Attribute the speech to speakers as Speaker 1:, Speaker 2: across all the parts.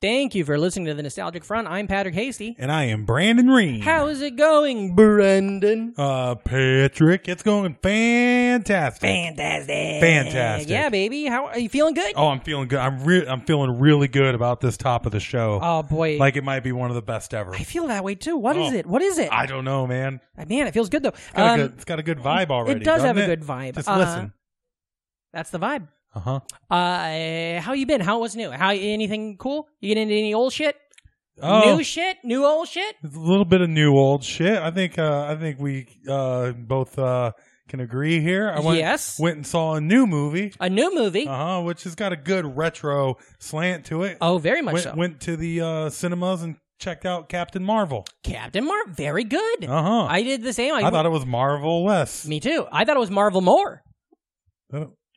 Speaker 1: Thank you for listening to the Nostalgic Front. I'm Patrick Hasty.
Speaker 2: And I am Brandon Ream.
Speaker 1: How is it going, Brendan?
Speaker 2: Uh, Patrick, it's going fantastic.
Speaker 1: Fantastic.
Speaker 2: Fantastic.
Speaker 1: Yeah, baby. How are you feeling good?
Speaker 2: oh, I'm feeling good. I'm re- I'm feeling really good about this top of the show.
Speaker 1: Oh, boy.
Speaker 2: like it might be one of the best ever.
Speaker 1: I feel that way too. What is
Speaker 2: Oh.
Speaker 1: it? What is it?
Speaker 2: I don't know, man.
Speaker 1: Uh, Man, it feels good though.
Speaker 2: Got a
Speaker 1: Um,
Speaker 2: good- it's got a good vibe already.
Speaker 1: does have
Speaker 2: doesn't
Speaker 1: a good vibe.
Speaker 2: Just
Speaker 1: Uh,
Speaker 2: listen.
Speaker 1: That's the vibe.
Speaker 2: Uh huh.
Speaker 1: Uh, how you been? How was new? How anything cool? You get into any old shit?
Speaker 2: Oh,
Speaker 1: New shit? New old shit?
Speaker 2: it's a little bit of new old shit. I think uh, I think we uh, both uh, can agree here. I went
Speaker 1: Yes.
Speaker 2: went and saw a new movie.
Speaker 1: A new movie?
Speaker 2: Uh huh. Which has got a good retro slant to it.
Speaker 1: oh, very much
Speaker 2: went,
Speaker 1: so.
Speaker 2: went to the uh, cinemas and checked out Captain Marvel.
Speaker 1: Captain Marvel, very good.
Speaker 2: Uh huh. I,
Speaker 1: I did the same. I,
Speaker 2: thought it was Marvel less.
Speaker 1: me too. I thought it was Marvel more.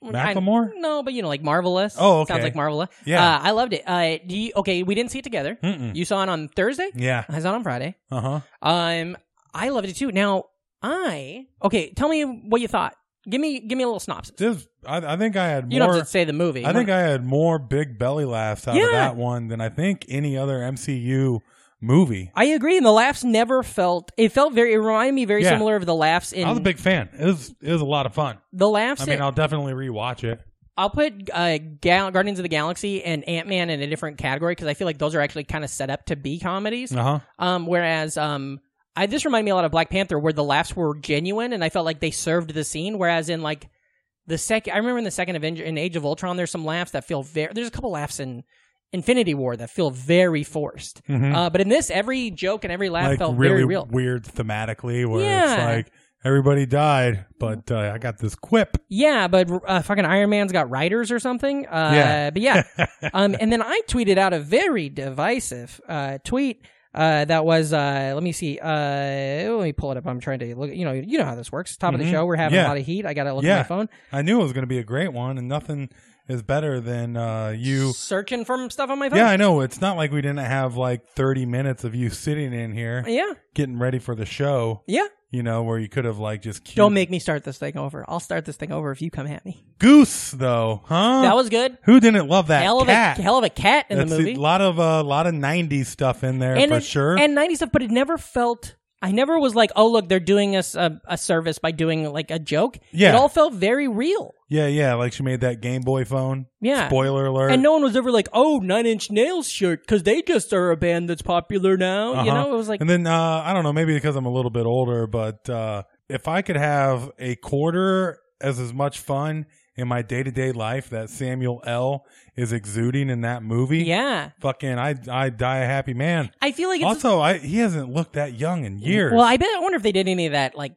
Speaker 2: Macklemore.
Speaker 1: I- no, but you know, like Marvelous.
Speaker 2: Oh, okay.
Speaker 1: Sounds like Marvelous.
Speaker 2: Yeah.
Speaker 1: Uh, I loved it. Uh, do you, okay, we didn't see it together.
Speaker 2: Mm-mm.
Speaker 1: You saw it on Thursday.
Speaker 2: Yeah.
Speaker 1: I saw it on Friday.
Speaker 2: Uh huh.
Speaker 1: Um, I loved it too. Now, I okay. Tell me what you thought. Give me, give me a little synopsis.
Speaker 2: This I, I think I had
Speaker 1: You don't
Speaker 2: more.
Speaker 1: have to say the movie.
Speaker 2: I think I had more big belly laughs out
Speaker 1: Yeah.
Speaker 2: of that one than I think any other MCU movie.
Speaker 1: I agree. And the laughs never felt. It felt very. It reminded me very
Speaker 2: Yeah.
Speaker 1: similar of the laughs in
Speaker 2: I was a big fan. It was it was a lot of fun.
Speaker 1: the laughs.
Speaker 2: I mean,
Speaker 1: in,
Speaker 2: I'll definitely rewatch it.
Speaker 1: I'll put uh, Gal- Guardians of the Galaxy and Ant Man in a different category because I feel like those are actually kind of set up to be comedies.
Speaker 2: Uh huh.
Speaker 1: Um, whereas um, I this reminded me a lot of Black Panther where the laughs were genuine and I felt like they served the scene. Whereas in like the second, I remember in the second Avenger in Age of Ultron, there's some laughs that feel very. There's a couple laughs in Infinity War that feel very forced. Uh, but in this, every joke and every laugh
Speaker 2: Mm-hmm. Like
Speaker 1: felt
Speaker 2: really
Speaker 1: very real.
Speaker 2: weird thematically, where
Speaker 1: Yeah.
Speaker 2: it's like everybody died, but uh, I got this quip.
Speaker 1: Yeah, but uh, fucking Iron Man's got writers or something. Uh,
Speaker 2: Yeah.
Speaker 1: But yeah. um, and then I tweeted out a very divisive uh, tweet. Uh, that was uh, let me see. Uh, let me pull it up. I'm trying to look. You know, you know how this works. Top of the show, we're having a
Speaker 2: Mm-hmm. Yeah.
Speaker 1: lot of heat. I gotta look
Speaker 2: Yeah.
Speaker 1: at my phone,
Speaker 2: I knew it was going to be a great one, and nothing is better than uh, you.
Speaker 1: searching for stuff on my phone.
Speaker 2: Yeah, I know. It's not like we didn't have like 30 minutes of you sitting in here
Speaker 1: yeah,
Speaker 2: getting ready for the show,
Speaker 1: yeah.
Speaker 2: you know, where you could have like just queued.
Speaker 1: Don't make me start this thing over. I'll start this thing over if you come at me.
Speaker 2: Goose, though, huh?
Speaker 1: That was good.
Speaker 2: Who didn't love that
Speaker 1: Hell of
Speaker 2: cat?
Speaker 1: a hell of a cat in
Speaker 2: That's
Speaker 1: the movie.
Speaker 2: a lot of a lot of 90s stuff in there
Speaker 1: and
Speaker 2: for
Speaker 1: it-
Speaker 2: sure.
Speaker 1: and 90 stuff but it never felt i never was like oh look they're doing us a, a service by doing like a joke
Speaker 2: Yeah.
Speaker 1: it all felt very real
Speaker 2: yeah, yeah, like she made that Game Boy phone.
Speaker 1: Yeah.
Speaker 2: Spoiler alert.
Speaker 1: and no one was ever like oh nine inch nails shirt because they just are a band that's popular now you
Speaker 2: Uh-huh.
Speaker 1: know it was like
Speaker 2: And then uh, I don't know, maybe because I'm a little bit older, but uh, if I could have a quarter as as much fun in my day to day life that Samuel L. is exuding in that movie,
Speaker 1: yeah
Speaker 2: fucking, I I die a happy man.
Speaker 1: i feel like it's
Speaker 2: Also, I he hasn't looked that young in years.
Speaker 1: well i bet i wonder if they did any of that like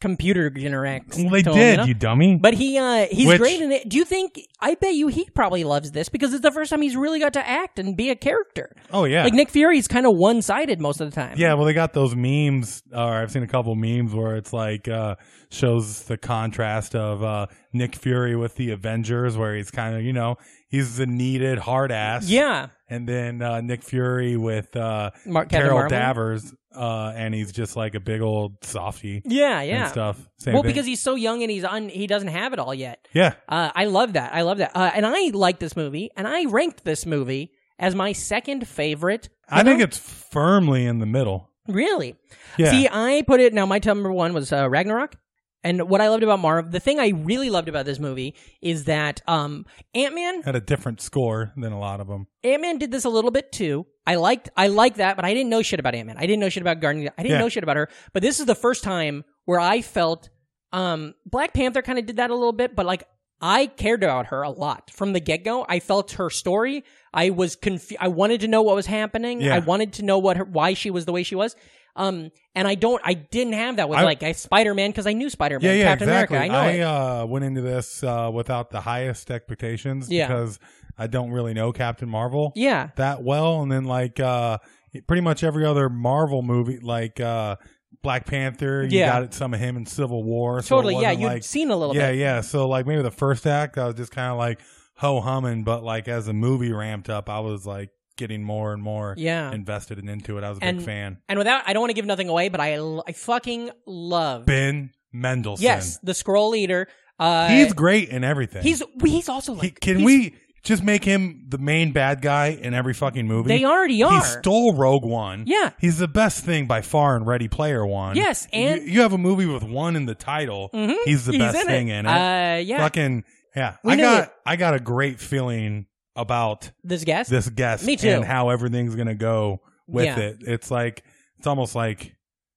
Speaker 1: computer generics
Speaker 2: Well, they
Speaker 1: to
Speaker 2: did,
Speaker 1: him, you know?
Speaker 2: you dummy.
Speaker 1: but he uh he's
Speaker 2: Which-
Speaker 1: great in it do you think i bet you he probably loves this because it's the first time he's really got to act and be a character
Speaker 2: oh yeah,
Speaker 1: like nick fury's kind of one-sided most of the time
Speaker 2: Yeah, well, they got those memes, or I've seen a couple memes where it's like uh, shows the contrast of uh, Nick Fury with the Avengers, where he's kind of, you know, he's the needed hard ass.
Speaker 1: yeah
Speaker 2: And then uh, Nick Fury with uh,
Speaker 1: Mark Captain
Speaker 2: Carol
Speaker 1: Marvel?
Speaker 2: Davers, uh, and he's just like a big old softy
Speaker 1: Yeah, yeah.
Speaker 2: and stuff. Same
Speaker 1: Well,
Speaker 2: thing.
Speaker 1: because he's so young and he's un, he doesn't have it all yet.
Speaker 2: yeah,
Speaker 1: Uh, I love that. I love that. Uh, and I like this movie, and I ranked this movie as my second favorite.
Speaker 2: I think it's firmly in the middle.
Speaker 1: Really?
Speaker 2: Yeah.
Speaker 1: See, I put it now. My number one was uh, Ragnarok, and what I loved about Marv, the thing I really loved about this movie is that um, Ant Man,
Speaker 2: Had a different score than a lot of them.
Speaker 1: Ant Man did this a little bit too. I liked I liked that, but I didn't know shit about Ant Man. I didn't know shit about Guardian. I didn't
Speaker 2: Yeah.
Speaker 1: know shit about her. But this is the first time where I felt um Black Panther kind of did that a little bit, but like I cared about her a lot from the get go. I felt her story. I was confused. I wanted to know what was happening.
Speaker 2: Yeah.
Speaker 1: I wanted to know what her, why she was the way she was. Um, and I don't. I didn't have that with
Speaker 2: I-
Speaker 1: like Spider Man because I knew Spider Man,
Speaker 2: Yeah, yeah,
Speaker 1: Captain
Speaker 2: exactly.
Speaker 1: America. I know it.
Speaker 2: uh, went into this uh, without the highest expectations
Speaker 1: Yeah.
Speaker 2: because I don't really know Captain Marvel
Speaker 1: Yeah.
Speaker 2: that well. And then like uh pretty much every other Marvel movie, like uh Black Panther, you
Speaker 1: Yeah.
Speaker 2: got it, some of him in Civil War. so it
Speaker 1: Totally. Yeah.
Speaker 2: wasn't
Speaker 1: You'd
Speaker 2: like-
Speaker 1: seen a little
Speaker 2: yeah,
Speaker 1: bit.
Speaker 2: yeah. So like maybe the first act, I was just kind of like ho humming, but like as the movie ramped up, I was like getting more and more
Speaker 1: Yeah.
Speaker 2: invested and into it. I was a
Speaker 1: And-
Speaker 2: big fan.
Speaker 1: And without, I don't want to give nothing away, but I, l- I fucking love.
Speaker 2: Ben Mendelsohn.
Speaker 1: Yes. The scroll leader. Uh,
Speaker 2: he's great in everything.
Speaker 1: he's, he's also like,
Speaker 2: He- can
Speaker 1: he's-
Speaker 2: we just make him the main bad guy in every fucking movie?
Speaker 1: They already are.
Speaker 2: He stole Rogue One.
Speaker 1: Yeah.
Speaker 2: He's the best thing by far in Ready Player One.
Speaker 1: Yes, and-
Speaker 2: you, you have a movie with one in the title.
Speaker 1: Mhm.
Speaker 2: He's the
Speaker 1: He's
Speaker 2: best
Speaker 1: in
Speaker 2: thing
Speaker 1: it.
Speaker 2: in it.
Speaker 1: Uh, yeah.
Speaker 2: Fucking yeah.
Speaker 1: We
Speaker 2: I
Speaker 1: knew
Speaker 2: got
Speaker 1: it.
Speaker 2: I got a great feeling about
Speaker 1: this guest.
Speaker 2: this guest
Speaker 1: Me too.
Speaker 2: and how everything's gonna go with
Speaker 1: Yeah.
Speaker 2: it. It's like it's almost like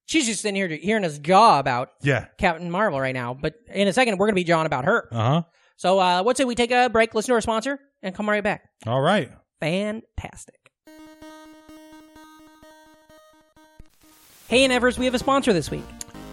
Speaker 1: She's just in here hearing us jaw about
Speaker 2: yeah.
Speaker 1: Captain Marvel right now, but in a second we're gonna be jawing about her.
Speaker 2: Uh huh.
Speaker 1: So uh, what's it? We take a break, listen to our sponsor, and come right back.
Speaker 2: All right.
Speaker 1: Fantastic. Hey, and Evers, we have a sponsor this week.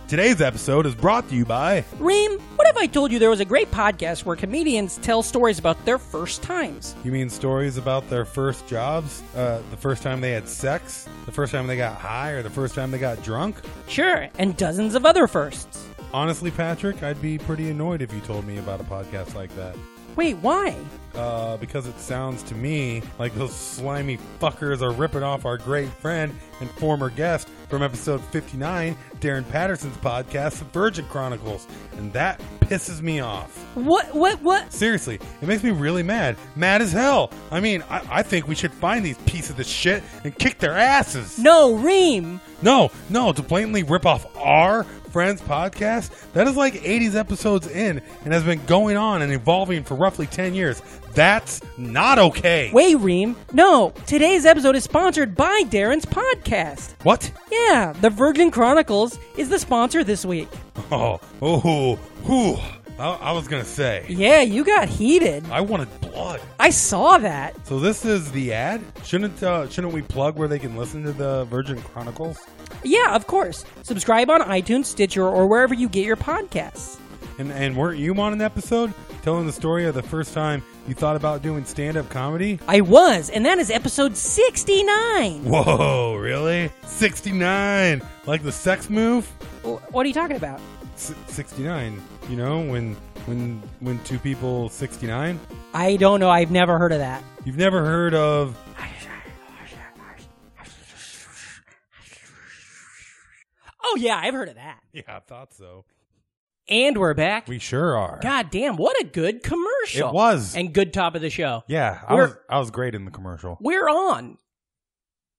Speaker 2: Today's episode is brought to you by
Speaker 1: Reem, what if I told you there was a great podcast where comedians tell stories about their first times?
Speaker 2: You mean stories about their first jobs, uh, the first time they had sex, the first time they got high, or the first time they got drunk?
Speaker 1: Sure, and dozens of other firsts.
Speaker 2: Honestly, Patrick, I'd be pretty annoyed if you told me about a podcast like that.
Speaker 1: Wait, why?
Speaker 2: Uh, because it sounds to me like those slimy fuckers are ripping off our great friend and former guest from episode 59, Darren Patterson's podcast, The Virgin Chronicles. And that pisses me off.
Speaker 1: What? What? What?
Speaker 2: Seriously, it makes me really mad. Mad as hell. I mean, I, I think we should find these pieces of shit and kick their asses.
Speaker 1: No, Reem.
Speaker 2: No, no, to blatantly rip off our friends podcast, that is like 80s episodes in and has been going on and evolving for roughly 10 years. That's not okay.
Speaker 1: Wait, Reem. No, today's episode is sponsored by Darren's podcast.
Speaker 2: What?
Speaker 1: Yeah, the Virgin Chronicles is the sponsor this week.
Speaker 2: Oh, oh, whew. I, I was going to say,
Speaker 1: Yeah, you got heated.
Speaker 2: I wanted blood.
Speaker 1: I saw that.
Speaker 2: So this is the ad? Shouldn't uh, shouldn't we plug where they can listen to the Virgin Chronicles?
Speaker 1: Yeah, of course. Subscribe on iTunes, Stitcher, or wherever you get your podcasts.
Speaker 2: And, and weren't you on an episode telling the story of the first time you thought about doing stand up comedy?
Speaker 1: I was, and that is episode 69.
Speaker 2: Whoa, really? 69. Like the sex move?
Speaker 1: Wh- What are you talking about?
Speaker 2: S- 69. You know, when when when two people 69?
Speaker 1: I don't know. I've never heard of that.
Speaker 2: You've never heard of
Speaker 1: Oh, yeah, I've heard of that.
Speaker 2: Yeah, I thought so.
Speaker 1: And we're back.
Speaker 2: We sure are.
Speaker 1: God damn, what a good commercial.
Speaker 2: It was.
Speaker 1: And good top of the show.
Speaker 2: yeah, I
Speaker 1: We're-
Speaker 2: was I was great in the commercial.
Speaker 1: We're on.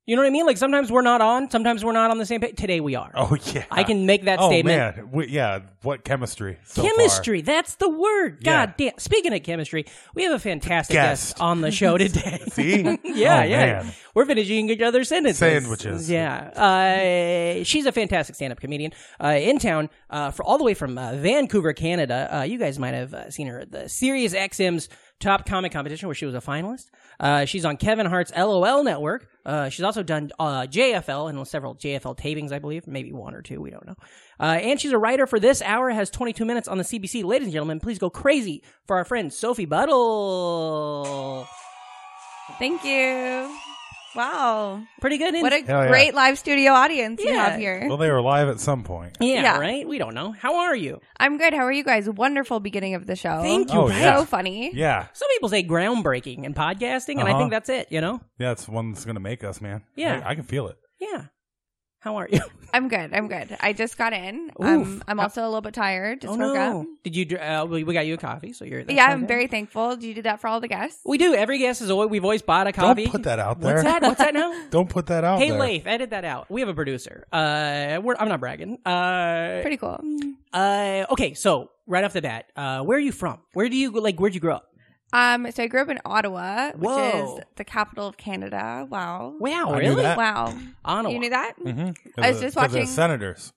Speaker 1: You know what I mean? Like sometimes we're not on, sometimes we're not on the same page. Today we are.
Speaker 2: Oh yeah.
Speaker 1: I can make that
Speaker 2: oh,
Speaker 1: statement.
Speaker 2: man. We- yeah, what chemistry. so far.
Speaker 1: chemistry. That's the word.
Speaker 2: Yeah.
Speaker 1: God damn. Speaking of chemistry, we have a fantastic guest,
Speaker 2: Guest.
Speaker 1: on the show today.
Speaker 2: See?
Speaker 1: yeah,
Speaker 2: Oh,
Speaker 1: yeah.
Speaker 2: man.
Speaker 1: We're finishing each other's sentences.
Speaker 2: Sandwiches.
Speaker 1: Yeah. Uh, she's a fantastic stand up comedian uh, in town uh, for all the way from uh, Vancouver, Canada. Uh, you guys might have uh, seen her at the Sirius XM's Top Comic Competition, where she was a finalist. Uh, she's on Kevin Hart's LOL network. Uh, she's also done uh, JFL and several JFL tapings, I believe, maybe one or two. We don't know. Uh, and she's a writer for This Hour, has 22 minutes on the CBC. Ladies and gentlemen, please go crazy for our friend Sophie Buttle.
Speaker 3: Thank you. Wow.
Speaker 1: Pretty good.
Speaker 3: What a
Speaker 2: Hell yeah.
Speaker 3: great live studio audience you
Speaker 1: Yeah.
Speaker 3: have here.
Speaker 2: Well, they were live at some point.
Speaker 1: Yeah,
Speaker 3: Yeah.
Speaker 1: right? We don't know. How are you?
Speaker 3: I'm good. How are you guys? Wonderful beginning of the show.
Speaker 1: Thank you,
Speaker 2: Oh,
Speaker 1: right?
Speaker 2: yeah.
Speaker 3: So funny.
Speaker 2: Yeah.
Speaker 1: Some people say groundbreaking in podcasting, and I
Speaker 2: Uh-huh.
Speaker 1: think that's it, you know?
Speaker 2: Yeah, it's one that's going to make us, man.
Speaker 1: Yeah.
Speaker 2: I, I can feel it.
Speaker 1: Yeah. How are you?
Speaker 3: I'm good. I'm good. I just got in.
Speaker 1: Oof.
Speaker 3: Um, I'm also a little bit tired. Just
Speaker 1: oh,
Speaker 3: woke
Speaker 1: no.
Speaker 3: up.
Speaker 1: Did you, dr- uh, we we got you a coffee, so you're, that's
Speaker 3: yeah,
Speaker 1: all
Speaker 3: I'm
Speaker 1: good.
Speaker 3: very thankful. You did that for all the guests.
Speaker 1: We do. Every guest is always, we've always bought a coffee.
Speaker 2: Don't put that out there.
Speaker 1: What's that? What's that now?
Speaker 2: Don't put that out
Speaker 1: hey,
Speaker 2: there.
Speaker 1: Leif, edit that out. We have a producer. Uh, we're, I'm not bragging. Uh,
Speaker 3: Pretty cool.
Speaker 1: uh, okay, so right off the bat, uh, where are you from? Where do you, like, where'd you grow up?
Speaker 3: Um, so I grew up in Ottawa, which
Speaker 1: Whoa.
Speaker 3: is the capital of Canada. Wow.
Speaker 1: Wow,
Speaker 2: I knew
Speaker 1: really?
Speaker 2: that.
Speaker 3: Wow.
Speaker 1: Ottawa.
Speaker 3: You knew that?
Speaker 2: Mhm.
Speaker 3: I was
Speaker 2: Because
Speaker 3: just
Speaker 2: of the
Speaker 3: watching-
Speaker 2: Senators.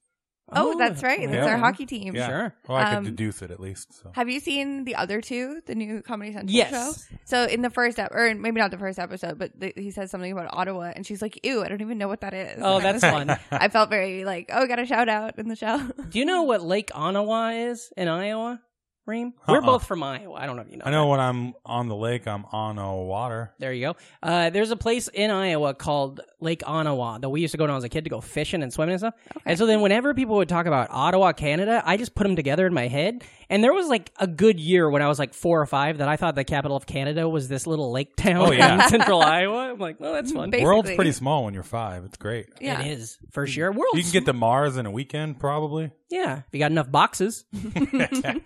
Speaker 3: Oh, that's right. That's
Speaker 2: Yeah.
Speaker 3: our hockey team.
Speaker 2: Yeah.
Speaker 1: Sure.
Speaker 2: Well, I
Speaker 3: Um,
Speaker 2: could deduce it at least. So.
Speaker 3: Have you seen the other two, the new Comedy Central
Speaker 1: Yes.
Speaker 3: show? So in the first ep- or maybe not the first episode, but the, he says something about Ottawa, and she's like, "Ew, I don't even know what that is."
Speaker 1: Oh,
Speaker 3: And I was
Speaker 1: that's
Speaker 3: like-
Speaker 1: fun.
Speaker 3: I felt very like, "Oh, got a shout out in the show."
Speaker 1: Do you know what Lake Onawa is in Iowa? Reem? We're
Speaker 2: Uh-uh.
Speaker 1: both from Iowa. I don't know if you know.
Speaker 2: I know when I'm on the lake, I'm on a water.
Speaker 1: There you go. Uh, there's a place in Iowa called Lake Ottawa that we used to go when I was a kid to go fishing and swimming and stuff. And so then whenever people would talk about Ottawa, Canada, I just put them together in my head. And there was like a good year when I was like four or five that I thought the capital of Canada was this little lake town
Speaker 2: Oh, yeah.
Speaker 1: in central Iowa. I'm like, well, that's fun.
Speaker 3: Ba-
Speaker 2: World's
Speaker 3: Basically.
Speaker 2: pretty small when you're five. It's great.
Speaker 3: Yeah.
Speaker 1: It is for sure. World,
Speaker 2: You can get to Mars in a weekend, probably.
Speaker 1: yeah, if you got enough boxes.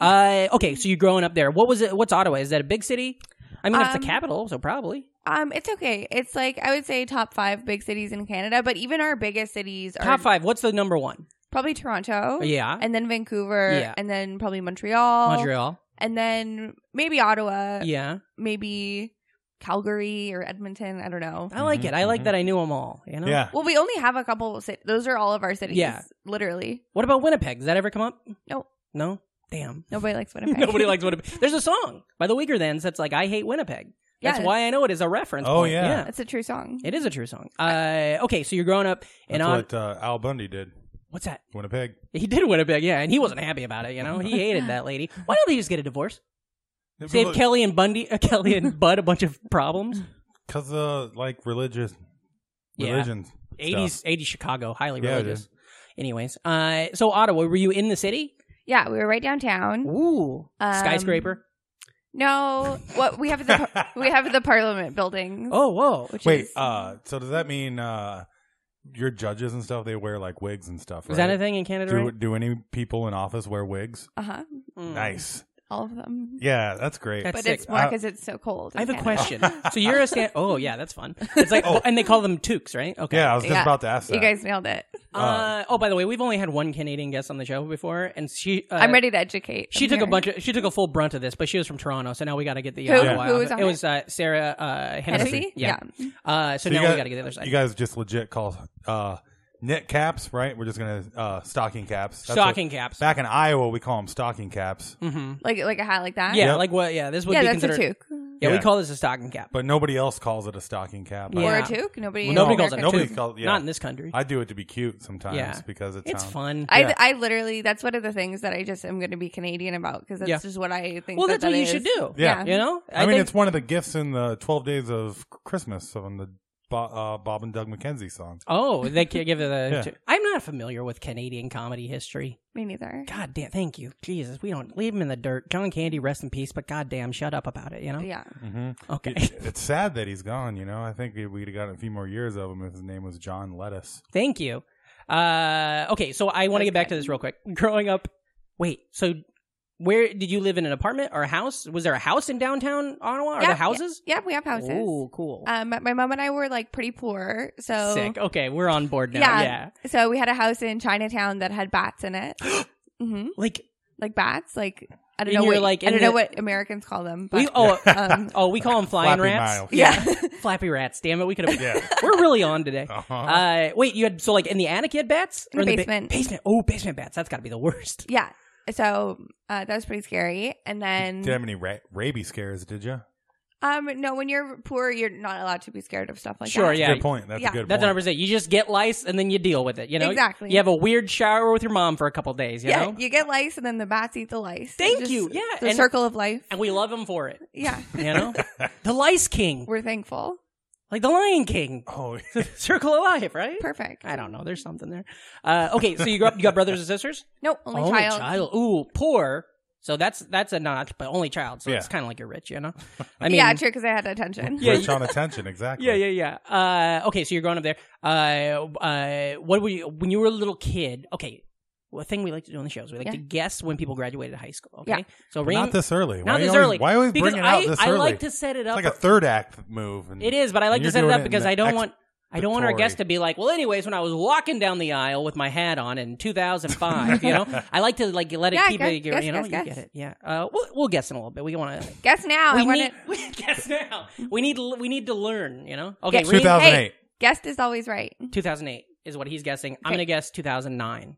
Speaker 1: uh, okay, so you're growing up there. What was it? What's Ottawa? Is that a big city? I mean, it's the
Speaker 3: Um,
Speaker 1: capital, so probably.
Speaker 3: Um, it's okay. It's like I would say top five big cities in Canada, but even our biggest cities are
Speaker 1: Top five. What's the number one?
Speaker 3: probably Toronto.
Speaker 1: Yeah.
Speaker 3: Uh, And then Vancouver.
Speaker 1: Yeah.
Speaker 3: And then probably Montreal. Uh,
Speaker 1: Montreal.
Speaker 3: And then maybe Ottawa.
Speaker 1: Yeah.
Speaker 3: Maybe Calgary or Edmonton. I don't know.
Speaker 1: I like it. I like that I knew them all. You know.
Speaker 2: Mm-hmm, Yeah.
Speaker 3: Well, we only have a couple. Of cit- Those are all of our cities.
Speaker 1: Uh, Yeah.
Speaker 3: Literally.
Speaker 1: What about Winnipeg? Does that ever come up?
Speaker 3: Nope.
Speaker 1: No. Damn.
Speaker 3: Nobody likes Winnipeg.
Speaker 1: Nobody likes Winnipeg. There's a song by the Uyghur Thens that's like "I Hate Winnipeg." That's
Speaker 3: Yes.
Speaker 1: why I know it is a reference.
Speaker 2: Oh,
Speaker 1: point.
Speaker 2: yeah.
Speaker 3: That's a true song.
Speaker 1: It is a true song. Uh, okay, so you're growing up in
Speaker 2: That's
Speaker 1: Ot-
Speaker 2: what uh, Al Bundy did.
Speaker 1: what's that?
Speaker 2: Winnipeg.
Speaker 1: He did Winnipeg, yeah, and he wasn't happy about it. You know, he hated that lady. Why don't they just get a divorce? Save Kelly and Bundy, uh, Kelly and Bud, a bunch of problems.
Speaker 2: Because of uh, like religious
Speaker 1: Yeah.
Speaker 2: religions.
Speaker 1: Eighties, eighties Chicago, highly
Speaker 2: Yeah, it
Speaker 1: religious. Anyways, uh, so Ottawa, were you in the city?
Speaker 3: Yeah, we were right downtown.
Speaker 1: Ooh,
Speaker 3: Um,
Speaker 1: skyscraper.
Speaker 3: No, what we have the par- we have the Parliament building.
Speaker 1: Oh, whoa.
Speaker 3: which
Speaker 2: Wait,
Speaker 3: is-
Speaker 2: uh, so does that mean uh, your judges and stuff, they wear like wigs and stuff, right?
Speaker 1: Is that a thing in Canada?
Speaker 2: Do,
Speaker 1: right?
Speaker 2: do any people in office wear wigs?
Speaker 3: uh-huh.
Speaker 1: Mm.
Speaker 2: Nice.
Speaker 3: All of them.
Speaker 2: Yeah, that's great.
Speaker 1: That's
Speaker 3: but
Speaker 1: sick.
Speaker 3: it's more
Speaker 2: Uh,
Speaker 3: because it's so cold. in
Speaker 1: I have a
Speaker 3: Canada.
Speaker 1: question. so you're a stand. Oh yeah, that's fun. It's like, and they call them toques, right? Okay.
Speaker 2: Oh. yeah, I was just
Speaker 3: Yeah.
Speaker 2: about to ask that.
Speaker 3: You guys nailed it.
Speaker 1: Uh, oh, by the way, we've only had one Canadian guest on the show before, and she. Uh,
Speaker 3: I'm ready to educate.
Speaker 1: She
Speaker 3: I'm
Speaker 1: took a
Speaker 3: here.
Speaker 1: bunch of. She took a full brunt of this, but she was from Toronto, so now we got to get the.
Speaker 3: Who-
Speaker 1: uh,
Speaker 3: who
Speaker 1: Hawaii
Speaker 3: was
Speaker 1: off.
Speaker 3: on
Speaker 1: It
Speaker 3: it?
Speaker 1: was uh, Sarah uh, Hennessy.
Speaker 3: Hennessy?
Speaker 1: Yeah. Uh, so,
Speaker 2: So
Speaker 1: now
Speaker 2: you
Speaker 1: we
Speaker 2: guys-
Speaker 1: got to get the other side.
Speaker 2: You guys just legit call uh, knit caps, right? We're just going to uh, stocking caps. That's
Speaker 1: Stocking
Speaker 2: what-
Speaker 1: caps.
Speaker 2: Back in Iowa, we call them stocking caps,
Speaker 1: mm-hmm.
Speaker 3: like like a hat like that.
Speaker 1: Yeah,
Speaker 2: Yep.
Speaker 1: like what? Yeah, this would
Speaker 3: yeah,
Speaker 1: be
Speaker 3: that's a
Speaker 1: considered.
Speaker 3: toque
Speaker 1: Yeah, we
Speaker 2: Yeah.
Speaker 1: call this a stocking cap.
Speaker 2: but nobody else calls it a stocking cap. I-
Speaker 1: Yeah.
Speaker 3: or a toque. Nobody.
Speaker 2: Well,
Speaker 1: nobody
Speaker 2: no,
Speaker 1: calls it. a
Speaker 2: nobody
Speaker 1: toque.
Speaker 2: calls- yeah.
Speaker 1: Not in this country.
Speaker 2: I do it to be cute sometimes
Speaker 1: Yeah.
Speaker 2: because it
Speaker 1: it's
Speaker 2: sounds-
Speaker 1: fun.
Speaker 3: I,
Speaker 2: Yeah.
Speaker 3: I literally that's one of the things that I just am going to be Canadian about because that's
Speaker 1: Yeah.
Speaker 3: just what I think.
Speaker 1: well,
Speaker 3: that
Speaker 1: that's what
Speaker 3: that
Speaker 1: you should
Speaker 3: is.
Speaker 1: do.
Speaker 2: Yeah.
Speaker 1: You know,
Speaker 2: I, mean,
Speaker 1: think-
Speaker 2: it's one of the gifts in the 12 Days of Christmas on the Bo- uh, Bob and Doug McKenzie song.
Speaker 1: Oh, they can't give it a.
Speaker 2: Yeah.
Speaker 1: I'm not familiar with Canadian comedy history.
Speaker 3: Me neither.
Speaker 1: God damn, thank you, Jesus. We don't leave him in the dirt. John Candy, rest in peace. But goddamn, shut up about it. You know.
Speaker 3: Yeah.
Speaker 2: Mm-hmm.
Speaker 1: Okay.
Speaker 2: It's sad that he's gone, you know. I think we'd have gotten a few more years of him if his name was John Lettuce.
Speaker 1: thank you. Uh, okay, so I want to get back to this real quick. Growing up, wait. So, where did you live in an apartment or a house? Was there a house in downtown Ottawa? Are
Speaker 3: Yeah,
Speaker 1: there houses?
Speaker 3: Yeah, we have houses.
Speaker 1: Ooh, cool.
Speaker 3: Um, my mom and I were like pretty poor, so
Speaker 1: Sick. Okay, we're on board now. Yeah.
Speaker 3: Yeah. So we had a house in Chinatown that had bats in it. hmm
Speaker 1: Like
Speaker 3: Like bats, like I don't
Speaker 1: And
Speaker 3: know
Speaker 1: you're,
Speaker 3: what
Speaker 1: like,
Speaker 3: I
Speaker 1: in
Speaker 3: don't know
Speaker 1: the-
Speaker 3: what Americans call them, but
Speaker 1: we. Oh,
Speaker 3: um,
Speaker 1: oh, we call them flying
Speaker 2: Flappy
Speaker 1: rats.
Speaker 2: Mile.
Speaker 3: yeah.
Speaker 1: Flappy rats. Damn it, we could have.
Speaker 2: Yeah.
Speaker 1: We're really on today.
Speaker 2: Uh-huh.
Speaker 1: Uh, wait, you had so like in the attic you had bats
Speaker 3: In the
Speaker 1: ba-
Speaker 3: basement.
Speaker 1: basement. Oh, basement bats. That's got to be the worst.
Speaker 3: yeah. So uh, that was pretty scary. And then
Speaker 2: Did you have any ra- rabies scares, did you?
Speaker 3: Um, no, when you're poor, you're not allowed to be scared of stuff like
Speaker 1: Sure,
Speaker 3: that.
Speaker 1: yeah.
Speaker 2: Good point. That's
Speaker 3: Yeah.
Speaker 2: a good
Speaker 1: That's
Speaker 2: point.
Speaker 1: what I was saying. You just get lice and then you deal with it. You know
Speaker 3: Exactly.
Speaker 1: You have a weird shower with your mom for a couple days. You
Speaker 3: yeah.
Speaker 1: know.
Speaker 3: You get lice, and then the bats eat the lice.
Speaker 1: Thank
Speaker 3: It's
Speaker 1: you. Yeah,
Speaker 3: the
Speaker 1: and-
Speaker 3: circle of life.
Speaker 1: And we love him for it.
Speaker 3: Yeah,
Speaker 1: You know. the lice king,
Speaker 3: we're thankful.
Speaker 1: like the lion king,
Speaker 2: Oh,
Speaker 1: circle of life, right?
Speaker 3: Perfect.
Speaker 1: I don't know. There's something there. Uh, okay, so you grew up. You got brothers and sisters.
Speaker 3: Nope, only
Speaker 1: only
Speaker 3: child.
Speaker 1: Ooh, poor. So that's that's a notch, but only child. So
Speaker 2: Yeah.
Speaker 1: it's kind of like you're rich, you know. I mean,
Speaker 3: yeah, true, because I had attention.
Speaker 1: Yeah,
Speaker 2: rich
Speaker 1: you-
Speaker 2: on attention, exactly.
Speaker 1: Yeah, yeah, yeah. Uh, okay, so you're growing up there. Uh, uh, what were you when you were a little kid? Okay, well, a thing we like to do on the show is we like
Speaker 3: Yeah.
Speaker 1: to guess when people graduated high school. Okay,
Speaker 3: Yeah.
Speaker 1: so
Speaker 2: But
Speaker 1: Reem,
Speaker 2: Not this early.
Speaker 1: not
Speaker 2: why you
Speaker 1: this
Speaker 2: always,
Speaker 1: early.
Speaker 2: Why always
Speaker 1: because
Speaker 2: bring it
Speaker 1: I,
Speaker 2: out this
Speaker 1: I
Speaker 2: early?
Speaker 1: like to set it
Speaker 2: it's
Speaker 1: up.
Speaker 2: like a third act move. And
Speaker 1: it is, but I like to
Speaker 2: You're
Speaker 1: set it
Speaker 2: doing
Speaker 1: up
Speaker 2: it in
Speaker 1: because
Speaker 2: the
Speaker 1: I don't
Speaker 2: ex-
Speaker 1: want. I don't want our
Speaker 2: Victory.
Speaker 1: guest to be like, well, anyways, when I was walking down the aisle with my hat on in 2005, you know, I like to like let it
Speaker 3: Yeah,
Speaker 1: keep
Speaker 3: guess-
Speaker 1: it, you
Speaker 3: guess,
Speaker 1: know,
Speaker 3: guess,
Speaker 1: you
Speaker 3: guess. Oh,
Speaker 1: get it, yeah. Uh, we'll, we'll guess in a little bit. We want to,
Speaker 3: Guess now.
Speaker 1: we
Speaker 3: I want
Speaker 1: need,
Speaker 3: it.
Speaker 1: guess now. We need, to- we need to learn, you know. Okay,
Speaker 3: Yeah.
Speaker 1: Reem,
Speaker 2: 2008.
Speaker 3: Guessed is always right.
Speaker 1: 2008 is what he's guessing. I'm
Speaker 3: Okay.
Speaker 1: gonna guess 2009.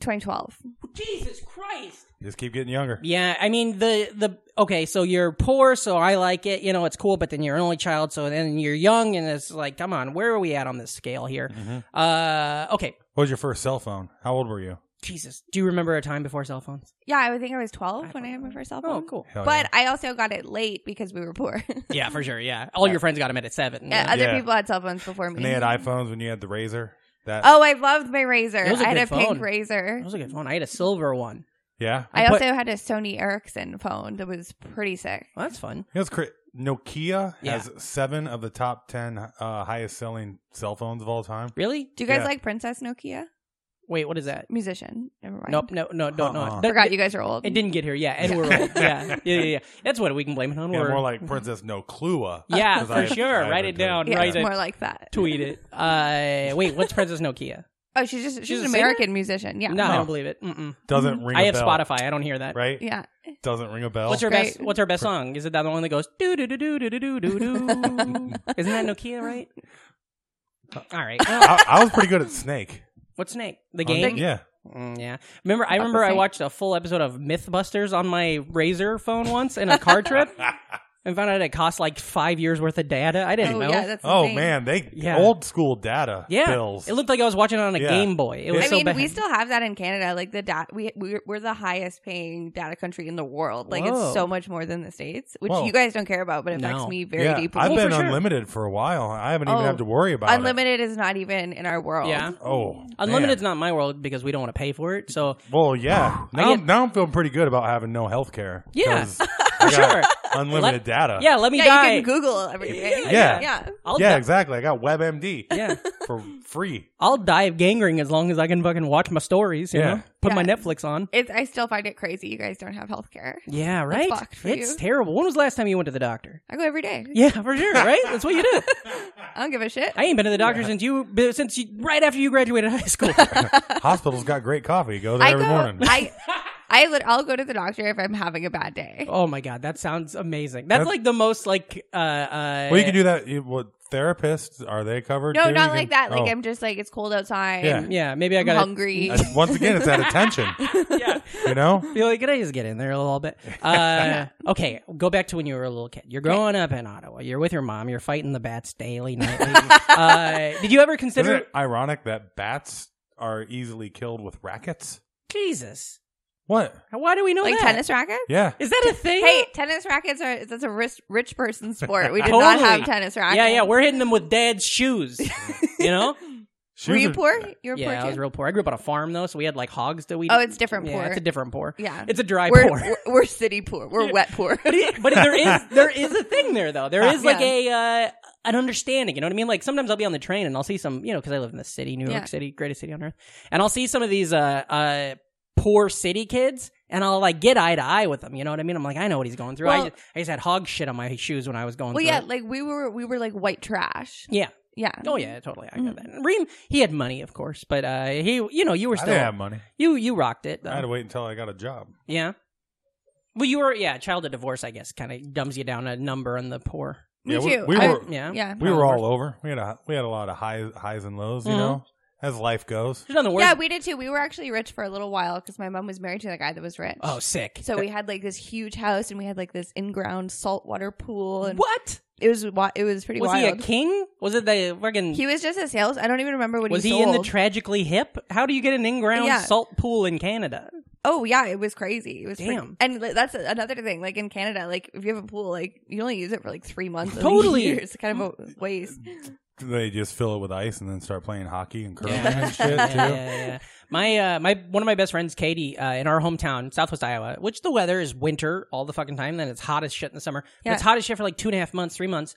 Speaker 3: 2012.
Speaker 1: Jesus Christ!
Speaker 2: Just keep getting younger.
Speaker 1: Yeah, I mean the the okay, so you're poor, so I like it. You know, it's cool, but then you're an only child, so then you're young, and it's like,
Speaker 2: Mm-hmm.
Speaker 1: come on, where are we at on this scale here? Uh, okay,
Speaker 2: What was your first cell phone? How old were you?
Speaker 1: Jesus, do you remember a time before cell phones?
Speaker 3: Yeah, I would think I was 12
Speaker 1: I
Speaker 3: when I
Speaker 1: don't
Speaker 3: had my
Speaker 1: know.
Speaker 3: first cell phone.
Speaker 1: Oh, cool.
Speaker 2: Hell
Speaker 3: But I also got it late because we were poor. yeah,
Speaker 1: Yeah, for sure. Yeah, all your friends got them at seven.
Speaker 3: other
Speaker 2: Yeah.
Speaker 3: people had cell phones before me.
Speaker 2: And they had iPhones when you had the razor. That
Speaker 3: Oh, I loved my razor.
Speaker 1: That was a
Speaker 3: I had
Speaker 1: good
Speaker 3: a pink
Speaker 1: phone.
Speaker 3: razor.
Speaker 1: That was a good phone. I had a silver one.
Speaker 2: yeah,
Speaker 3: I,
Speaker 1: I put-
Speaker 3: also had a Sony Ericsson phone that was pretty sick.
Speaker 1: Well, that's fun.
Speaker 2: it was cra- Nokia
Speaker 1: Yeah.
Speaker 2: has seven of the top ten uh, highest selling cell phones of all time.
Speaker 1: Really?
Speaker 3: Do you guys
Speaker 2: Yeah.
Speaker 3: like Princess Nokia?
Speaker 1: Wait, what is that?
Speaker 3: Musician. Never mind.
Speaker 1: Nope, no, no, don't know.
Speaker 2: Uh-uh.
Speaker 1: it.
Speaker 3: I
Speaker 1: That-
Speaker 3: Uh-huh. forgot you guys are old.
Speaker 1: It didn't get here. Yeah, and we're old. Yeah, yeah, yeah, yeah. That's what we can blame it on.
Speaker 2: Yeah,
Speaker 1: we're,
Speaker 2: more like Princess No Clua.
Speaker 1: yeah
Speaker 2: 'Cause
Speaker 1: for
Speaker 2: I-
Speaker 1: sure.
Speaker 2: I
Speaker 1: Write
Speaker 2: would
Speaker 1: it
Speaker 2: do it.
Speaker 1: down.
Speaker 3: Yeah,
Speaker 1: Write
Speaker 3: it's
Speaker 1: it.
Speaker 3: more like that.
Speaker 1: tweet it. Uh, wait, what's Princess Nokia?
Speaker 3: Oh, she's just she's,
Speaker 1: She's a
Speaker 3: an
Speaker 1: singer?
Speaker 3: American musician. Yeah.
Speaker 1: No, I
Speaker 2: No.
Speaker 1: don't believe it. Mm-mm.
Speaker 2: Doesn't ring.
Speaker 1: I
Speaker 2: a
Speaker 1: have
Speaker 2: bell,
Speaker 1: Spotify. I don't hear that.
Speaker 2: Right?
Speaker 3: Yeah.
Speaker 2: Doesn't ring a bell.
Speaker 1: What's her
Speaker 3: Great.
Speaker 1: best? What's her best song? Is it that the one that goes do do do do do do do do? Isn't that Nokia, right? All right. Well,
Speaker 2: I, I was pretty good at Snake.
Speaker 1: what's Snake? The
Speaker 2: Um,
Speaker 1: game.
Speaker 2: yeah.
Speaker 1: Mm, yeah. Remember,
Speaker 3: Not
Speaker 1: I
Speaker 3: the
Speaker 1: remember I
Speaker 3: same.
Speaker 1: watched a full episode of MythBusters on my Razor phone once in a car trip, and found out it cost like five years worth of data. I didn't
Speaker 3: Oh,
Speaker 1: know.
Speaker 3: yeah, that's
Speaker 2: Oh
Speaker 3: insane.
Speaker 2: man, they
Speaker 1: Yeah.
Speaker 2: old school data
Speaker 1: Yeah.
Speaker 2: bills.
Speaker 1: It looked like I was watching it on a
Speaker 2: Yeah.
Speaker 1: Game Boy. It was
Speaker 3: I
Speaker 1: so
Speaker 3: mean,
Speaker 1: bad.
Speaker 3: we still have that in Canada. Like the data, we we're, we're the highest paying data country in the world. Like
Speaker 1: Whoa.
Speaker 3: it's so much more than the states, which
Speaker 2: Whoa.
Speaker 3: you guys don't care about, but it affects
Speaker 1: No.
Speaker 3: me very
Speaker 2: yeah,
Speaker 3: deeply.
Speaker 2: I've been
Speaker 1: Oh, for sure.
Speaker 2: unlimited for a while. I haven't even
Speaker 3: Oh,
Speaker 2: had to worry about it.
Speaker 3: Unlimited is not even in our world.
Speaker 1: yeah.
Speaker 2: Oh,
Speaker 1: Unlimited's
Speaker 2: man.
Speaker 1: not my world because we don't want to pay for it. So
Speaker 2: Well, yeah. Now,
Speaker 1: get-
Speaker 2: now I'm feeling pretty good about having no health care.
Speaker 1: Yeah.
Speaker 2: I got
Speaker 1: sure.
Speaker 2: Unlimited data.
Speaker 1: Yeah, let me
Speaker 3: yeah,
Speaker 1: die.
Speaker 3: you can Google everything.
Speaker 2: Yeah. Yeah.
Speaker 3: yeah.
Speaker 1: I'll
Speaker 2: Yeah,
Speaker 1: di-
Speaker 2: exactly. I got WebMD
Speaker 1: Oh, yeah.
Speaker 2: for free.
Speaker 1: I'll die of gangrene as long as I can fucking watch my stories. You
Speaker 2: Yeah.
Speaker 1: know, put my
Speaker 3: Yeah.
Speaker 1: Netflix on.
Speaker 3: It's, I still find it crazy. You guys don't have health care.
Speaker 1: Yeah, right.
Speaker 3: fucked for
Speaker 1: It's
Speaker 3: you.
Speaker 1: terrible. When was the last time you went to the doctor?
Speaker 3: I go every day.
Speaker 1: Yeah, for sure. Right. That's what you do.
Speaker 3: I don't give a shit.
Speaker 1: I ain't been to the doctor since you since you, right after you graduated high school.
Speaker 2: Hospital's got great coffee. Go there
Speaker 3: I
Speaker 2: every
Speaker 3: go.
Speaker 2: morning.
Speaker 3: I I lit- I'll go to the doctor if I'm having a bad day.
Speaker 1: oh my god, that sounds amazing. That's
Speaker 2: That's-
Speaker 1: like the most like uh uh.
Speaker 2: well, you can do that. You, what therapists are they covered?
Speaker 3: No,
Speaker 2: too?
Speaker 3: not
Speaker 2: You
Speaker 3: like that.
Speaker 2: can-
Speaker 3: Like
Speaker 2: oh.
Speaker 3: I'm just like it's cold outside.
Speaker 2: Yeah.
Speaker 3: I'm
Speaker 1: Yeah, maybe I got to
Speaker 3: hungry.
Speaker 2: That's- Once again, it's that attention.
Speaker 1: Yeah.
Speaker 2: You know.
Speaker 1: Be like, can I just get in there a little bit? Uh, okay, go back to when you were a little kid. You're growing up in Ottawa. You're with your mom. You're fighting the bats daily, nightly. uh, did you ever
Speaker 2: Isn't
Speaker 1: consider
Speaker 2: it ironic that bats are easily killed with rackets?
Speaker 1: Jesus?
Speaker 2: What?
Speaker 1: Why do we know
Speaker 3: like
Speaker 1: that?
Speaker 3: tennis rackets.
Speaker 2: Yeah.
Speaker 1: Is that a thing?
Speaker 3: Hey, tennis rackets are that's a rich rich person sport. We did not
Speaker 1: Totally.
Speaker 3: have tennis rackets.
Speaker 1: yeah, yeah, we're hitting them with dad's shoes. You know?
Speaker 2: Shoes
Speaker 3: were you
Speaker 2: are-
Speaker 3: poor? You were
Speaker 1: yeah,
Speaker 3: poor
Speaker 1: I
Speaker 3: too.
Speaker 1: was real poor. I grew up on a farm though, so we had like hogs that we.
Speaker 3: oh, it's different
Speaker 1: yeah,
Speaker 3: poor.
Speaker 1: it's a different poor.
Speaker 3: yeah,
Speaker 1: It's a dry
Speaker 3: we're,
Speaker 1: poor.
Speaker 3: we're we're city poor. We're wet poor.
Speaker 1: But, it, but there is there is a thing there though. There is like
Speaker 3: Yeah.
Speaker 1: a uh, an understanding. You know what I mean? Like sometimes I'll be on the train and I'll see some. You know, because I live in the city, New
Speaker 3: Yeah.
Speaker 1: York City, greatest city on earth, and I'll see some of these uh, uh, poor city kids, and I'll like get eye to eye with them. You know what I mean? I'm like, I know what he's going through. I,
Speaker 3: Well-
Speaker 1: just, I just had hog shit on my shoes when I was going.
Speaker 3: well,
Speaker 1: through
Speaker 3: yeah,
Speaker 1: it.
Speaker 3: like we were we were like white trash.
Speaker 1: yeah.
Speaker 3: Yeah.
Speaker 1: Oh yeah, totally. I
Speaker 3: Mm-hmm.
Speaker 1: got that. And Reem, he had money, of course, but uh, he, you know, you were
Speaker 2: I
Speaker 1: still
Speaker 2: didn't have money.
Speaker 1: you you rocked it. Though.
Speaker 2: I had to wait until I got a job.
Speaker 1: Yeah. Well, you were yeah. Child of divorce, I guess, kind of dumbs you down a number on the poor.
Speaker 3: Me
Speaker 2: yeah, we,
Speaker 3: too.
Speaker 2: we
Speaker 3: I-
Speaker 2: were
Speaker 1: Yeah.
Speaker 3: Yeah.
Speaker 2: we were all over. We had a we had a lot of highs highs and lows. You
Speaker 3: Mm-hmm.
Speaker 1: Mhm.
Speaker 2: know, as life goes.
Speaker 1: There's nothing worse.
Speaker 3: Yeah, we did too. We were actually rich for a little while because my mom was married to the guy that was rich.
Speaker 1: oh, sick.
Speaker 3: So we had like this huge house, and we had like this in-ground saltwater pool, and
Speaker 1: what
Speaker 3: it was wi- it was pretty
Speaker 1: was he a
Speaker 3: wild.
Speaker 1: king? Was it the fucking?
Speaker 3: He was just a sales. I don't even remember what
Speaker 1: was
Speaker 3: he,
Speaker 1: he in
Speaker 3: sold.
Speaker 1: the tragically hip? How do you get an in-ground
Speaker 3: Yeah.
Speaker 1: salt pool in Canada?
Speaker 3: oh yeah, it was crazy. It was pretty-
Speaker 1: Damn.
Speaker 3: and li- that's another thing. Like in Canada, like if you have a pool, like you only use it for like three months. of the
Speaker 1: Totally.
Speaker 3: year. it's kind of a waste.
Speaker 2: They just fill it with ice and then start playing hockey and curling
Speaker 1: Yeah.
Speaker 2: and shit too.
Speaker 1: yeah, yeah, yeah. My uh, my one of my best friends, Katie, uh, in our hometown, Southwest Iowa, which the weather is winter all the fucking time. Then it's hot as shit in the summer. But
Speaker 3: Yeah.
Speaker 1: it's hot as shit for like two and a half months, three months.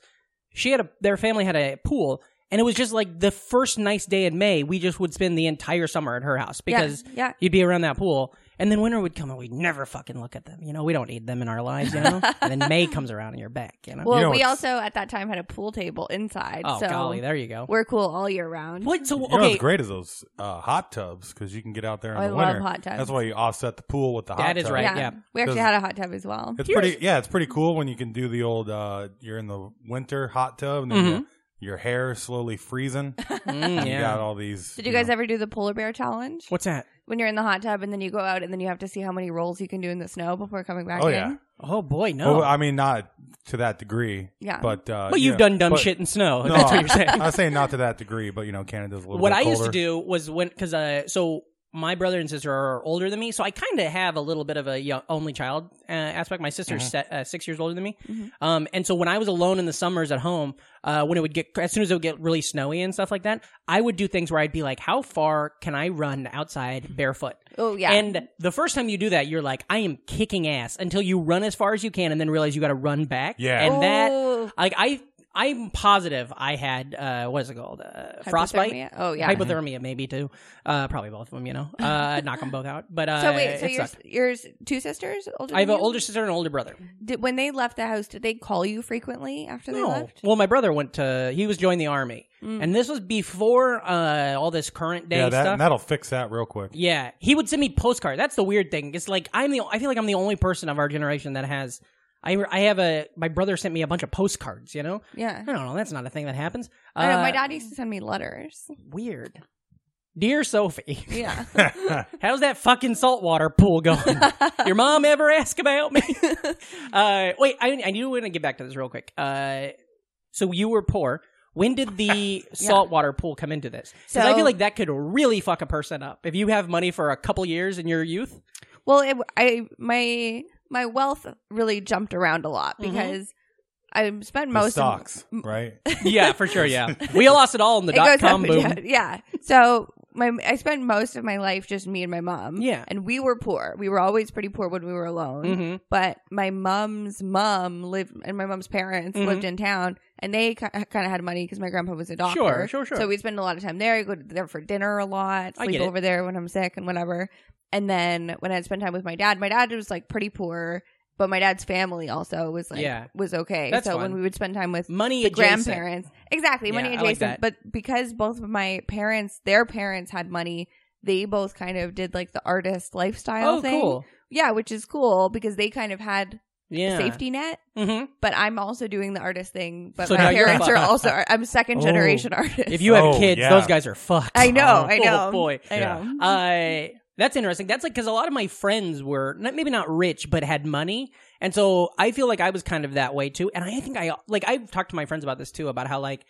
Speaker 1: She had a their family had a pool, and it was just like the first nice day in May. We just would spend the entire summer at her house
Speaker 3: Yeah,
Speaker 1: because
Speaker 3: yeah.
Speaker 1: you'd be around that pool. And then winter would come and we'd never fucking look at them. You know, we don't need them in our lives, you know? and then May comes around and you're back, you know?
Speaker 3: Well,
Speaker 2: know,
Speaker 3: we
Speaker 2: it's-
Speaker 3: also at that time had a pool table inside,
Speaker 1: oh,
Speaker 3: so
Speaker 1: golly, there you go.
Speaker 3: we're cool all year round.
Speaker 1: What? So,
Speaker 2: You know
Speaker 1: okay.
Speaker 2: what's great is those uh, hot tubs because you can get out there in
Speaker 3: Oh, I
Speaker 2: the
Speaker 3: love
Speaker 2: winter.
Speaker 3: hot tubs.
Speaker 2: That's why you offset the pool with the hot.
Speaker 1: That is
Speaker 2: tub.
Speaker 1: right,
Speaker 3: Yeah.
Speaker 1: yeah.
Speaker 3: we actually
Speaker 2: 'Cause-
Speaker 3: had a hot tub as well.
Speaker 2: It's pretty. Yeah, it's pretty cool when you can do the old. Uh, you're in the winter hot tub and then you- your hair is slowly freezing.
Speaker 1: Mm,
Speaker 2: and You got
Speaker 1: Mm-hmm. yeah.
Speaker 2: all these.
Speaker 3: Did you guys
Speaker 2: know-
Speaker 3: ever do the polar bear challenge?
Speaker 1: What's that?
Speaker 3: when you're in the hot tub and then you go out and then you have to see how many rolls you can do in the snow before coming back
Speaker 2: Oh
Speaker 3: in.
Speaker 2: yeah.
Speaker 1: Oh, boy, no.
Speaker 2: Well, I mean, not to that degree.
Speaker 3: Yeah.
Speaker 2: But uh,
Speaker 1: Well, you've
Speaker 2: yeah,
Speaker 1: done dumb
Speaker 2: but-
Speaker 1: shit in snow. if
Speaker 2: No,
Speaker 1: that's what you're saying.
Speaker 2: I was saying not to that degree, but you know, Canada's a little.
Speaker 1: what
Speaker 2: bit
Speaker 1: I used to
Speaker 2: colder.
Speaker 1: do was when because uh, so my brother and sister are older than me, so I kind of have a little bit of a young, only child uh, aspect. My sister's se-
Speaker 2: Mm-hmm.
Speaker 1: uh, six years older than me, um, and so when I was alone in the summers at home, uh, when it would get as soon as it would get really snowy and stuff like that, I would do things where I'd be like, "How far can I run
Speaker 2: Mm-hmm.
Speaker 1: outside barefoot?"
Speaker 3: Oh, yeah.
Speaker 1: And the first time you do that, you're like, "I am kicking ass," until you run as far as you can, and then realize you got to run back.
Speaker 2: Yeah.
Speaker 1: and
Speaker 3: Oh.
Speaker 1: that like I. I'm positive I had uh, what is it called uh, frostbite.
Speaker 3: Hypothermia? Oh, yeah.
Speaker 1: hypothermia maybe too. Uh, probably both of them, you know. Uh, knock them both out. But uh,
Speaker 3: So wait, so
Speaker 1: it
Speaker 3: yours,
Speaker 1: sucked.
Speaker 3: yours two sisters older?
Speaker 1: I have
Speaker 3: than
Speaker 1: an
Speaker 3: you?
Speaker 1: older sister and an older brother.
Speaker 3: Did, when they left the house, did they call you frequently after they left? Hmm. Mm,
Speaker 1: well, my brother went to. He was joined the army, and this was before uh, all this current day
Speaker 2: yeah, that,
Speaker 1: stuff.
Speaker 2: that'll fix that real quick.
Speaker 1: Yeah, he would send me postcards. That's the weird thing. It's like I'm the. I feel like I'm the only person of our generation that has. I I have a. My brother sent me a bunch of postcards. You know.
Speaker 3: Yeah.
Speaker 1: I don't know. That's not a thing that happens.
Speaker 3: I don't know. My
Speaker 1: Uh,
Speaker 3: dad used to send me letters.
Speaker 1: Weird. Dear Sophie.
Speaker 3: Yeah.
Speaker 1: How's that fucking saltwater pool going? Your mom ever ask about me? uh, wait, I, I do want to get back to this real quick. Uh, so you were poor. When did the saltwater pool come into this? Because I
Speaker 3: So-
Speaker 1: feel like that could really fuck a person up. If you have money for a couple years in your youth,
Speaker 3: well, it, I my my wealth really jumped around a lot
Speaker 1: Mm-hmm.
Speaker 3: because I spent
Speaker 2: The
Speaker 3: most of-
Speaker 2: stocks, right?
Speaker 1: yeah, for sure, yeah. We lost it all in the
Speaker 3: it goes
Speaker 1: dot com
Speaker 3: up,
Speaker 1: boom.
Speaker 3: Yeah, yeah. So my I spent most of my life just me and my mom.
Speaker 1: Yeah.
Speaker 3: And we were poor. We were always pretty poor when we were alone.
Speaker 1: Mhm.
Speaker 3: But my mom's mom lived, and my mom's parents
Speaker 1: Mm-hmm.
Speaker 3: lived in town, and they kind of had money because my grandpa was a doctor.
Speaker 1: Sure, sure, sure.
Speaker 3: So we spend a lot of time there. I go there for dinner a lot.
Speaker 1: I
Speaker 3: Sleep
Speaker 1: get it.
Speaker 3: over there when I'm sick and whatever. And then when I spend time with my dad, my dad was like pretty poor. But my dad's family also was like
Speaker 1: Yeah.
Speaker 3: was okay.
Speaker 1: That's
Speaker 3: so
Speaker 1: fun.
Speaker 3: when we would spend time with
Speaker 1: Money
Speaker 3: the
Speaker 1: adjacent.
Speaker 3: grandparents, exactly
Speaker 1: Yeah,
Speaker 3: money
Speaker 1: I
Speaker 3: adjacent.
Speaker 1: like that.
Speaker 3: But because both of my parents, their parents had money, they both kind of did like the artist lifestyle
Speaker 1: Oh,
Speaker 3: thing.
Speaker 1: cool.
Speaker 3: Yeah, which is cool because they kind of had
Speaker 1: Yeah.
Speaker 3: safety net.
Speaker 1: hmm
Speaker 3: But I'm also doing the artist thing. But
Speaker 1: So now
Speaker 3: my
Speaker 1: you're
Speaker 3: parents are
Speaker 1: fucked.
Speaker 3: also. I'm second
Speaker 2: Oh.
Speaker 3: generation artist.
Speaker 1: If you have
Speaker 2: Oh,
Speaker 1: kids,
Speaker 2: yeah.
Speaker 1: those guys are fucked.
Speaker 3: I know, I
Speaker 1: Oh,
Speaker 3: know,
Speaker 1: boy.
Speaker 3: I know.
Speaker 2: Yeah.
Speaker 1: Uh,
Speaker 3: Mm-hmm.
Speaker 1: I that's interesting. That's like because a lot of my friends were not, maybe not rich, but had money, and so I feel like I was kind of that way too. And I think I like I've talked to my friends about this too about how like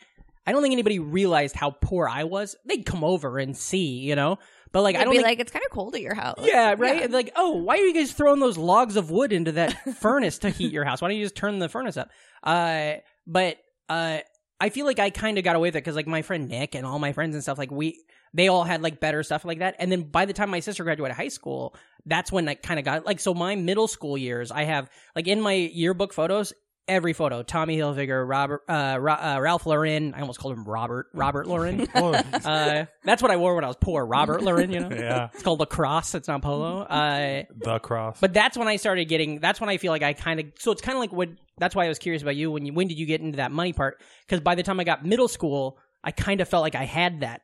Speaker 1: I don't think anybody realized how poor I was. They'd come over and see, you know, but like
Speaker 3: They'd
Speaker 1: I don't
Speaker 3: be
Speaker 1: think-
Speaker 3: like, it's kind of cold at your house.
Speaker 1: yeah, right. Like, oh, why are you guys throwing those logs of wood into that furnace to heat your house? Why don't you just turn the furnace up? Uh, but uh, I feel like I kind of got away with it because, like, my friend Nick and all my friends and stuff, like, we they all had like better stuff like that. And then by the time my sister graduated high school, that's when I kind of got like so. My middle school years, I have like in my yearbook photos. Every photo, Tommy Hilfiger, Robert, uh, Ro- uh, Ralph Lauren. I almost called him Robert, Robert Lauren.
Speaker 2: Well,
Speaker 1: Uh, that's what I wore when I was poor, Robert Lauren. You know,
Speaker 2: Yeah.
Speaker 1: it's called lacrosse. It's not polo. Uh,
Speaker 2: the cross.
Speaker 1: but that's when I started getting. That's when I feel like I kind of. So it's kind of like what. That's why I was curious about you. When you when did you get into that money part? Because by the time I got middle school, I kind of felt like I had that,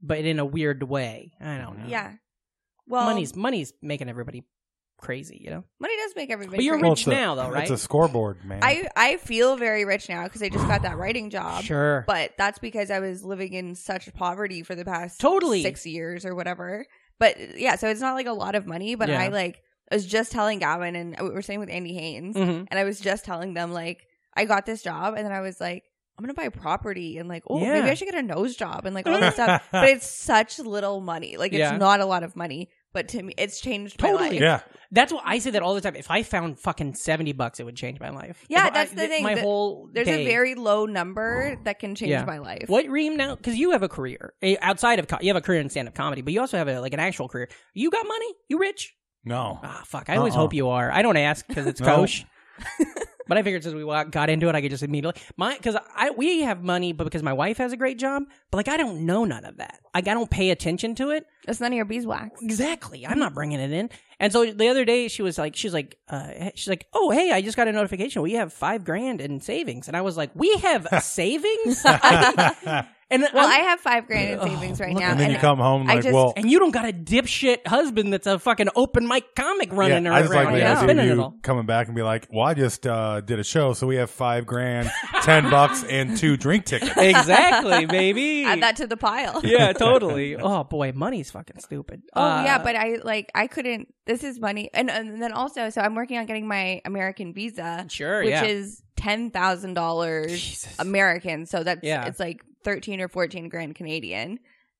Speaker 1: but in a weird way. I don't know.
Speaker 3: Yeah. Well,
Speaker 1: money's money's making everybody crazy. You know.
Speaker 3: money does make everybody.
Speaker 1: But you're
Speaker 3: crazy.
Speaker 1: rich
Speaker 2: it's a-
Speaker 1: now, though, right?
Speaker 2: It's a scoreboard, man.
Speaker 3: I I feel very rich now because I just got that writing job.
Speaker 1: Sure.
Speaker 3: but that's because I was living in such poverty for the past
Speaker 1: Totally.
Speaker 3: six years or whatever. But yeah, so it's not like a lot of money. But
Speaker 1: Yeah.
Speaker 3: I like I was just telling Gavin and uh, we were saying with Andy Haynes,
Speaker 1: Mhm.
Speaker 3: and I was just telling them like I got this job, and then I was like. I'm gonna buy property and like, oh, maybe
Speaker 1: Yeah.
Speaker 3: I should get a nose job and like all this stuff. But it's such little money. Like it's
Speaker 1: Yeah.
Speaker 3: not a lot of money, but to me, it's changed my
Speaker 1: Totally.
Speaker 3: life.
Speaker 2: yeah,
Speaker 1: That's what I say that all the time. If I found fucking seventy bucks, it would change my life.
Speaker 3: Yeah,
Speaker 1: If I-
Speaker 3: that's the thing,
Speaker 1: My
Speaker 3: that-
Speaker 1: whole
Speaker 3: There's
Speaker 1: day.
Speaker 3: a very low number that can change
Speaker 1: Yeah.
Speaker 3: my life.
Speaker 1: What Reem now? Because you have a career eh, outside of co- you have a career in stand up comedy, but you also have a, like an actual career. You got money? You rich?
Speaker 2: no.
Speaker 1: Ah, fuck. I always
Speaker 2: Uh-uh.
Speaker 1: hope you are. I don't ask because it's
Speaker 2: No.
Speaker 1: coach. but I figured since we wa- got into it, I could just immediately my because I we have money, but because my wife has a great job, but like I don't know none of that. Like I don't pay attention to it.
Speaker 3: It's none of your beeswax.
Speaker 1: Exactly. I'm not bringing it in. And so the other day she was like, she's like, uh, she's like, oh, hey, I just got a notification. We have five grand in savings. And I was like, we have savings? and
Speaker 3: Well,
Speaker 1: I'm-
Speaker 3: I have five grand in savings right
Speaker 1: look
Speaker 3: now.
Speaker 1: at
Speaker 2: and then
Speaker 1: and
Speaker 2: you come home
Speaker 3: I
Speaker 2: like,
Speaker 3: just-
Speaker 2: well,
Speaker 1: and you don't got a dipshit husband that's a fucking open mic comic
Speaker 2: yeah,
Speaker 1: running
Speaker 2: I just like
Speaker 1: around
Speaker 2: the
Speaker 3: yeah.
Speaker 2: idea
Speaker 1: spinning
Speaker 2: of
Speaker 1: it
Speaker 2: you
Speaker 1: all.
Speaker 2: coming back and be like, well, I just uh, did a show, so we have five grand, ten bucks, and two drink tickets.
Speaker 1: exactly, baby.
Speaker 3: add that to the pile.
Speaker 1: yeah, totally. Oh boy, money's fucking stupid. Uh,
Speaker 3: Oh yeah, but I like I couldn't. This is money, and and then also, so I'm working on getting my American visa,
Speaker 1: sure,
Speaker 3: which
Speaker 1: yeah.
Speaker 3: is ten thousand dollars
Speaker 1: Jesus.
Speaker 3: American. So that's
Speaker 1: Yeah.
Speaker 3: it's like thirteen or fourteen grand Canadian,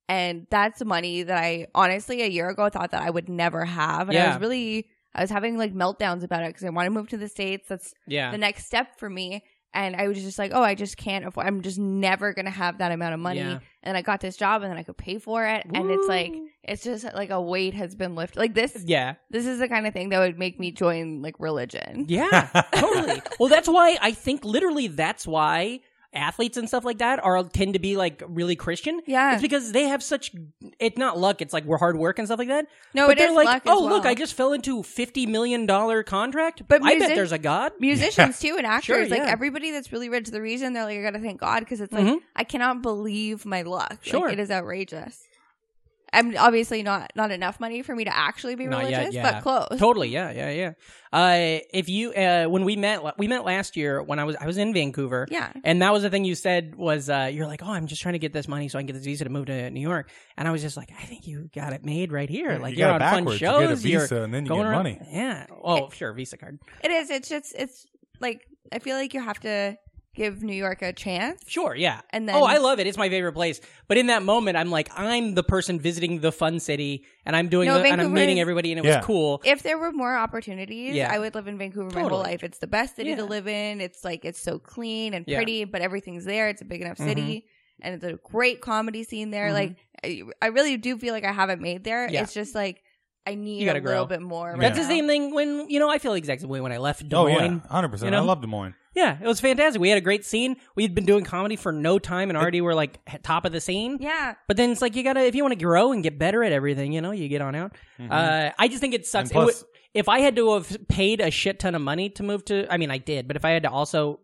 Speaker 3: And that's money that I honestly a year ago thought that I would never have. And I
Speaker 1: Yeah.
Speaker 3: was really, I was having like meltdowns about it because I want to move to the States. That's
Speaker 1: Yeah.
Speaker 3: the next step for me. And I was just like, oh, I just can't afford, I'm just never going to have that amount of money.
Speaker 1: Yeah.
Speaker 3: And I got this job and then I could pay for it. And it's like, it's just like a weight has been lifted. Like this,
Speaker 1: Yeah.
Speaker 3: this is the kind of thing that would make me join like religion.
Speaker 1: Yeah. totally. Well, that's why I think literally that's why athletes and stuff like that are tend to be like really Christian.
Speaker 3: Yeah.
Speaker 1: It's because they have such it's not luck, it's like we're hard work and stuff like that.
Speaker 3: No,
Speaker 1: but
Speaker 3: it
Speaker 1: they're
Speaker 3: is
Speaker 1: like,
Speaker 3: luck as
Speaker 1: "Oh, look,
Speaker 3: well."
Speaker 1: I just fell into 50 million dollar contract.
Speaker 3: But
Speaker 1: I bet
Speaker 3: music-
Speaker 1: there's a god."
Speaker 3: musicians too and actors
Speaker 1: Sure,
Speaker 3: like
Speaker 1: yeah.
Speaker 3: everybody that's really rich the reason they're like i gotta thank god because it's like
Speaker 1: Mhm.
Speaker 3: i cannot believe my luck Like,
Speaker 1: Sure.
Speaker 3: it is outrageous i'm obviously not not enough money for me to actually be
Speaker 1: Not
Speaker 3: religious
Speaker 1: yet, yeah.
Speaker 3: but close
Speaker 1: Totally, yeah, yeah, yeah. Uh, if you uh, when we met we met last year when I was I was in Vancouver,
Speaker 3: yeah
Speaker 1: And that was the thing you said was uh, you're like, oh, I'm just trying to get this money so I can get this visa to move to New York. And I was just like, I think you got it made right here. like
Speaker 2: you
Speaker 1: are
Speaker 2: got
Speaker 1: on
Speaker 2: it
Speaker 1: fun
Speaker 2: backwards. You get a
Speaker 1: shows. are
Speaker 2: visa and then you
Speaker 1: going
Speaker 2: get
Speaker 1: around-
Speaker 2: money.
Speaker 1: Yeah. Oh, sure, Visa card.
Speaker 3: it is it's just it's like i feel like you have to give new york a chance
Speaker 1: Sure. Yeah.
Speaker 3: and then
Speaker 1: Oh, I love it. It's my favorite place. But in that moment, I'm like, I'm the person visiting the fun city, and I'm doing,
Speaker 3: No,
Speaker 1: the, and I'm
Speaker 3: Vancouver
Speaker 1: meeting
Speaker 3: is-
Speaker 1: everybody, and it
Speaker 2: Yeah.
Speaker 1: was cool.
Speaker 3: if there were more opportunities,
Speaker 1: Yeah.
Speaker 3: I would live in Vancouver my whole
Speaker 1: Totally.
Speaker 3: life. It's the best city
Speaker 1: Yeah.
Speaker 3: to live in. It's like it's so clean and
Speaker 1: Yeah. Mm-hmm.
Speaker 3: pretty, but everything's there. It's a big enough city, and it's a great comedy scene there. Like I, I really do feel like I haven't made there.
Speaker 1: Yeah.
Speaker 3: It's just like I need
Speaker 1: You gotta
Speaker 3: a little
Speaker 1: grow.
Speaker 3: bit more.
Speaker 1: That's
Speaker 3: right now.
Speaker 1: the same thing when you know I feel the exact same way when I left Des
Speaker 2: Oh yeah,
Speaker 1: Moines.
Speaker 2: hundred percent.
Speaker 1: you know?
Speaker 2: I love Des Moines.
Speaker 1: Yeah, it was fantastic. We had a great scene. We'd been doing comedy for no time, and already we're like top of the scene.
Speaker 3: Yeah,
Speaker 1: But then it's like you gotta if you want to grow and get better at everything, you know, you get on out. Uh, I just think it sucks.
Speaker 2: Mm-hmm. And plus-
Speaker 1: It would- if I had to have paid a shit ton of money to move to, I mean, I did, but if I had to also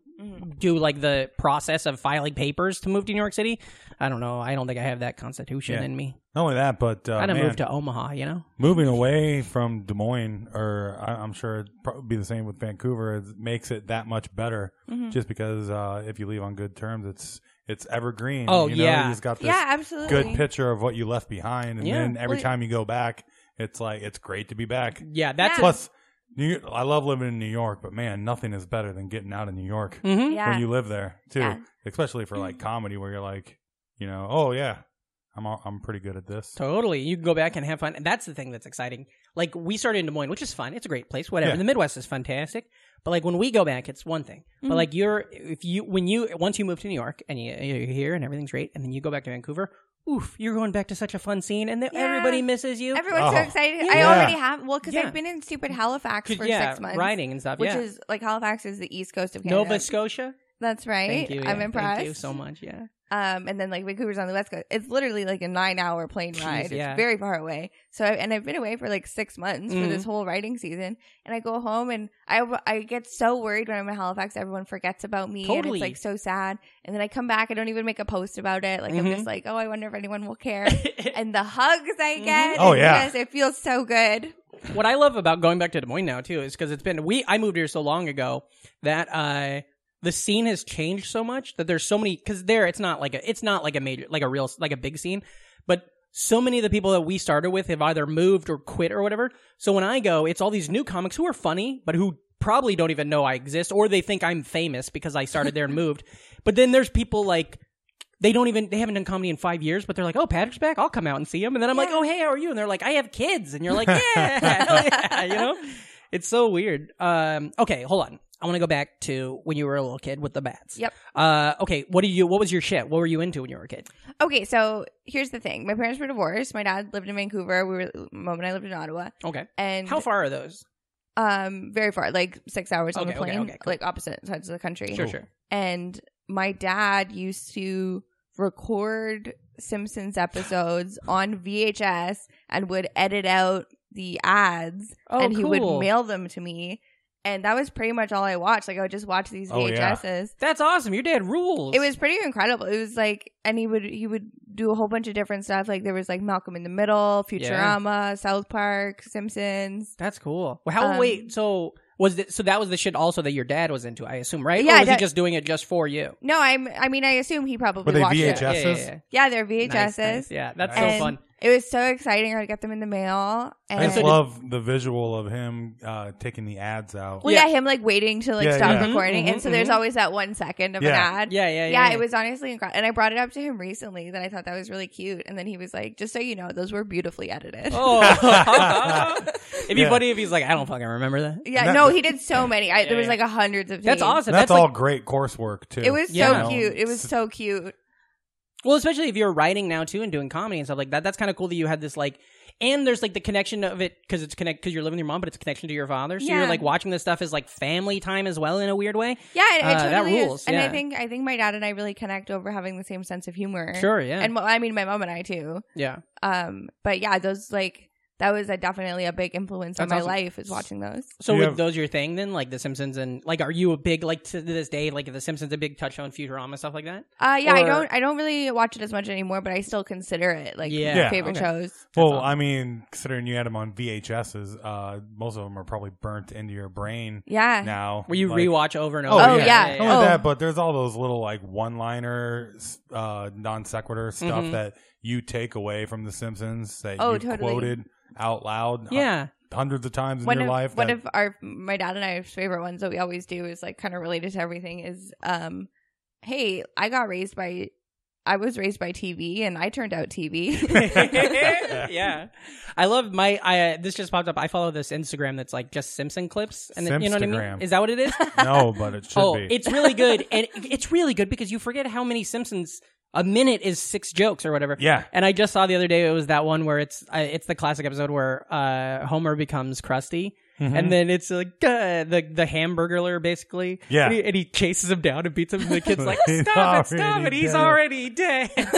Speaker 1: do like the process of filing papers to move to New York City, I don't know. I don't think I have that constitution
Speaker 2: Yeah.
Speaker 1: in me.
Speaker 2: Not only that, but uh,
Speaker 1: I'd have
Speaker 2: man,
Speaker 1: moved to Omaha, you know.
Speaker 2: moving away from Des Moines, or I, I'm sure it'd probably be the same with Vancouver, it makes it that much better.
Speaker 1: Mm-hmm.
Speaker 2: Just because uh, if you leave on good terms, it's it's evergreen.
Speaker 1: Oh,
Speaker 2: you know?
Speaker 1: yeah.
Speaker 2: you just got this
Speaker 3: yeah, absolutely.
Speaker 2: good picture of what you left behind, and
Speaker 1: Yeah.
Speaker 2: then every
Speaker 3: Well,
Speaker 2: time you go back, it's like it's great to be back.
Speaker 1: Yeah, that's
Speaker 3: Yeah.
Speaker 2: Plus, New, I love living in New York, but man, nothing is better than getting out of New York
Speaker 1: Mhm.
Speaker 3: Yeah,
Speaker 2: when you live there too,
Speaker 3: Yeah. Mm.
Speaker 2: especially for like comedy, where you're like, you know, oh yeah, I'm all, I'm pretty good at this.
Speaker 1: Totally. You can go back and have fun. And that's the thing that's exciting. Like we started in Des Moines, which is fun. It's a great place. Whatever.
Speaker 2: Yeah.
Speaker 1: The Midwest is fantastic. But like when we go back, it's one thing. But
Speaker 2: Mm-hmm.
Speaker 1: like you're if you when you once you move to New York and you, you're here and everything's great, and then you go back to Vancouver, oof, you're going back to such a fun scene, and then
Speaker 3: Yeah.
Speaker 1: everybody misses you.
Speaker 3: everyone's so
Speaker 2: Oh.
Speaker 3: excited. I
Speaker 2: Yeah.
Speaker 3: already have well because
Speaker 1: Yeah.
Speaker 3: I've been in stupid Halifax
Speaker 1: 'Cause,
Speaker 3: for
Speaker 1: yeah,
Speaker 3: six months,
Speaker 1: writing and stuff.
Speaker 3: which
Speaker 1: yeah.
Speaker 3: is like Halifax is the east coast of Canada.
Speaker 1: Nova Scotia.
Speaker 3: That's right.
Speaker 1: Thank you. yeah.
Speaker 3: I'm impressed.
Speaker 1: Thank you so much. Yeah.
Speaker 3: Um, and then like Vancouver's on the west coast. It's literally like a nine-hour plane ride. It's
Speaker 1: yeah.
Speaker 3: very far away. So, I, and I've been away for like six months for
Speaker 1: Mm-hmm.
Speaker 3: this whole writing season. And I go home and I I get so worried when I'm in Halifax. Everyone forgets about me. And
Speaker 1: Totally.
Speaker 3: it's like so sad. And then I come back. I don't even make a post about it. Like I'm
Speaker 1: Mhm.
Speaker 3: just like, oh, I wonder if anyone will care. and the hugs I
Speaker 1: Mm-hmm.
Speaker 3: get.
Speaker 2: Oh,
Speaker 3: it's
Speaker 2: yeah.
Speaker 3: just- it feels so good.
Speaker 1: what I love about going back to Des Moines now too is because it's been we I moved here so long ago that uh the scene has changed so much that there's so many because there it's not like a it's not like a major like a real like a big scene, but so many of the people that we started with have either moved or quit or whatever. So when I go, it's all these new comics who are funny but who probably don't even know I exist or they think I'm famous because I started there and moved. But then there's people like they don't even they haven't done comedy in five years, but they're like, "Oh, Patrick's back. I'll come out and see him." And then I'm like, "Oh, hey, how are you?" And they're like, "I have kids," and you're like, "Yeah, hell yeah," you know. It's so weird. Um, okay, hold on. I want to go back to when you were a little kid with the bats.
Speaker 3: Yep.
Speaker 1: Uh, okay, what did you? What was your shit? What were you into when you were a kid?
Speaker 3: Okay, so here's the thing. My parents were divorced. My dad lived in Vancouver. We were mom and I lived in Ottawa.
Speaker 1: Okay.
Speaker 3: And
Speaker 1: How far are those?
Speaker 3: Um, very far, like six hours on the
Speaker 1: Okay, okay,
Speaker 3: plane,
Speaker 1: okay, cool.
Speaker 3: like opposite sides of the country.
Speaker 1: Sure, sure.
Speaker 3: And my dad used to record Simpsons episodes on VHS and would edit out the ads,
Speaker 1: Oh,
Speaker 3: and he
Speaker 1: cool.
Speaker 3: would mail them to me. And that was pretty much all I watched. Like I would just watch these
Speaker 2: Oh, yeah.
Speaker 3: VHSs.
Speaker 1: That's awesome. Your dad rules.
Speaker 3: It was pretty incredible. It was like, and he would he would do a whole bunch of different stuff. Like there was like Malcolm in the Middle,
Speaker 1: Yeah.
Speaker 3: Futurama, South Park, Simpsons.
Speaker 1: That's cool. Well, how?
Speaker 3: Um,
Speaker 1: wait. So was it? So that was the shit also that your dad was into, I assume, right?
Speaker 3: Yeah,
Speaker 1: Or was he
Speaker 3: that-
Speaker 1: just doing it just for you?
Speaker 3: No, I'm. I mean, I assume he probably
Speaker 2: Were they
Speaker 3: watched
Speaker 2: VHS?
Speaker 3: it. Yeah, they're VHSs.
Speaker 1: Nice, nice. Yeah, that's so
Speaker 3: And-
Speaker 1: fun.
Speaker 3: It was so exciting. I would get them in the mail. And
Speaker 2: I just love the visual of him uh, taking the ads out.
Speaker 3: Well, yeah. him like waiting to like
Speaker 2: Yeah,
Speaker 3: stop
Speaker 2: yeah.
Speaker 3: recording,
Speaker 1: Mhm,
Speaker 3: and so
Speaker 1: mhm,
Speaker 3: there's always that one second of an
Speaker 2: Yeah.
Speaker 3: ad.
Speaker 1: Yeah, yeah, yeah.
Speaker 3: Yeah, it was honestly incredible, and I brought it up to him recently that I thought that was really cute, and then he was like, "Just so you know, those were beautifully edited."
Speaker 1: Oh, it'd be
Speaker 2: Yeah.
Speaker 1: funny if he's like, I don't fucking remember that.
Speaker 3: Yeah,
Speaker 2: That-
Speaker 3: no, he did so many. I, there was
Speaker 1: yeah.
Speaker 3: like a hundreds of.
Speaker 1: That's
Speaker 3: things.
Speaker 1: awesome.
Speaker 2: That's,
Speaker 1: That's,
Speaker 2: all
Speaker 1: Like,
Speaker 2: great coursework too.
Speaker 3: It was
Speaker 1: Yeah.
Speaker 3: so cute. It was so cute.
Speaker 1: well, especially if you're writing now too and doing comedy and stuff like that. That's kind of cool that you had this like, and there's like the connection of it because it's connect because you're living with your mom, but it's a connection to your father. So you're
Speaker 3: Yeah.
Speaker 1: like watching this stuff as like family time as well in a weird way.
Speaker 3: Yeah, it, it
Speaker 1: Uh, that
Speaker 3: totally is.
Speaker 1: rules,
Speaker 3: And I
Speaker 1: yeah.
Speaker 3: think I think my dad and I really connect over having the same sense of humor.
Speaker 1: Sure, yeah,
Speaker 3: And well, I mean, my mom and I too.
Speaker 1: yeah.
Speaker 3: Um, but yeah, those like that was a, definitely a big influence on my
Speaker 1: That's awesome.
Speaker 3: life is watching those.
Speaker 1: So
Speaker 2: You
Speaker 1: were
Speaker 2: have-
Speaker 1: those your thing then, like The Simpsons and like, are you a big like to this day like The Simpsons a big touchstone Futurama stuff like that?
Speaker 3: Uh, yeah, I
Speaker 1: Or-
Speaker 3: don't I don't really watch it as much anymore, but I still consider it like
Speaker 1: Yeah.
Speaker 2: Yeah.
Speaker 3: favorite
Speaker 1: Okay.
Speaker 3: shows.
Speaker 2: Well,
Speaker 1: awesome.
Speaker 2: I mean, considering you had them on VHSs, uh, most of them are probably burnt into your brain
Speaker 3: Yeah.
Speaker 2: now.
Speaker 1: Where you
Speaker 2: Like-
Speaker 1: rewatch over and
Speaker 2: Oh,
Speaker 1: over?
Speaker 2: yeah.
Speaker 3: Yeah.
Speaker 2: Not only
Speaker 3: Oh.
Speaker 2: that, but there's all those little like one-liner, uh, non sequitur stuff
Speaker 1: Mhm.
Speaker 2: that you take away from The Simpsons that
Speaker 3: Oh,
Speaker 2: you
Speaker 3: totally.
Speaker 2: quoted out loud, hu-
Speaker 1: Yeah.
Speaker 2: hundreds of times in
Speaker 3: One
Speaker 2: your
Speaker 3: of
Speaker 2: life.
Speaker 3: one
Speaker 2: that-
Speaker 3: of our my dad and I's favorite ones that we always do is like kind of related to everything is um, hey, I got raised by I was raised by TV and I turned out TV.
Speaker 1: yeah, I love my. I uh, this just popped up. I follow this Instagram that's like just Simpson clips, and then- you know what I mean.
Speaker 2: Simpstagram.
Speaker 1: Is that what it is?
Speaker 2: no, but it should
Speaker 1: oh,
Speaker 2: be.
Speaker 1: it's really good, and it's really good because you forget how many Simpsons a minute is six jokes or whatever.
Speaker 2: yeah,
Speaker 1: And I just saw the other day it was that one where it's uh, it's the classic episode where uh, Homer becomes Krusty,
Speaker 2: Mm-hmm.
Speaker 1: and then it's like uh, the the hamburglar basically.
Speaker 2: Yeah.
Speaker 1: and he, and he chases him down and beats him, and the kid's like,
Speaker 2: He's
Speaker 1: "Stop it, stop
Speaker 2: already
Speaker 1: it! He's
Speaker 2: dead."
Speaker 1: already dead." and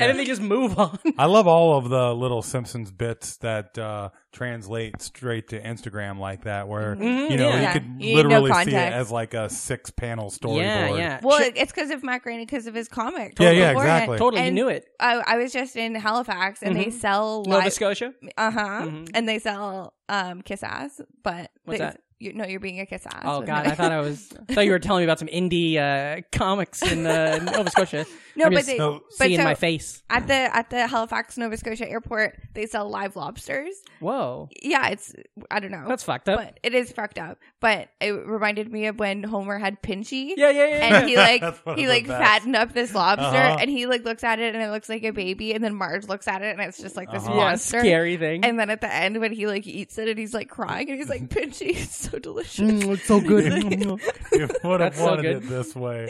Speaker 1: then they just move on.
Speaker 2: I love all of the little Simpsons bits that uh, translate straight to Instagram like that, where
Speaker 1: Mhm,
Speaker 2: you know
Speaker 1: yeah.
Speaker 2: you could
Speaker 3: You need no
Speaker 2: literally see it
Speaker 3: context.
Speaker 2: as like a six-panel storyboard.
Speaker 1: Yeah, yeah.
Speaker 3: well, it's because of Matt Groening because of his comic.
Speaker 2: Yeah, yeah,
Speaker 3: beforehand.
Speaker 2: exactly.
Speaker 1: Totally, you
Speaker 3: And-
Speaker 1: knew it. Mm-hmm.
Speaker 3: I, I was just in Halifax and they sell
Speaker 1: Nova
Speaker 3: live,
Speaker 1: Scotia.
Speaker 3: uh huh,
Speaker 1: Mhm.
Speaker 3: and they sell um kiss ass, but
Speaker 1: What's
Speaker 3: they-
Speaker 1: that?
Speaker 3: You, no, you're being a kiss ass.
Speaker 1: Oh
Speaker 3: with
Speaker 1: God,
Speaker 3: me.
Speaker 1: I thought I was. I thought you were telling me about some indie uh, comics in uh, Nova Scotia.
Speaker 3: no,
Speaker 1: I'm
Speaker 3: but
Speaker 1: just
Speaker 3: they,
Speaker 2: so-
Speaker 3: but
Speaker 1: seeing
Speaker 3: so
Speaker 1: my face.
Speaker 3: at the at the Halifax Nova Scotia airport, they sell live lobsters.
Speaker 1: Whoa,
Speaker 3: Yeah, it's I don't know,
Speaker 1: that's fucked up.
Speaker 3: but it is fucked up. But it reminded me of when Homer had Pinchy.
Speaker 1: yeah, yeah, yeah. yeah.
Speaker 3: and he like
Speaker 2: That's one of
Speaker 3: he
Speaker 2: the
Speaker 3: like
Speaker 2: best.
Speaker 3: fattened up this lobster
Speaker 2: Uh-huh.
Speaker 3: and he like looks at it and it looks like a baby and then Marge looks at it and it's just like this
Speaker 2: Uh-huh. Yeah,
Speaker 3: monster
Speaker 1: scary thing.
Speaker 3: and then at the end when he like eats it and he's like crying and he's like pinchy it's so delicious
Speaker 1: Mm,
Speaker 2: it's so good. you would have
Speaker 1: That's so
Speaker 2: wanted
Speaker 1: good.
Speaker 2: it this way.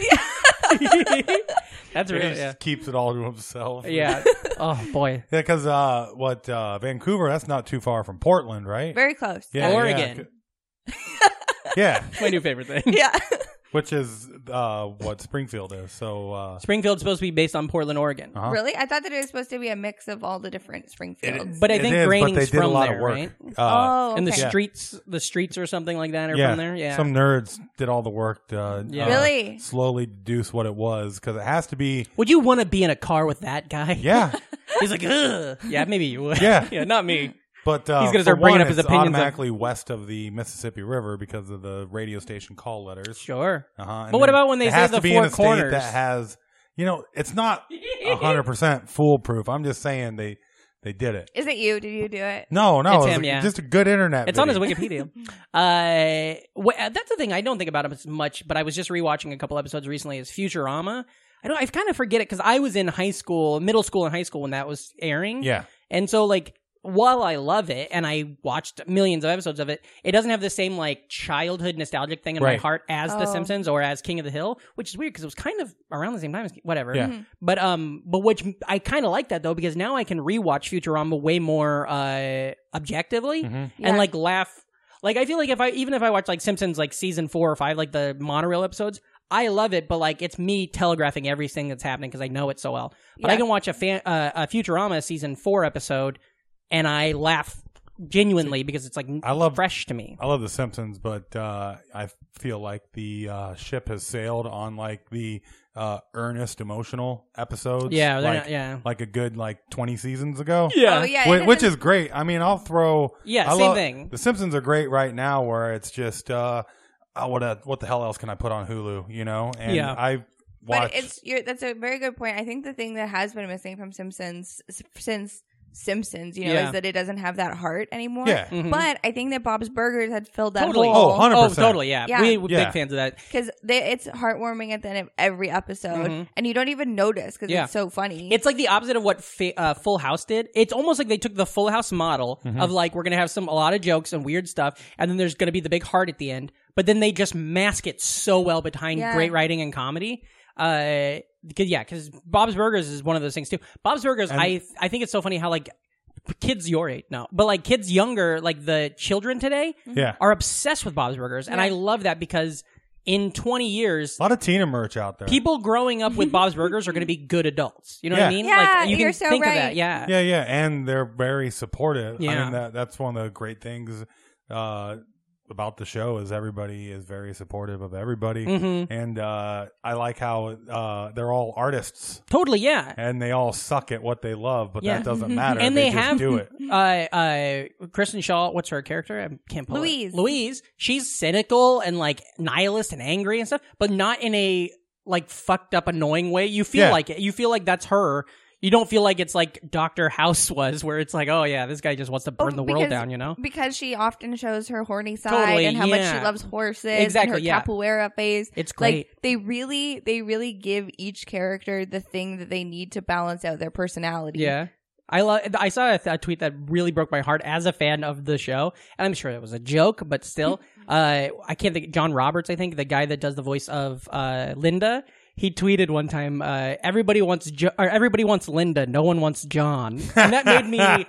Speaker 1: that's
Speaker 2: He
Speaker 1: really
Speaker 2: just
Speaker 1: yeah.
Speaker 2: keeps it all to himself.
Speaker 1: yeah. Oh boy,
Speaker 2: yeah, because uh, what uh, Vancouver? That's not too far from Portland, right?
Speaker 3: very close
Speaker 2: yeah,
Speaker 1: Oregon.
Speaker 2: Yeah. yeah,
Speaker 1: my new favorite thing.
Speaker 3: yeah
Speaker 2: which is uh, what Springfield is. So uh,
Speaker 1: Springfield's supposed to be based on Portland, Oregon,
Speaker 2: Uh-huh.
Speaker 3: really I thought that it was supposed to be a mix of all the different Springfields
Speaker 1: but I
Speaker 2: it
Speaker 1: think
Speaker 2: is, but they
Speaker 1: Graining's
Speaker 2: did a
Speaker 1: from
Speaker 2: lot
Speaker 1: there,
Speaker 2: of work.
Speaker 1: right?
Speaker 2: Uh,
Speaker 3: oh okay.
Speaker 1: And the streets, the streets or something like that, are from there. Yeah.
Speaker 2: Some nerds did all the work to uh,
Speaker 1: Yeah.
Speaker 3: Really?
Speaker 2: slowly deduce what it was because it has to be.
Speaker 1: would you want to be in a car with that guy?
Speaker 2: Yeah,
Speaker 1: He's like, ugh. Yeah, maybe you would.
Speaker 2: Yeah.
Speaker 1: yeah, not me.
Speaker 2: but uh,
Speaker 1: He's gonna
Speaker 2: for
Speaker 1: start bringing
Speaker 2: one,
Speaker 1: up his
Speaker 2: it's
Speaker 1: opinions of-
Speaker 2: Automatically west of the Mississippi River because of the radio station call letters.
Speaker 1: Sure.
Speaker 2: Uh-huh. and
Speaker 1: But what
Speaker 2: then
Speaker 1: about when they
Speaker 2: it
Speaker 1: say
Speaker 2: has
Speaker 1: the
Speaker 2: to be
Speaker 1: four
Speaker 2: in a
Speaker 1: corners?
Speaker 2: State that has, you know, it's not hundred percent foolproof. I'm just saying they they did it.
Speaker 3: is it you did you do it
Speaker 2: No, no,
Speaker 1: It's
Speaker 2: it was
Speaker 1: him,
Speaker 2: a-
Speaker 1: yeah.
Speaker 2: just a good internet.
Speaker 1: It's on his
Speaker 2: video.
Speaker 1: Wikipedia. uh, wh- uh, that's the thing I don't think about him as much, but I was just rewatching a couple episodes recently. Is Futurama? I don't. I kind of forget it because I was in high school, middle school, and high school when that was airing.
Speaker 2: Yeah,
Speaker 1: And so, like, while I love it and I watched millions of episodes of it, it doesn't have the same, like, childhood nostalgic thing in my
Speaker 2: Right.
Speaker 1: heart as The
Speaker 3: Oh.
Speaker 1: Simpsons or as King of the Hill, which is weird because it was kind of around the same time as whatever.
Speaker 2: Yeah.
Speaker 1: But, um, but which I kind of like that though because now I can rewatch Futurama way more, uh, objectively
Speaker 3: Yeah.
Speaker 1: and, like, laugh. Like, I feel like if I, even if I watch, like, Simpsons, like, season four or five, like, the monorail episodes, I love it, but like it's me telegraphing everything that's happening because I know it so well. But I
Speaker 3: Yeah.
Speaker 1: can watch a fan, uh, a Futurama season four episode, and I laugh genuinely because it's like
Speaker 2: I love-
Speaker 1: fresh to me.
Speaker 2: I love The Simpsons, but uh, I feel like the uh, ship has sailed on like the uh, earnest, emotional episodes.
Speaker 1: Yeah, they're
Speaker 2: like,
Speaker 1: not- yeah.
Speaker 2: like a good like twenty seasons ago.
Speaker 3: oh yeah
Speaker 2: Whi-
Speaker 3: it
Speaker 2: which
Speaker 3: doesn't-
Speaker 2: is great. I mean, I'll throw.
Speaker 1: Yeah,
Speaker 2: I
Speaker 1: same
Speaker 2: love-
Speaker 1: thing.
Speaker 2: The Simpsons are great right now, where it's just, uh, oh, what a, what the hell else can I put on Hulu? You know, and
Speaker 1: Yeah.
Speaker 2: I watch.
Speaker 3: but it's you're, that's a very good point I think the thing that has been missing from Simpsons s- since Simpsons, you know,
Speaker 1: Yeah.
Speaker 3: is that it doesn't have that heart anymore.
Speaker 4: Yeah.
Speaker 1: Mhm.
Speaker 3: But I think that Bob's Burgers had filled that
Speaker 1: Totally.
Speaker 3: hole.
Speaker 2: Oh, 100%.
Speaker 1: Oh, totally. Yeah,
Speaker 3: Yeah.
Speaker 1: we were
Speaker 2: Yeah.
Speaker 1: big fans of that.
Speaker 2: Oh.
Speaker 3: because it's heartwarming at the end of every episode,
Speaker 1: Mhm.
Speaker 3: and you don't even notice because
Speaker 1: Yeah.
Speaker 3: it's so funny.
Speaker 1: It's like the opposite of what fa- uh, Full House did. It's almost like they took the Full House model of like we're gonna have some a lot of jokes and weird stuff, and then there's gonna be the big heart at the end. But then they just mask it so well behind
Speaker 3: Yeah.
Speaker 1: great writing and comedy. Uh, 'cause- yeah, because Bob's Burgers is one of those things too. Bob's Burgers, I I think it's so funny how like kids your age no, but like kids younger, like the children today
Speaker 2: Yeah.
Speaker 1: are obsessed with Bob's Burgers, and I love that because in 20 years
Speaker 2: A lot of Tina merch out there.
Speaker 1: people growing up with Bob's Burgers are going to be good adults. You know what I
Speaker 2: Yeah.
Speaker 1: mean?
Speaker 3: Yeah,
Speaker 1: like you
Speaker 3: you're
Speaker 1: can
Speaker 3: so
Speaker 1: think of that.
Speaker 3: right.
Speaker 1: Yeah.
Speaker 2: Yeah, yeah, and they're very supportive. I
Speaker 1: Yeah.
Speaker 2: mean that that's one of the great things uh, about the show is everybody is very supportive of everybody,
Speaker 1: hmm
Speaker 2: and uh, I like how uh, they're all artists
Speaker 1: Totally. Yeah.
Speaker 2: and they all suck at what they love, but
Speaker 1: Yeah. Mm-hmm.
Speaker 2: that doesn't matter.
Speaker 1: And they
Speaker 2: just
Speaker 1: have-
Speaker 2: do it.
Speaker 1: Uh, uh, Kristen Shaw, what's her character? I can't pull it.
Speaker 3: Louise.
Speaker 1: Louise. She's cynical and like nihilist and angry and stuff, but not in a like fucked up, annoying way. You feel
Speaker 2: Yeah.
Speaker 1: like it. You feel like that's her. You don't feel like it's like Doctor House was, where it's like, oh yeah, this guy just wants to burn
Speaker 3: Oh,
Speaker 1: the world
Speaker 3: because-
Speaker 1: down. You know?
Speaker 3: because she often shows her horny side
Speaker 1: Totally,
Speaker 3: and how much
Speaker 1: yeah.
Speaker 3: she loves horses
Speaker 1: Exactly,
Speaker 3: and her
Speaker 1: yeah.
Speaker 3: capoeira face.
Speaker 1: It's great.
Speaker 3: Like they really they really give each character the thing that they need to balance out their personality.
Speaker 1: Yeah. I love. I saw a, th- a tweet that really broke my heart as a fan of the show, and I'm sure it was a joke, but still, uh, I can't think. John Roberts, I think, the guy that does the voice of uh, Linda, he tweeted one time, uh, "Everybody wants jo- or everybody wants Linda, no one wants John," and that made me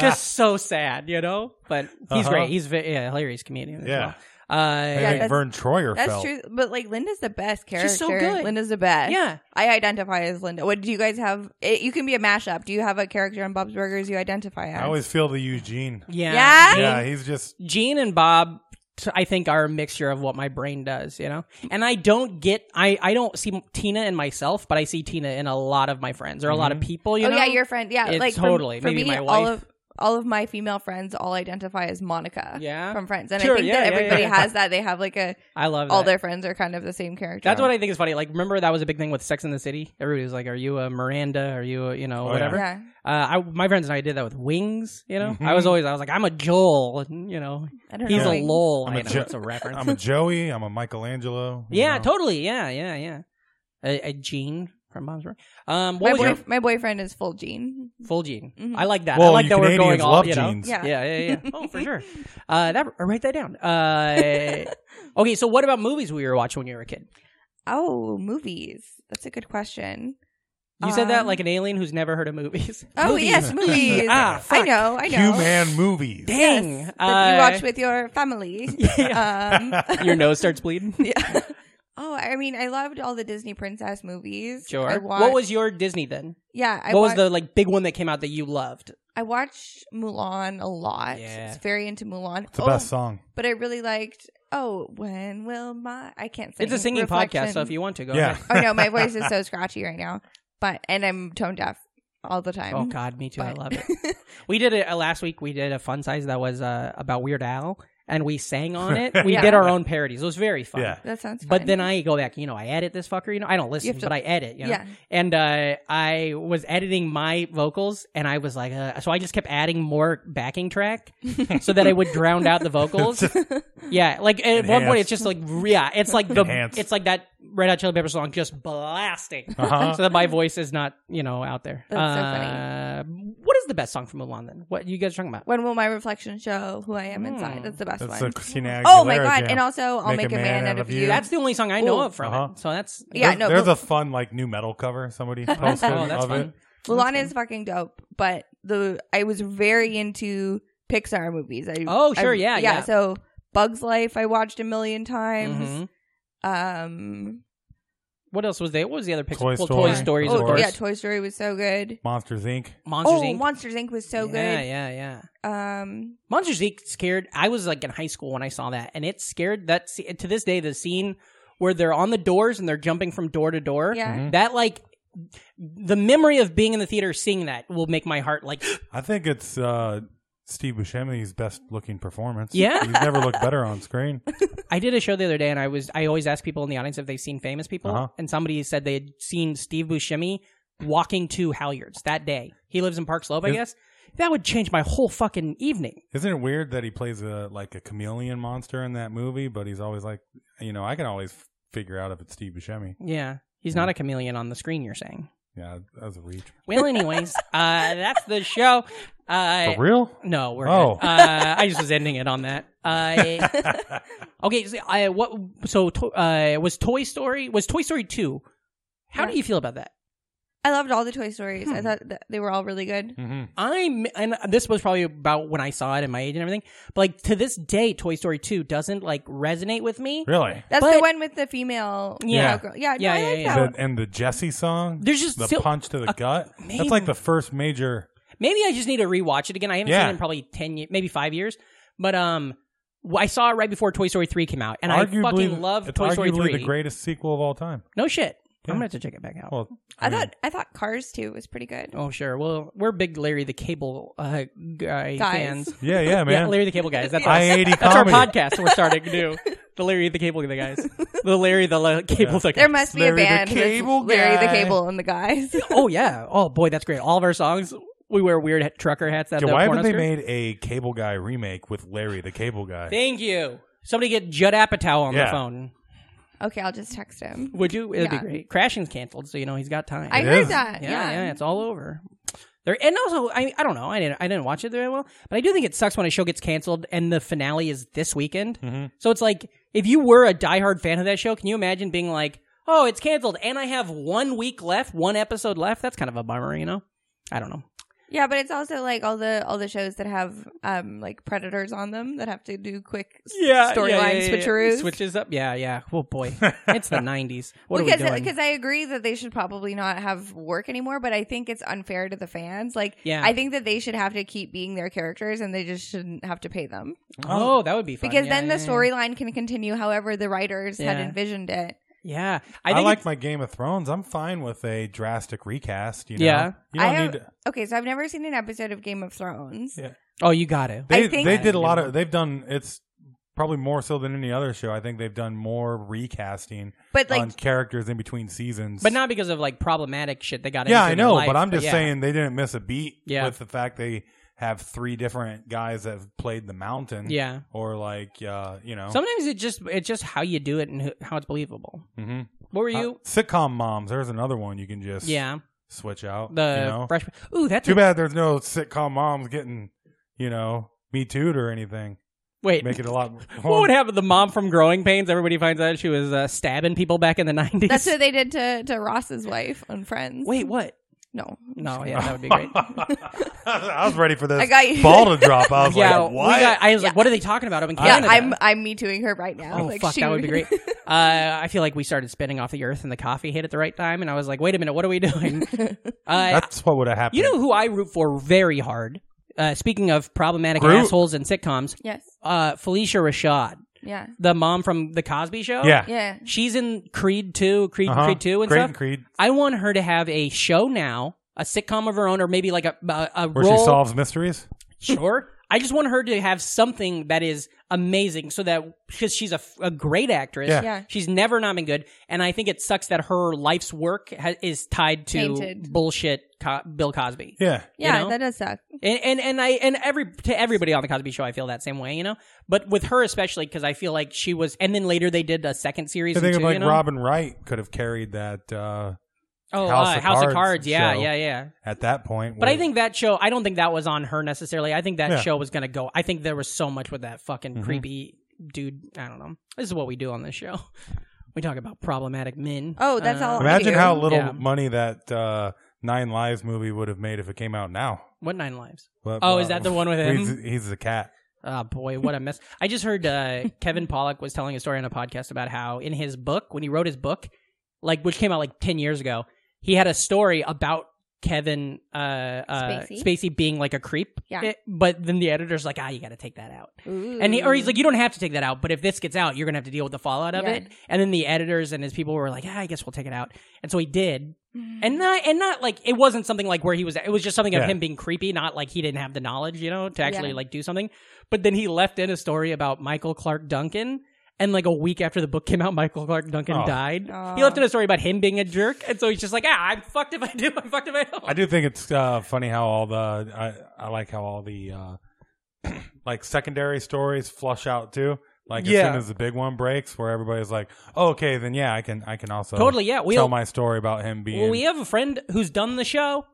Speaker 1: just so sad, you know. But he's
Speaker 2: Uh-huh.
Speaker 1: great. He's a yeah, hilarious comedian. As
Speaker 2: Yeah.
Speaker 1: Well. Uh,
Speaker 2: I
Speaker 3: Yeah,
Speaker 2: think
Speaker 3: that's-
Speaker 2: Vern Troyer
Speaker 3: That's
Speaker 2: felt.
Speaker 3: true. But like Linda's the best character.
Speaker 1: She's so good.
Speaker 3: Linda's the best.
Speaker 1: Yeah.
Speaker 3: I identify as Linda. What do you guys have? It, you can be a mashup. Do you have a character on Bob's Burgers you identify as?
Speaker 2: I always feel the Eugene.
Speaker 1: yeah.
Speaker 3: Yeah?
Speaker 2: Yeah, he's just
Speaker 1: Gene and Bob, t- I think, are a mixture of what my brain does, you know? And I don't get, I, I don't see Tina in myself, but I see Tina in a lot of my friends or a lot of
Speaker 2: Mm-hmm.
Speaker 1: people, you
Speaker 3: oh
Speaker 1: know?
Speaker 3: yeah, your friend. Yeah,
Speaker 1: It's
Speaker 3: like for-
Speaker 1: totally.
Speaker 3: For,
Speaker 1: Maybe
Speaker 3: me,
Speaker 1: my
Speaker 3: all
Speaker 1: wife.
Speaker 3: of all of my female friends all identify as Monica.
Speaker 1: Yeah.
Speaker 3: from Friends, and
Speaker 1: Sure,
Speaker 3: I think
Speaker 1: yeah,
Speaker 3: that
Speaker 1: yeah,
Speaker 3: everybody
Speaker 1: yeah.
Speaker 3: has that. They have like a
Speaker 1: I love that.
Speaker 3: all their friends are kind of the same character.
Speaker 1: That's what I think is funny. Like, remember that was a big thing with Sex in the City? Everybody was like, are you a Miranda? Are you a, you know,
Speaker 2: Oh, yeah.
Speaker 1: whatever?
Speaker 3: Yeah.
Speaker 1: Uh, I, my friends and I did that with Wings, you know?
Speaker 2: Mhm.
Speaker 1: I was always, I was like, I'm a Joel, and, you know,
Speaker 3: I don't
Speaker 1: he's
Speaker 3: know.
Speaker 1: a lol.
Speaker 2: I'm
Speaker 1: I
Speaker 2: a
Speaker 1: know,
Speaker 2: Jo-
Speaker 1: it's a reference.
Speaker 2: I'm a Joey, I'm a Michelangelo. you
Speaker 1: yeah,
Speaker 2: know.
Speaker 1: totally. Yeah, yeah, yeah. A, a Gene from Bob's Burgers. Um, what
Speaker 3: My,
Speaker 1: was your
Speaker 3: boy, my boyfriend is full Gene.
Speaker 1: Full gene.
Speaker 3: Mhm.
Speaker 1: I like that.
Speaker 2: Well,
Speaker 1: I like
Speaker 2: you
Speaker 1: that
Speaker 2: Canadians
Speaker 1: we're going all,
Speaker 2: love
Speaker 1: you know.
Speaker 2: jeans.
Speaker 3: Yeah.
Speaker 1: Yeah, yeah, yeah. oh, for sure. Uh, that write that down. Uh, okay, so what about movies we were watching when you were a kid?
Speaker 3: Oh, movies. That's a good question.
Speaker 1: You said that
Speaker 3: Um,
Speaker 1: like an alien who's never heard of movies.
Speaker 3: Oh
Speaker 1: Movies.
Speaker 3: yes, movies.
Speaker 1: Ah,
Speaker 3: I
Speaker 1: fuck.
Speaker 3: know. I know.
Speaker 2: Q-Man movies.
Speaker 1: Dang.
Speaker 3: Yes, that
Speaker 1: Uh,
Speaker 3: you watch with your family. um,
Speaker 1: Your nose starts bleeding.
Speaker 3: yeah. Oh, I mean, I loved all the Disney princess movies. I
Speaker 1: Sure.
Speaker 3: watched,
Speaker 1: What was your Disney then?
Speaker 3: Yeah, I
Speaker 1: what
Speaker 3: watched-
Speaker 1: was the like big one that came out that you loved?
Speaker 3: I watched Mulan a lot.
Speaker 1: Yeah.
Speaker 3: It's very into Mulan.
Speaker 2: It's the
Speaker 3: oh,
Speaker 2: best song.
Speaker 3: But I really liked. Oh, when will my? I can't sing.
Speaker 1: It's a singing podcast, so
Speaker 3: Reflection.
Speaker 1: if you want to go
Speaker 2: Yeah.
Speaker 1: ahead.
Speaker 3: Oh no, my voice is so scratchy right now. But and I'm tone deaf all the time.
Speaker 1: Oh God, me too. I
Speaker 3: but-
Speaker 1: love it. We did it uh, last week. We did a fun size that was uh, about Weird Al, and we sang on it. We
Speaker 3: Yeah.
Speaker 1: did our own parodies. It was very fun.
Speaker 2: Yeah.
Speaker 3: that sounds.
Speaker 1: But
Speaker 3: fun.
Speaker 1: then I go back, you know, I edit this fucker, you know, I don't listen,
Speaker 3: have to-
Speaker 1: but I edit, you know?
Speaker 3: Yeah.
Speaker 1: And uh, I was editing my vocals, and I was like, uh, so I just kept adding more backing track so that I would drown out the vocals. yeah, like at one point, it's just like, yeah, it's like the,
Speaker 2: Enhanced.
Speaker 1: it's like that Red Hot Chili Pepper song just blasting,
Speaker 2: Uh-huh.
Speaker 1: so that my voice is not, you know, out there.
Speaker 3: That's so
Speaker 1: uh, What is the best song from Mulan then? What you guys talking about?
Speaker 3: When will my reflection show who I am
Speaker 1: Hmm.
Speaker 3: inside? That's the best
Speaker 2: That's
Speaker 3: one.
Speaker 2: the Christina
Speaker 3: oh my
Speaker 2: Aguilera
Speaker 3: god!
Speaker 2: jam.
Speaker 3: And also, I'll make, a man, out of you.
Speaker 1: That's the only song I know
Speaker 3: Ooh.
Speaker 1: of from
Speaker 2: Uh-huh.
Speaker 1: it. So that's
Speaker 3: Yeah,
Speaker 2: There-
Speaker 3: no,
Speaker 2: There's
Speaker 3: Mul-
Speaker 2: a fun like new metal cover somebody posted
Speaker 1: oh, that's
Speaker 2: of
Speaker 1: fun.
Speaker 2: it.
Speaker 3: Mulan is fucking dope, but the I was very into Pixar movies. I,
Speaker 1: Oh, sure,
Speaker 3: I-
Speaker 1: yeah, yeah.
Speaker 3: So Bugs Life, I watched a million times.
Speaker 1: Mhm.
Speaker 3: Um,
Speaker 1: What else was there? What was the other picture?
Speaker 2: Toy
Speaker 1: well,
Speaker 2: Story.
Speaker 1: Toy Stories,
Speaker 2: Toys,
Speaker 3: oh
Speaker 1: of course.
Speaker 3: yeah, Toy Story was so good.
Speaker 2: Monsters Inc.
Speaker 1: Monsters
Speaker 3: oh,
Speaker 1: Inc.
Speaker 3: Monsters Inc. was so
Speaker 1: Yeah,
Speaker 3: good.
Speaker 1: yeah, yeah.
Speaker 3: Um,
Speaker 1: Monsters Inc. scared. I was like in high school when I saw that, and it scared that. sce- To this day, the scene where they're on the doors and they're jumping from door to door.
Speaker 3: yeah.
Speaker 1: That like the memory of being in the theater seeing that will make my heart like
Speaker 2: I think it's uh, Steve Buscemi's best looking performance.
Speaker 1: Yeah.
Speaker 2: he's never looked better on screen.
Speaker 1: I did a show the other day, and I was I always ask people in the audience if they've seen famous people,
Speaker 2: Uh-huh.
Speaker 1: and somebody said they had seen Steve Buscemi walking to Halyards that day. He lives in Park Slope, I
Speaker 2: Is-
Speaker 1: guess. that would change my whole fucking evening.
Speaker 2: Isn't it weird that he plays a like a chameleon monster in that movie? But he's always like, you know, I can always f- figure out if it's Steve Buscemi.
Speaker 1: Yeah. He's not a chameleon on the screen, you're saying.
Speaker 2: Yeah, that was a reach.
Speaker 1: Well, anyways, uh, that's the show. Uh,
Speaker 2: For real?
Speaker 1: no, we're
Speaker 2: Oh.
Speaker 1: good. Uh, I just was ending it on that. Uh, okay, so, I, what, so to, uh, was Toy Story, was Toy Story 2, how do you feel about that?
Speaker 3: I loved all the Toy Stories.
Speaker 1: Hmm.
Speaker 3: I thought that they were all really good.
Speaker 2: hmm
Speaker 1: I'm, and this was probably about when I saw it and my age and everything, but like to this day, Toy Story 2 doesn't like resonate with me.
Speaker 2: Really?
Speaker 3: That's
Speaker 1: But-
Speaker 3: the one with the female.
Speaker 1: Yeah.
Speaker 3: girl. yeah, no,
Speaker 1: Yeah,
Speaker 3: I
Speaker 1: yeah,
Speaker 3: like
Speaker 1: yeah. Uh,
Speaker 3: that.
Speaker 2: The, and the Jesse song,
Speaker 1: There's just
Speaker 2: the
Speaker 1: still-
Speaker 2: punch to the
Speaker 1: a-
Speaker 2: gut.
Speaker 1: maybe-
Speaker 2: That's like the first major.
Speaker 1: Maybe I just need to rewatch it again. I haven't
Speaker 2: Yeah.
Speaker 1: seen it in probably ten, ye- maybe five years. But um, w- I saw it right before Toy Story three came out, and
Speaker 2: arguably,
Speaker 1: I fucking love
Speaker 2: it's
Speaker 1: Toy Story
Speaker 2: arguably
Speaker 1: three.
Speaker 2: the greatest sequel of all time.
Speaker 1: no shit,
Speaker 2: Yeah.
Speaker 1: I'm gonna have to check it back out.
Speaker 2: Well,
Speaker 3: I,
Speaker 2: mean,
Speaker 3: thought I thought Cars too was pretty good.
Speaker 1: oh sure, well we're big Larry the Cable uh, guy
Speaker 3: Guys.
Speaker 1: fans.
Speaker 2: Yeah, yeah,
Speaker 1: Yeah,
Speaker 2: man.
Speaker 1: Larry the Cable guys. That's
Speaker 2: I
Speaker 1: us.
Speaker 2: eighty
Speaker 1: That's our
Speaker 2: comedy.
Speaker 1: podcast we're starting to do. The Larry the Cable guys. The Larry the la- Cable the
Speaker 3: There must be a
Speaker 2: Larry the
Speaker 3: band. with
Speaker 2: Cable
Speaker 3: Larry the
Speaker 2: Guy.
Speaker 3: Cable and the guys.
Speaker 1: Oh yeah. Oh boy, that's great. All of our songs. We wear weird ha- trucker hats. That
Speaker 2: Yeah,
Speaker 1: have
Speaker 2: why
Speaker 1: porno
Speaker 2: haven't they
Speaker 1: skirts.
Speaker 2: made a Cable Guy remake with Larry the Cable Guy?
Speaker 1: Thank you. Somebody get Judd Apatow on the
Speaker 2: Yeah.
Speaker 1: phone.
Speaker 3: okay, I'll just text him.
Speaker 1: Would you? It'd
Speaker 3: Yeah.
Speaker 1: be great. Crashing's canceled, so you know he's got time.
Speaker 3: I
Speaker 2: It
Speaker 3: heard
Speaker 2: is.
Speaker 3: that.
Speaker 1: yeah, yeah, it's all over. There and also, I I don't know. I didn't I didn't watch it very well, but I do think it sucks when a show gets canceled and the finale is this weekend.
Speaker 2: Mhm.
Speaker 1: So it's like if you were a diehard fan of that show, can you imagine being like, "Oh, it's canceled, and I have one week left, one episode left." That's kind of a bummer, you know. I don't know.
Speaker 3: Yeah, but it's also like all the all the shows that have um like predators on them that have to do quick s- storyline switcheroos.
Speaker 1: switches up. Yeah, yeah. Oh boy, it's the nineties. What
Speaker 3: because uh,
Speaker 1: are we doing?
Speaker 3: because I agree that they should probably not have work anymore, but I think it's unfair to the fans. Like,
Speaker 1: Yeah.
Speaker 3: I think that they should have to keep being their characters, and they just shouldn't have to pay them
Speaker 1: oh, that would be fun.
Speaker 3: because
Speaker 1: Yeah,
Speaker 3: then the
Speaker 1: yeah, yeah.
Speaker 3: storyline can continue however the writers had
Speaker 1: Yeah.
Speaker 3: envisioned it.
Speaker 1: Yeah,
Speaker 2: I,
Speaker 1: think
Speaker 2: like my Game of Thrones. I'm fine with a drastic recast. You know,
Speaker 1: Yeah.
Speaker 2: you don't
Speaker 3: I
Speaker 2: need.
Speaker 3: have- Okay, so I've never seen an episode of Game of Thrones.
Speaker 2: Yeah.
Speaker 1: Oh, you got it.
Speaker 2: They
Speaker 3: I think-
Speaker 2: they did a lot of. They've done. It's probably more so than any other show. I think they've done more recasting
Speaker 3: But like,
Speaker 2: on characters in between seasons.
Speaker 1: But not because of like problematic shit they got into
Speaker 2: Yeah, I
Speaker 1: in their
Speaker 2: know.
Speaker 1: life,
Speaker 2: but I'm just
Speaker 1: yeah.
Speaker 2: saying they didn't miss a beat
Speaker 1: Yeah.
Speaker 2: with the fact they have three different guys that have played the mountain.
Speaker 1: Yeah.
Speaker 2: Or like, uh, you know,
Speaker 1: Sometimes it just it's just how you do it and who- how it's believable.
Speaker 2: hmm
Speaker 1: What were you?
Speaker 2: sitcom moms. There's another one you can just
Speaker 1: yeah,
Speaker 2: switch out.
Speaker 1: the
Speaker 2: you know?
Speaker 1: freshman. Ooh, that's
Speaker 2: Too
Speaker 1: a,
Speaker 2: bad there's no sitcom moms getting, you know, me too'd or anything.
Speaker 1: wait.
Speaker 2: Make it a lot.
Speaker 1: what would happen? to The mom from Growing Pains. Everybody finds out she was uh, stabbing people back in the nineties.
Speaker 3: that's what they did to to Ross's wife on Friends.
Speaker 1: wait, what?
Speaker 3: no,
Speaker 1: No, yeah, that would be great.
Speaker 2: I was ready for this
Speaker 3: I got you.
Speaker 2: ball to drop. I was
Speaker 1: yeah,
Speaker 2: like,
Speaker 1: we
Speaker 2: what?
Speaker 1: got- I was
Speaker 3: Yeah.
Speaker 1: like, what are they talking about? I'm in
Speaker 3: Yeah,
Speaker 1: Canada.
Speaker 3: I'm I'm me tooing her right now.
Speaker 1: Oh
Speaker 3: like,
Speaker 1: fuck, that would be
Speaker 3: shoot.
Speaker 1: great. Uh, I feel like we started spinning off the earth, and the coffee hit at the right time, and I was like, "Wait a minute, what are we doing?" Uh,
Speaker 2: That's what would have happened.
Speaker 1: you know who I root for very hard. Uh, speaking of problematic
Speaker 2: Groot.
Speaker 1: assholes in sitcoms,
Speaker 3: yes.
Speaker 1: uh, Felicia Rashad,
Speaker 3: Yeah.
Speaker 1: the mom from the Cosby Show.
Speaker 2: yeah.
Speaker 3: Yeah.
Speaker 1: she's in Creed two, Creed
Speaker 2: Uh-huh.
Speaker 1: Creed two, and
Speaker 2: Great
Speaker 1: stuff.
Speaker 2: and Creed,
Speaker 1: I want her to have a show now, a sitcom of her own, or maybe like a a, a
Speaker 2: where
Speaker 1: role.
Speaker 2: she solves mysteries.
Speaker 1: sure. I just want her to have something that is amazing, so that because she's a, f- a great actress,
Speaker 2: Yeah.
Speaker 3: Yeah.
Speaker 1: she's never not been good, and I think it sucks that her life's work ha- is tied to
Speaker 3: Tainted.
Speaker 1: bullshit co- Bill Cosby.
Speaker 2: Yeah.
Speaker 3: Yeah,
Speaker 1: know?
Speaker 3: that does suck.
Speaker 1: And, and and I and every to everybody on the Cosby Show, I feel that same way, you know. But with her especially, because I feel like she was, and then later they did a second series.
Speaker 2: I think
Speaker 1: too,
Speaker 2: of like
Speaker 1: you know?
Speaker 2: Robin Wright could have carried that uh,
Speaker 1: oh,
Speaker 2: House
Speaker 1: uh,
Speaker 2: of
Speaker 1: House of
Speaker 2: Cards
Speaker 1: Cards, yeah,
Speaker 2: show.
Speaker 1: yeah, yeah.
Speaker 2: at that point.
Speaker 1: But I
Speaker 2: where-
Speaker 1: think that show, I don't think that was on her necessarily. I think that
Speaker 2: Yeah.
Speaker 1: show was gonna go. I think there was so much with that fucking
Speaker 2: Mhm.
Speaker 1: creepy dude. I don't know. This is what we do on this show. We talk about problematic men.
Speaker 3: Oh, that's
Speaker 1: Uh,
Speaker 3: all.
Speaker 2: imagine
Speaker 3: I
Speaker 2: how little
Speaker 1: Yeah.
Speaker 2: money that uh, Nine Lives movie would have made if it came out now.
Speaker 1: What nine lives?
Speaker 2: But,
Speaker 1: Oh,
Speaker 2: uh,
Speaker 1: is that the one with him?
Speaker 2: He's, he's the cat.
Speaker 1: Oh boy, what a mess! I just heard uh, Kevin Pollock was telling a story on a podcast about how in his book, when he wrote his book, like which came out like ten years ago, he had a story about Kevin uh, uh,
Speaker 3: Spacey?
Speaker 1: being like a creep.
Speaker 3: Yeah.
Speaker 1: It- but then the editor's like, ah, you got to take that out,
Speaker 3: Ooh.
Speaker 1: and he or he's like, you don't have to take that out, but if this gets out, you're gonna have to deal with the fallout of
Speaker 3: Yeah.
Speaker 1: it. And then the editors and his people were like, ah, I guess we'll take it out, and so he did. And not and not like it wasn't something like where he was. It was just something of
Speaker 2: Yeah.
Speaker 1: him being creepy, not like he didn't have the knowledge, you know, to actually
Speaker 3: Yeah.
Speaker 1: like do something. But then he left in a story about Michael Clark Duncan And like a week after the book came out, Michael Clark Duncan
Speaker 2: Oh.
Speaker 1: died.
Speaker 3: Aw.
Speaker 1: He left in a story about him being a jerk, and so he's just like, ah, I'm fucked if I do, I'm fucked if I don't.
Speaker 2: I do think it's uh, funny how all the I, I like how all the uh, like secondary stories flush out too. Like as
Speaker 1: Yeah.
Speaker 2: soon as the big one breaks, where everybody's like, oh, "Okay, then yeah, I can I can also
Speaker 1: Totally, yeah. We
Speaker 2: tell my story about him being."
Speaker 1: Well, we have a friend who's done the show.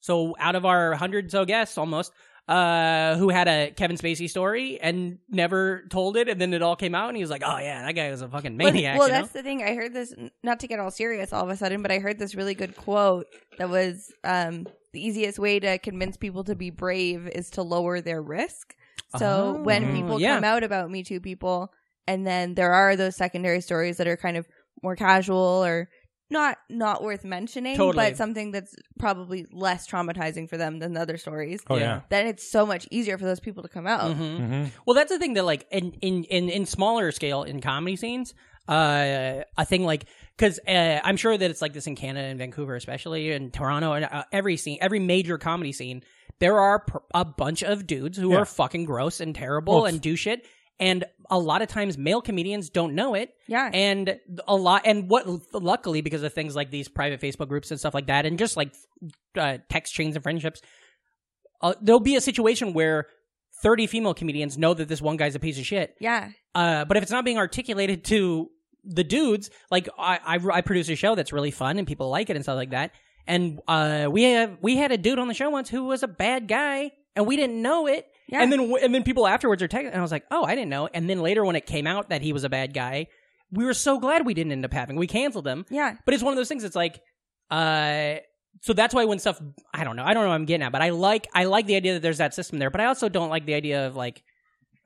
Speaker 1: So out of our hundred so guests, almost, uh, who had a Kevin Spacey story and never told it, and then it all came out, and he was like, "Oh yeah, that guy was a fucking
Speaker 3: Well,
Speaker 1: maniac."
Speaker 3: Well,
Speaker 1: you know?
Speaker 3: that's the thing. I heard this, not to get all serious all of a sudden, but I heard this really good quote that was um, the easiest way to convince people to be brave is to lower their risk. So
Speaker 1: Oh.
Speaker 3: when people
Speaker 1: Yeah.
Speaker 3: come out about Me Too people, and then there are those secondary stories that are kind of more casual or not not worth mentioning,
Speaker 1: Totally.
Speaker 3: but something that's probably less traumatizing for them than the other stories.
Speaker 2: oh
Speaker 1: yeah.
Speaker 2: yeah.
Speaker 3: Then it's so much easier for those people to come out.
Speaker 1: Mhm.
Speaker 2: hmm
Speaker 1: Well, that's the thing that like in in in, in smaller scale in comedy scenes, uh, a thing like because uh, I'm sure that it's like this in Canada and Vancouver, especially in Toronto and uh, every scene, every major comedy scene, there are pr- a bunch of dudes who
Speaker 2: Yeah.
Speaker 1: are fucking gross and terrible
Speaker 2: Well, it's-
Speaker 1: and do shit. And a lot of times, male comedians don't know it,
Speaker 3: Yeah.
Speaker 1: and a lot, and what luckily because of things like these private Facebook groups and stuff like that, and just like uh, text chains and friendships, uh, there'll be a situation where 30 female comedians know that this one guy's a piece of shit.
Speaker 3: yeah.
Speaker 1: Uh, but if it's not being articulated to the dudes, like I, I, I produce a show that's really fun and people like it and stuff like that. And uh, we have we had a dude on the show once who was a bad guy, and we didn't know it.
Speaker 3: Yeah.
Speaker 1: And then w- and then people afterwards are texting, and I was like, oh, I didn't know. And then later when it came out that he was a bad guy, we were so glad we didn't end up having. We canceled him.
Speaker 3: Yeah.
Speaker 1: But it's one of those things. It's like, uh, so that's why when stuff, I don't know, I don't know what I'm getting at, but I like, I like the idea that there's that system there, but I also don't like the idea of like,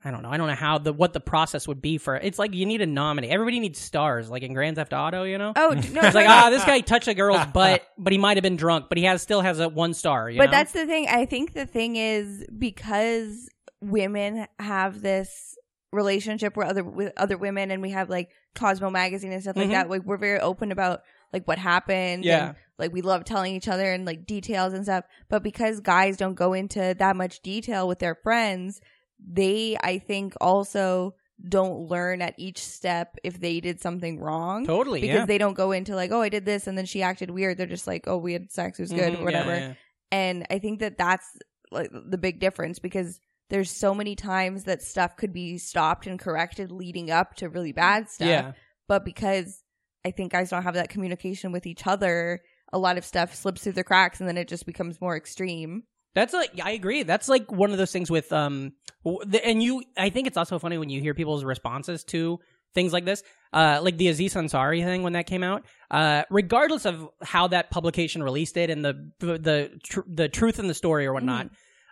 Speaker 1: I don't know, I don't know how the what the process would be for. It's like you need a nominee. Everybody needs stars, like in Grand Theft Auto, you know.
Speaker 3: Oh d- no!
Speaker 1: It's like
Speaker 3: no, no.
Speaker 1: ah, this guy touched a girl's butt, but he might have been drunk, but he has still has a one star. You
Speaker 3: but
Speaker 1: know?
Speaker 3: that's the thing. I think the thing is because women have this relationship with other with other women, and we have like Cosmo magazine and stuff like
Speaker 1: Mhm.
Speaker 3: that. Like we're very open about like what happened.
Speaker 1: Yeah.
Speaker 3: and, like we love telling each other and like details and stuff. But because guys don't go into that much detail with their friends, they I think also don't learn at each step if they did something wrong
Speaker 1: totally
Speaker 3: because
Speaker 1: yeah.
Speaker 3: they don't go into like oh I did this and then she acted weird. They're just like oh we had sex, it was good,
Speaker 1: Mhm, yeah,
Speaker 3: whatever
Speaker 1: yeah.
Speaker 3: and i think that that's like the big difference because there's so many times that stuff could be stopped and corrected leading up to really bad stuff
Speaker 1: Mm, Yeah.
Speaker 3: but because i think guys don't have that communication with each other a lot of stuff slips through the cracks and then it just becomes more extreme
Speaker 1: That's like I agree. That's like one of those things with um, w- the- and you. I think it's also funny when you hear people's responses to things like this, uh, like the Aziz Ansari thing when that came out. Uh, regardless of how that publication released it and the the tr- the truth in the story or whatnot,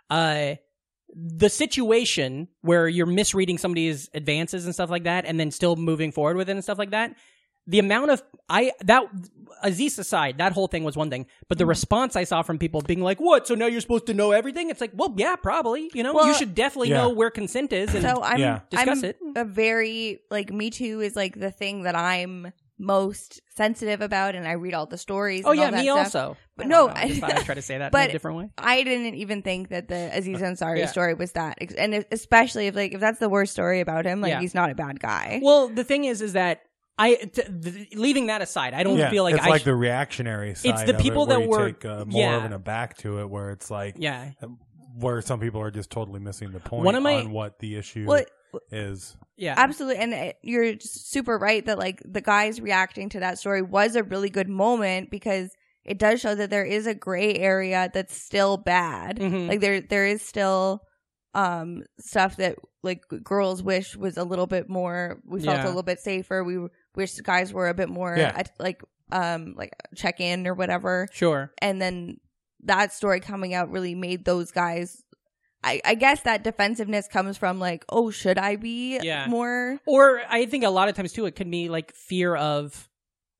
Speaker 1: uh, the situation where you're misreading somebody's advances and stuff like that, and then still moving forward with it and stuff like that. The amount of I that Aziz aside, that whole thing was one thing, but the response I saw from people being like, "What? So now you're supposed to know everything?" It's like, well, yeah, probably. You know, you
Speaker 3: Well-
Speaker 1: should definitely
Speaker 2: Yeah.
Speaker 1: know where consent is. And
Speaker 3: so i'm i'm
Speaker 2: Yeah.
Speaker 1: Mm, Discuss it.
Speaker 3: a very like me too is like the thing that i'm most sensitive about and i read all the stories
Speaker 1: oh
Speaker 3: and all
Speaker 1: yeah,
Speaker 3: that
Speaker 1: me
Speaker 3: stuff.
Speaker 1: also.
Speaker 3: But
Speaker 1: I don't
Speaker 3: no,
Speaker 1: know, I just
Speaker 3: I-
Speaker 1: thought I'd try to say that in
Speaker 3: but-
Speaker 1: a different way.
Speaker 3: I didn't even think that the Aziz Ansari
Speaker 1: Yeah.
Speaker 3: story was that, ex- and if- especially if like if that's the worst story about him, like
Speaker 1: Yeah.
Speaker 3: he's not a bad guy.
Speaker 1: Well, the thing is, is that I t- th- leaving that aside, I don't
Speaker 2: Yeah,
Speaker 1: feel like
Speaker 2: it's
Speaker 1: I
Speaker 2: like
Speaker 1: sh-
Speaker 2: the reactionary side.
Speaker 1: the
Speaker 2: of it,
Speaker 1: people that
Speaker 2: where you
Speaker 1: were-
Speaker 2: take, uh, more of
Speaker 1: yeah.
Speaker 2: an aback to it, where it's like
Speaker 1: yeah.
Speaker 2: where some people are just totally missing the point
Speaker 1: One of my-
Speaker 2: on what the issue
Speaker 3: Well,
Speaker 2: is.
Speaker 1: Yeah.
Speaker 3: absolutely, and uh, you're super right that like the guys reacting to that story was a really good moment because it does show that there is a gray area that's still bad.
Speaker 1: Mhm.
Speaker 3: Like there there is still um stuff that like girls wish was a little bit more. We felt
Speaker 1: Yeah.
Speaker 3: a little bit safer. We wish guys were a bit more
Speaker 2: Yeah.
Speaker 3: at- like um like check in or whatever.
Speaker 1: sure.
Speaker 3: and then that story coming out really made those guys I, I guess that defensiveness comes from like, oh, should I be
Speaker 1: Yeah.
Speaker 3: more?
Speaker 1: Or I think a lot of times too, it could be like fear of,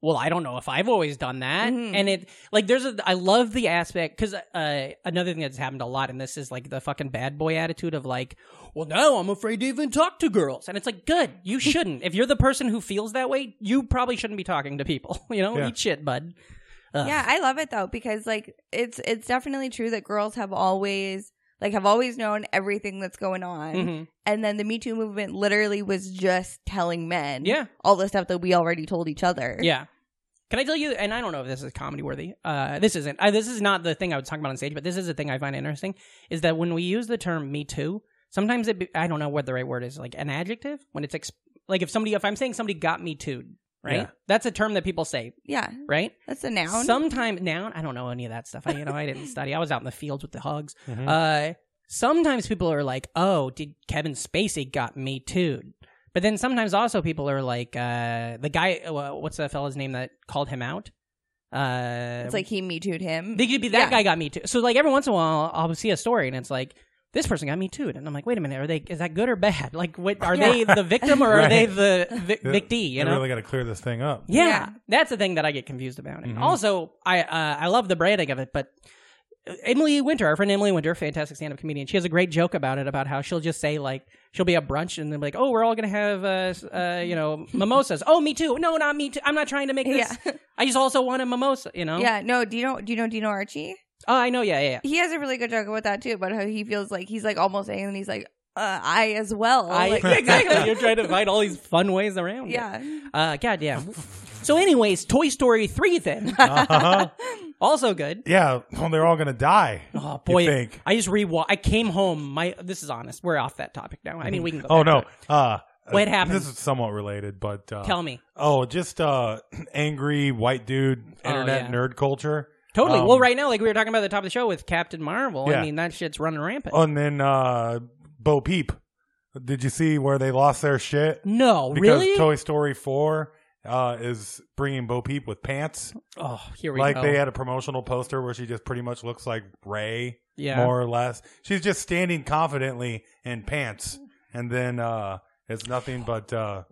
Speaker 1: well, I don't know if I've always done that,
Speaker 3: Mhm.
Speaker 1: and it like there's a I love the aspect because uh, another thing that's happened a lot in this is like the fucking bad boy attitude of like, well, now I'm afraid to even talk to girls, and it's like, good, you shouldn't. if you're the person who feels that way, you probably shouldn't be talking to people. You know,
Speaker 2: Yeah.
Speaker 1: eat shit, bud. Ugh.
Speaker 3: Yeah, I love it though because like it's it's definitely true that girls have always like have always known everything that's going on.
Speaker 1: Mhm.
Speaker 3: And then the Me Too movement literally was just telling men
Speaker 1: Yeah.
Speaker 3: all the stuff that we already told each other.
Speaker 1: Yeah. Can I tell you? And I don't know if this is comedy worthy. Uh, this isn't. Uh, this is not the thing I was talking about on stage, but this is the thing I find interesting is that when we use the term "me too," sometimes it. Be, I don't know what the right word is, like an adjective when it's ex- like if somebody if I'm saying somebody got me too, right?
Speaker 2: Yeah.
Speaker 1: That's a term that people say,
Speaker 3: Yeah.
Speaker 1: right?
Speaker 3: That's a noun.
Speaker 1: Sometimes noun. I don't know any of that stuff. I you know I didn't study. I was out in the fields with the hugs.
Speaker 2: Mhm.
Speaker 1: Uh, sometimes people are like, "Oh, did Kevin Spacey got me too?" But then sometimes also people are like, uh, "The guy, uh, what's the fella's name that called him out?" Uh,
Speaker 3: it's like he me too'd him.
Speaker 1: they could be
Speaker 3: Yeah.
Speaker 1: that guy got me too. So like every once in a while I'll see a story and it's like. This person got me too, and I'm like, wait a minute, are they? Is that good or bad? Like, what are
Speaker 3: Yeah.
Speaker 1: they the victim or are
Speaker 2: Right.
Speaker 1: they the vic-
Speaker 2: Yeah.
Speaker 1: victee? You
Speaker 2: I
Speaker 1: know,
Speaker 2: really got to clear this thing up.
Speaker 1: yeah,
Speaker 3: Yeah. Mm-hmm.
Speaker 1: that's the thing that I get confused about. And
Speaker 2: Mhm.
Speaker 1: also, I uh, I love the branding of it, but Emily Winter, our friend Emily Winter, fantastic stand-up comedian, she has a great joke about it about how she'll just say like she'll be at brunch and then be like, oh, we're all gonna have uh, s- uh you know mimosas. oh, me too. No, not me too. I'm not trying to make this.
Speaker 3: Yeah.
Speaker 1: I just also want a mimosa. You know.
Speaker 3: Yeah. No, do you know do you know Dino Archie?
Speaker 1: Oh, I know. Yeah, yeah. yeah.
Speaker 3: He has a really good joke about that too, about how he feels like he's like almost saying and he's like, uh, I as well.
Speaker 1: I,
Speaker 3: Like-
Speaker 1: exactly. You're trying to find all these fun ways around. it.
Speaker 3: Yeah.
Speaker 1: Uh, goddamn. So, anyways, Toy Story three then Uh,
Speaker 2: Uh-huh.
Speaker 1: also good.
Speaker 2: yeah. Well, they're all gonna die.
Speaker 1: Oh boy!
Speaker 2: You think.
Speaker 1: I just rewatched. I came home. My this is honest. We're off that topic now. I mean, we can. Go back
Speaker 2: Oh
Speaker 1: to
Speaker 2: no.
Speaker 1: it.
Speaker 2: Uh,
Speaker 1: What
Speaker 2: uh,
Speaker 1: happened?
Speaker 2: This is somewhat related, but uh,
Speaker 1: Tell me.
Speaker 2: Oh, just uh, angry white dude internet
Speaker 1: Oh, yeah.
Speaker 2: nerd culture.
Speaker 1: Totally.
Speaker 2: Um,
Speaker 1: well, right now, like we were talking about at the top of the show with Captain Marvel. I
Speaker 2: Yeah.
Speaker 1: mean, that shit's running rampant.
Speaker 2: Oh, and then uh, Bo Peep. Did you see where they lost their shit?
Speaker 1: no,
Speaker 2: Because
Speaker 1: really?
Speaker 2: Toy Story 4 uh, is bringing Bo Peep with pants.
Speaker 1: oh, here we
Speaker 2: Like
Speaker 1: go.
Speaker 2: they had a promotional poster where she just pretty much looks like Ray,
Speaker 1: yeah.
Speaker 2: more or less. She's just standing confidently in pants. And then uh, it's nothing but uh,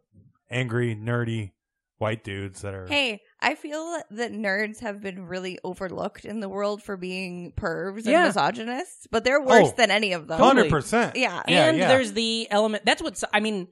Speaker 2: angry, nerdy white dudes that are.
Speaker 3: Hey, I feel that nerds have been really overlooked in the world for being pervs and
Speaker 1: Yeah.
Speaker 3: misogynists, but they're worse
Speaker 2: Oh,
Speaker 3: than any of them.
Speaker 2: 100%.
Speaker 3: Yeah.
Speaker 2: Yeah,
Speaker 1: and
Speaker 2: yeah.
Speaker 1: there's the element. That's what's. I mean,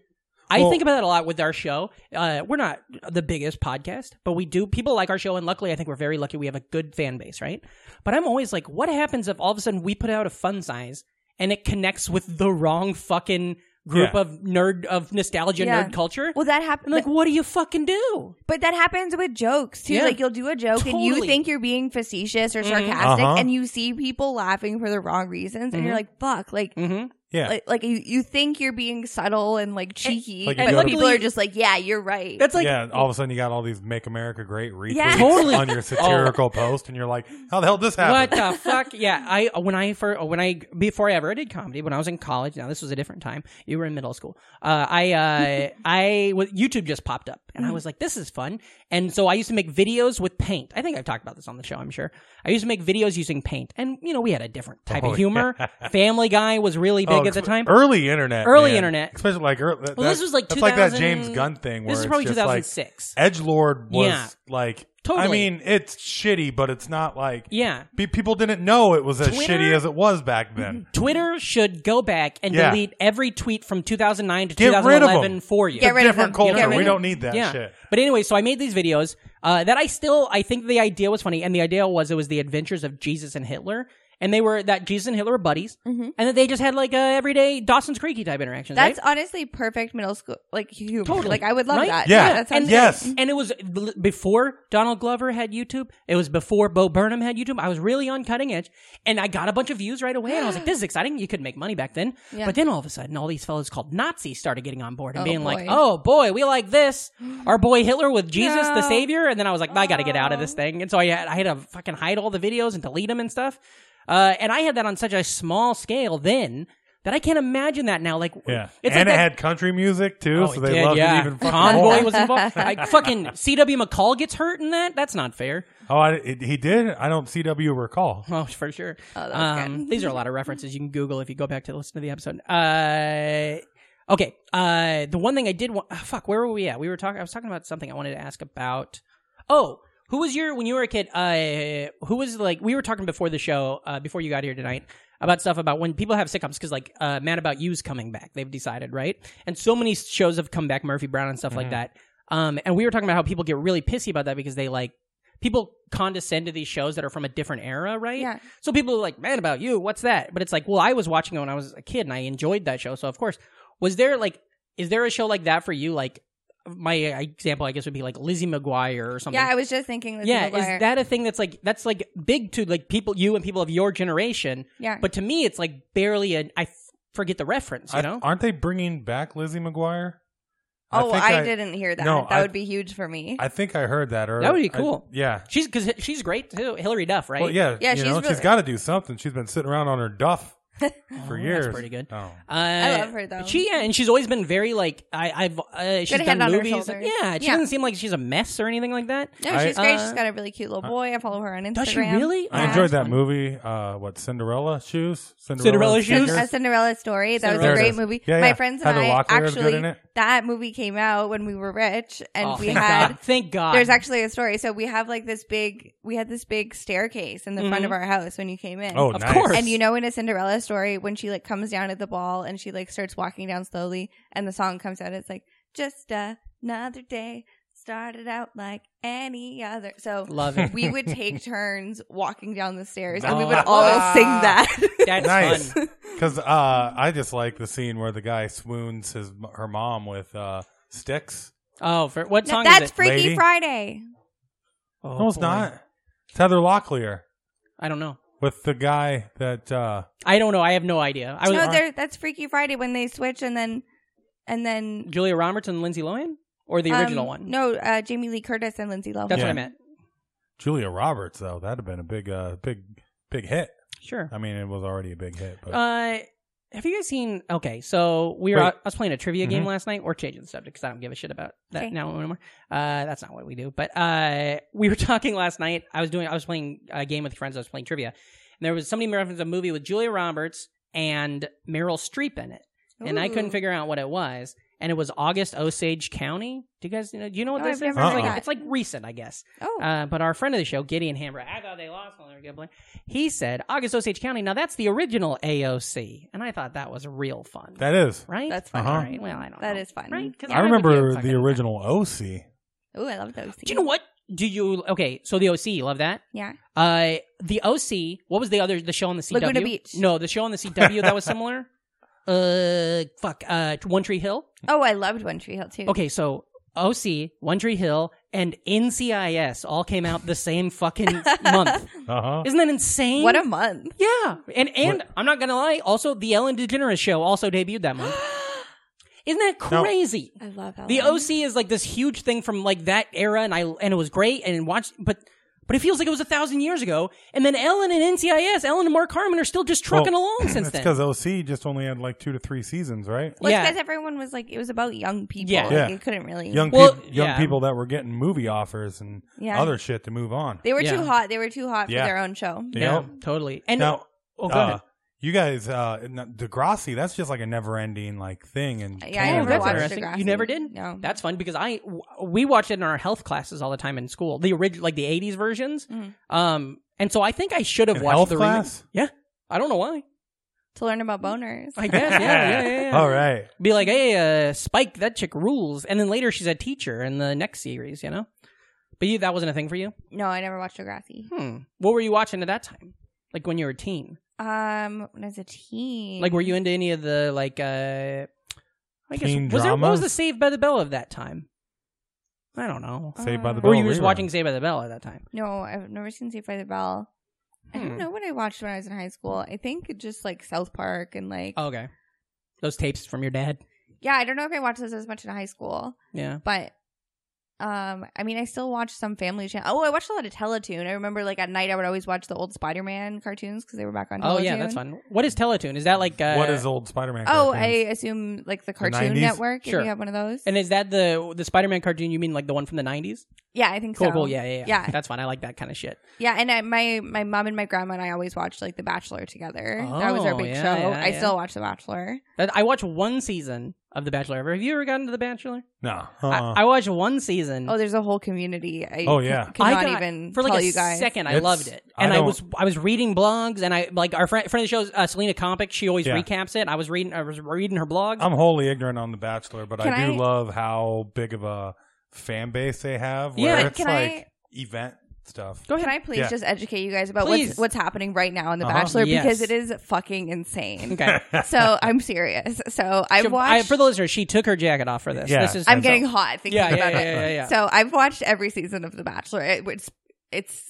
Speaker 1: I
Speaker 2: Well-
Speaker 1: think about that a lot with our show. Uh, we're not the biggest podcast, but we do. People like our show, and luckily, I think we're very lucky. We have a good fan base, right? But I'm always like, what happens if all of a sudden we put out a fun size and it connects with the wrong fucking group
Speaker 2: Yeah.
Speaker 1: of nerd of nostalgia
Speaker 3: Yeah.
Speaker 1: nerd culture?
Speaker 3: Well, that
Speaker 1: I'm
Speaker 3: happened.
Speaker 1: like, what do you fucking do?
Speaker 3: but that happens with jokes too.
Speaker 1: Yeah.
Speaker 3: Like you'll do a joke and you
Speaker 1: Totally. Mm-hmm.
Speaker 3: think you're being facetious or sarcastic,
Speaker 2: Uh-huh.
Speaker 3: and you see people laughing for the wrong reasons, and you're like, "Fuck!" Like,
Speaker 1: Mm-hmm.
Speaker 2: Yeah.
Speaker 3: like, like you, you think you're being subtle and like cheeky,
Speaker 2: Like you
Speaker 3: but
Speaker 2: go to-
Speaker 3: people are just like, "Yeah, you're right."
Speaker 1: That's like
Speaker 2: yeah, all of a sudden you got all these "Make America Great" retweets
Speaker 3: Yeah.
Speaker 1: Totally. Oh.
Speaker 2: on your satirical post, and you're like, "How the hell did this happen?"
Speaker 1: What the fuck? Yeah, I when I for when I before I ever did comedy when I was in college. Now this was a different time. You were in middle school. Uh, I uh, I was- YouTube just popped up, and
Speaker 2: Mm.
Speaker 1: I was like, this is fun. And so I used to make videos with paint. I think I've talked about this on the show. I'm sure. I used to make videos using paint, and you know we had a different type
Speaker 2: Oh,
Speaker 1: of humor. Family Guy was really big
Speaker 2: Oh,
Speaker 1: at the
Speaker 2: expe-
Speaker 1: time.
Speaker 2: Early internet.
Speaker 1: Early
Speaker 2: man.
Speaker 1: internet.
Speaker 2: Especially like early, that,
Speaker 1: Well, this was like
Speaker 2: that's like that
Speaker 1: 2000
Speaker 2: James Gunn thing. Where
Speaker 1: this is
Speaker 2: it's
Speaker 1: probably
Speaker 2: just like
Speaker 1: 2006.
Speaker 2: Edgelord was
Speaker 1: Yeah.
Speaker 2: like.
Speaker 1: Totally.
Speaker 2: I mean, it's shitty, but it's not like
Speaker 1: yeah.
Speaker 2: pe- people didn't know it was as
Speaker 1: Twitter- Mm-hmm.
Speaker 2: shitty as it was back then.
Speaker 1: Twitter should go back and
Speaker 2: Yeah.
Speaker 1: delete every tweet from 2009 to
Speaker 2: Get rid of
Speaker 1: 2011
Speaker 2: them.
Speaker 1: for you.
Speaker 3: Get rid of
Speaker 2: Different
Speaker 3: them. Get
Speaker 2: culture.
Speaker 3: rid
Speaker 2: We
Speaker 3: of
Speaker 2: don't
Speaker 3: them.
Speaker 2: need that
Speaker 1: yeah.
Speaker 2: shit.
Speaker 1: But anyway, so I made these videos uh, that I still I think the idea was funny, and the idea was it was the adventures of Jesus and Hitler, and they were that Jesus and Hitler were buddies, and that they just had like a everyday Dawson's Creeky type interactions.
Speaker 3: That's
Speaker 1: right?
Speaker 3: honest honestly perfect middle school like humor.
Speaker 1: Totally.
Speaker 3: Like I would love
Speaker 1: Right?
Speaker 3: that.
Speaker 2: Yeah.
Speaker 3: that sounds
Speaker 1: and
Speaker 3: good.
Speaker 2: Yes.
Speaker 1: and it was bl- before Donald Glover had YouTube. It was before Bo Burnham had YouTube. I was really on cutting edge, and I got a bunch of views right away. And I was like, "This is exciting! You could make money back then."
Speaker 3: Yeah.
Speaker 1: But then all of a sudden, all these fellows called Nazis started getting on board and
Speaker 3: Oh,
Speaker 1: being
Speaker 3: boy.
Speaker 1: like, "Oh boy, we like this. Our boy Hitler with Jesus the
Speaker 3: No.
Speaker 1: Savior." And then I was like, "I got to get out of
Speaker 3: Oh.
Speaker 1: this thing." And so I had I had to fucking hide all the videos and delete them and stuff. Uh, and I had that on such a small scale then. That I can't imagine that now. Like,
Speaker 2: Yeah.
Speaker 1: it's
Speaker 2: and
Speaker 1: like
Speaker 2: it
Speaker 1: that-
Speaker 2: had country music too,
Speaker 1: Oh,
Speaker 2: so
Speaker 1: it
Speaker 2: they
Speaker 1: did,
Speaker 2: loved
Speaker 1: yeah.
Speaker 2: it even fucking
Speaker 1: Convoy
Speaker 2: more.
Speaker 1: was involved. Like fucking CW McCall gets hurt in that. That's not fair.
Speaker 2: oh, I, it, he did. I don't CW recall.
Speaker 1: Oh, for sure. Um,
Speaker 3: Oh, that was good.
Speaker 1: These are a lot of references you can Google if you go back to listen to the episode. Uh, okay. Uh, the one thing I did want. ah, fuck. Where were we at? We were talking. I was talking about something I wanted to ask about. Oh, who was your when you were a kid? Uh, who was like we were talking before the show, uh, before you got here tonight. About stuff about when people have sitcoms because like uh, Mad About You's coming back, they've decided right, and so many shows have come back, Murphy Brown and stuff like that. Um, and we were talking about how people get really pissy about that because they like people condescend to these shows that are from a different era, right?
Speaker 3: Yeah.
Speaker 1: So people are like, "Man, about you, what's that?" But it's like, well, I was watching it when I was a kid and I enjoyed that show, so of course. Was there like, is there a show like that for you? Like, my example, I guess, would be like Lizzie McGuire or something.
Speaker 3: Yeah, I was just thinking. Lizzie
Speaker 1: yeah,
Speaker 3: McGuire.
Speaker 1: is that a thing that's like that's like big to like people you and people of your generation?
Speaker 3: Yeah.
Speaker 1: But to me, it's like barely a I f- forget the reference. You
Speaker 2: I-
Speaker 1: know,
Speaker 2: aren't they bringing back Lizzie McGuire?
Speaker 3: oh,
Speaker 2: think
Speaker 3: I, didn't hear that.
Speaker 2: No,
Speaker 3: that
Speaker 2: I-
Speaker 3: would be huge for me.
Speaker 1: Uh,
Speaker 2: I think I heard that. Or
Speaker 1: That would be
Speaker 2: I-
Speaker 1: cool.
Speaker 2: yeah.
Speaker 1: she's because she's great too. Hillary Duff, right?
Speaker 2: Well, yeah.
Speaker 3: Yeah,
Speaker 2: you
Speaker 3: she's
Speaker 2: know, she's
Speaker 3: really-
Speaker 2: got to do something. She's been sitting around on her duff
Speaker 1: Oh,
Speaker 2: for years.
Speaker 1: That's pretty good.
Speaker 2: Oh.
Speaker 1: Uh,
Speaker 3: I love her, though.
Speaker 1: She yeah, and she's always been very like I, I've uh, she's
Speaker 3: Um, Good head
Speaker 1: done
Speaker 3: on her
Speaker 1: movies.
Speaker 3: shoulders.
Speaker 1: yeah, she
Speaker 3: Yeah.
Speaker 1: doesn't seem like she's a mess or anything like that.
Speaker 3: no,
Speaker 2: I-
Speaker 3: she's great.
Speaker 1: Uh,
Speaker 3: She's got a really cute little boy. I follow her on Instagram.
Speaker 1: Does she really?
Speaker 2: I
Speaker 3: Yeah.
Speaker 2: enjoyed that movie. Uh, what Cinderella shoes?
Speaker 1: Cinderella
Speaker 2: Figures?
Speaker 1: Shoes?
Speaker 3: A Cinderella Story. That was
Speaker 1: Cinderella.
Speaker 3: a
Speaker 2: There it
Speaker 3: great
Speaker 2: is.
Speaker 3: movie.
Speaker 2: Yeah,
Speaker 3: My
Speaker 2: yeah.
Speaker 3: friends and
Speaker 2: Heather
Speaker 3: I
Speaker 2: Locklear is good in
Speaker 3: actually
Speaker 2: it.
Speaker 3: that movie came out when we were rich, and
Speaker 1: Oh,
Speaker 3: we
Speaker 1: thank
Speaker 3: had
Speaker 1: God. thank God.
Speaker 3: there's actually a story. So we have like this big we had this big staircase in the
Speaker 1: Mm-hmm.
Speaker 3: front of our house when you came in.
Speaker 2: Oh,
Speaker 1: of
Speaker 2: nice.
Speaker 1: course.
Speaker 3: And you know in a Cinderella story when she like comes down at the ball and she like starts walking down slowly and the song comes out it's like just another day started out like any other. So
Speaker 1: love it.
Speaker 3: we would take turns walking down the stairs and we
Speaker 1: Oh.
Speaker 3: would all sing that.
Speaker 1: That's
Speaker 2: Nice.
Speaker 1: fun.
Speaker 2: Because uh, I just like the scene where the guy swoons his her mom with uh, sticks.
Speaker 1: Oh, for, what
Speaker 3: No,
Speaker 1: song
Speaker 3: that's
Speaker 1: is it?
Speaker 3: Freaky
Speaker 2: Lady?
Speaker 3: Friday.
Speaker 1: Oh,
Speaker 2: no, it's
Speaker 1: boy.
Speaker 2: not. It's Heather Locklear
Speaker 1: I don't know.
Speaker 2: with the guy that. Uh,
Speaker 1: I don't know. I have no idea. I was
Speaker 3: No, they're, that's Freaky Friday when they switch and then and then
Speaker 1: Julia Roberts and Lindsay Lohan, or the original
Speaker 3: um,
Speaker 1: one.
Speaker 3: No, uh, Jamie Lee Curtis and Lindsay Lohan.
Speaker 1: that's what
Speaker 2: Yeah.
Speaker 1: I meant.
Speaker 2: Julia Roberts, though, that'd have been a big, uh, big, big hit.
Speaker 1: Sure.
Speaker 2: I mean, it was already a big hit, but
Speaker 1: Uh, have you guys seen? Okay, so we were
Speaker 2: Wait.
Speaker 1: I was playing a trivia game last night. We're changing the subject because I don't give a shit about that
Speaker 3: Mm-hmm. Okay.
Speaker 1: now anymore. Uh, that's not what we do. But uh, we were talking last night. I was doing. I was playing a game with friends. I was playing trivia, and there was somebody referenced a movie with Julia Roberts and Meryl Streep in it, and I couldn't
Speaker 3: Ooh.
Speaker 1: figure out what it was. And it was August Osage County. Do you guys know? Do you know what
Speaker 3: No,
Speaker 1: this
Speaker 3: Oh, I've
Speaker 1: is?
Speaker 3: never
Speaker 1: It's
Speaker 2: heard
Speaker 1: like,
Speaker 3: that.
Speaker 1: it's like recent, I guess.
Speaker 3: Oh,
Speaker 1: Uh, but our friend of the show, Gideon Hamburg, I thought they lost while they were gambling. He said August Osage County. Now that's the original AOC, and I thought that was real fun.
Speaker 2: that is.
Speaker 1: right?
Speaker 3: That's funny.
Speaker 2: Uh-huh.
Speaker 1: All right. Well, I don't.
Speaker 3: that
Speaker 1: know.
Speaker 3: is fun.
Speaker 1: right. 'Cause
Speaker 2: I
Speaker 1: remember doing
Speaker 2: remember
Speaker 1: something
Speaker 2: the
Speaker 1: like
Speaker 2: original OC.
Speaker 3: Ooh, I love those.
Speaker 1: that. Do you know what? Do you okay? So the OC, you love that.
Speaker 3: Yeah.
Speaker 1: Uh, the OC. What was the other? The show on the CW.
Speaker 3: Laguna Beach.
Speaker 1: No, the show on the CW that was similar. Uh, fuck. Uh, One Tree Hill.
Speaker 3: Oh, I loved One Tree Hill too.
Speaker 1: Okay, so OC, One Tree Hill, and NCIS all came out the same fucking month.
Speaker 2: Uh huh.
Speaker 1: Isn't that insane?
Speaker 3: What a month.
Speaker 1: Yeah, and and I'm not gonna lie. Also, the Ellen DeGeneres show also debuted that month. Isn't that
Speaker 2: Now-
Speaker 1: crazy?
Speaker 3: I love Ellen.
Speaker 1: the OC is like this huge thing from like that era, and I and it was great and watched, but but it feels like it was a thousand years ago. And then Ellen and NCIS, Ellen and Mark Harmon are still just trucking
Speaker 2: Well,
Speaker 1: along since then.
Speaker 2: That's because OC just only had like two to three seasons, right?
Speaker 3: Well,
Speaker 1: yeah.
Speaker 3: because everyone was like, it was about young people.
Speaker 1: Yeah.
Speaker 3: Like,
Speaker 2: Yeah.
Speaker 3: It couldn't really.
Speaker 2: Young,
Speaker 1: Well,
Speaker 2: peop- young
Speaker 1: yeah.
Speaker 2: people that were getting movie offers and
Speaker 3: Yeah.
Speaker 2: other shit to move on.
Speaker 3: They were
Speaker 1: Yeah.
Speaker 3: too hot. They were too hot for
Speaker 2: Yeah.
Speaker 3: their own show.
Speaker 1: yeah,
Speaker 2: Yep.
Speaker 1: totally. And
Speaker 2: Now,
Speaker 1: oh, go
Speaker 2: uh,
Speaker 1: ahead.
Speaker 2: you guys, uh, n- Degrassi, that's just like a never ending like thing. And
Speaker 3: Yeah, I
Speaker 1: oh,
Speaker 3: never
Speaker 1: that's
Speaker 3: watched
Speaker 1: interesting.
Speaker 3: Degrassi.
Speaker 1: You never did?
Speaker 3: No.
Speaker 1: That's fun because I w- we watched it in our health classes all the time in school. The original, like the '80s versions.
Speaker 3: Mhm.
Speaker 1: Um, and so I think I should have
Speaker 2: In
Speaker 1: watched
Speaker 2: health
Speaker 1: the remake.
Speaker 2: class?
Speaker 1: Yeah, I don't know why.
Speaker 3: To learn about boners.
Speaker 1: I guess. Yeah, yeah, yeah. yeah.
Speaker 2: All right.
Speaker 1: Be like, hey, uh, Spike, that chick rules. And then later she's a teacher in the next series, you know? But you, that wasn't a thing for you?
Speaker 3: no, I never watched Degrassi.
Speaker 1: Hmm. What were you watching at that time? Like when you were a teen?
Speaker 3: Um, when I was a teen.
Speaker 1: Like, were you into any of the, like, uh, I guess,
Speaker 2: Teen
Speaker 1: was there, what was
Speaker 2: dramas?
Speaker 1: the Saved by the Bell of that time? I don't know.
Speaker 2: Saved by the
Speaker 3: Uh,
Speaker 2: Bell.
Speaker 1: or were you just
Speaker 2: rerun.
Speaker 1: watching Saved by the Bell at that time?
Speaker 3: No, I've never seen Saved by the Bell. I
Speaker 1: Hmm.
Speaker 3: don't know what I watched when I was in high school. I think just like South Park and like.
Speaker 1: Oh, okay. Those tapes from your dad?
Speaker 3: Yeah, I don't know if I watched those as much in high school.
Speaker 1: Yeah.
Speaker 3: but um i mean i still watch some family channel oh i watched a lot of teletoon i remember like at night i would always watch the old spider-man cartoons because they were back on teletoon
Speaker 1: Oh, yeah, that's fun. What is Teletoon? Is that like, uh,
Speaker 2: what is old Spider Man?
Speaker 3: oh i assume like the cartoon
Speaker 2: 90s?
Speaker 3: network
Speaker 1: Sure.
Speaker 3: if you have one of those
Speaker 1: and is that the the Spider Man cartoon? You mean like the one from the nineties?
Speaker 3: yeah i think
Speaker 1: Cool,
Speaker 3: so
Speaker 1: cool, yeah, yeah, yeah,
Speaker 3: Yeah.
Speaker 1: That's fine. I like that kind of shit.
Speaker 3: yeah and I, my my mom and my grandma and i always watched like the bachelor together that was our
Speaker 1: Oh,
Speaker 3: big
Speaker 1: yeah,
Speaker 3: show
Speaker 1: yeah,
Speaker 3: i
Speaker 1: yeah.
Speaker 3: still watch the bachelor
Speaker 1: That, I watched one season of The Bachelor. Ever have you ever gotten to The Bachelor?
Speaker 2: No. Uh-uh.
Speaker 1: I, I watched one season.
Speaker 3: oh there's a whole community i
Speaker 2: Oh, yeah.
Speaker 3: could
Speaker 1: I
Speaker 3: not
Speaker 1: got-
Speaker 3: even
Speaker 1: for like
Speaker 3: tell
Speaker 1: a
Speaker 3: you guys
Speaker 1: second. I
Speaker 2: It's-
Speaker 1: loved it,
Speaker 2: I
Speaker 1: and I,
Speaker 2: don't-
Speaker 1: was I was reading blogs, and I like our friend friend of the show's uh, Selena Compic. She always
Speaker 2: Yeah.
Speaker 1: recaps it. I was reading I was reading her blogs.
Speaker 2: am wholly ignorant on The Bachelor, but I
Speaker 3: Can
Speaker 2: do
Speaker 3: I-
Speaker 2: love how big of a fan base they have.
Speaker 1: Yeah,
Speaker 2: Where it's
Speaker 3: can
Speaker 2: like
Speaker 3: I-
Speaker 2: event stuff.
Speaker 1: Go ahead.
Speaker 3: Can I please
Speaker 2: Yeah.
Speaker 3: just educate you guys about
Speaker 1: Please.
Speaker 3: what's what's happening right now in The
Speaker 2: Uh-huh.
Speaker 3: Bachelor
Speaker 1: Yes.
Speaker 3: because it is fucking insane.
Speaker 1: Okay.
Speaker 3: so I'm serious. So I've
Speaker 1: She- I-
Speaker 3: watched.
Speaker 1: for the listener, she took her jacket off for this.
Speaker 2: Yeah.
Speaker 1: This is
Speaker 3: I'm getting hot thinking
Speaker 1: yeah, yeah,
Speaker 3: about
Speaker 1: yeah,
Speaker 3: it.
Speaker 1: yeah, yeah, yeah.
Speaker 3: So I've watched every season of The Bachelor. It, it's it's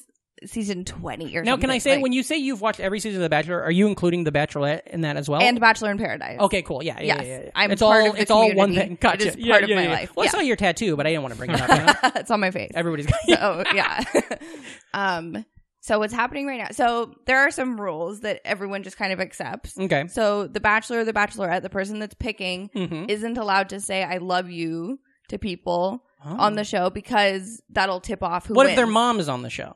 Speaker 3: season twenty or
Speaker 1: now, can I
Speaker 3: something,
Speaker 1: say
Speaker 3: like-
Speaker 1: when you say you've watched every season of The Bachelor, are you including The Bachelorette in that as well?
Speaker 3: and Bachelor in Paradise?
Speaker 1: okay, cool. Yeah, yeah,
Speaker 3: Yes.
Speaker 1: yeah, yeah.
Speaker 3: I'm
Speaker 1: it's
Speaker 3: part
Speaker 1: all
Speaker 3: of the
Speaker 1: it's all one
Speaker 3: community.
Speaker 1: thing. Gotcha.
Speaker 3: It is
Speaker 1: yeah,
Speaker 3: part of
Speaker 1: yeah,
Speaker 3: my
Speaker 1: yeah.
Speaker 3: life.
Speaker 1: Well, I
Speaker 3: Yeah.
Speaker 1: saw your tattoo, but I didn't want to bring it up. you know?
Speaker 3: it's on my face.
Speaker 1: Everybody's
Speaker 3: so yeah. um. So what's happening right now? So there are some rules that everyone just kind of accepts.
Speaker 1: okay.
Speaker 3: So the Bachelor, the Bachelorette, the person that's picking
Speaker 1: Mm-hmm.
Speaker 3: isn't allowed to say "I love you" to people on the show because that'll tip off who.
Speaker 1: Oh. what if their
Speaker 3: wins.
Speaker 1: mom is on the show?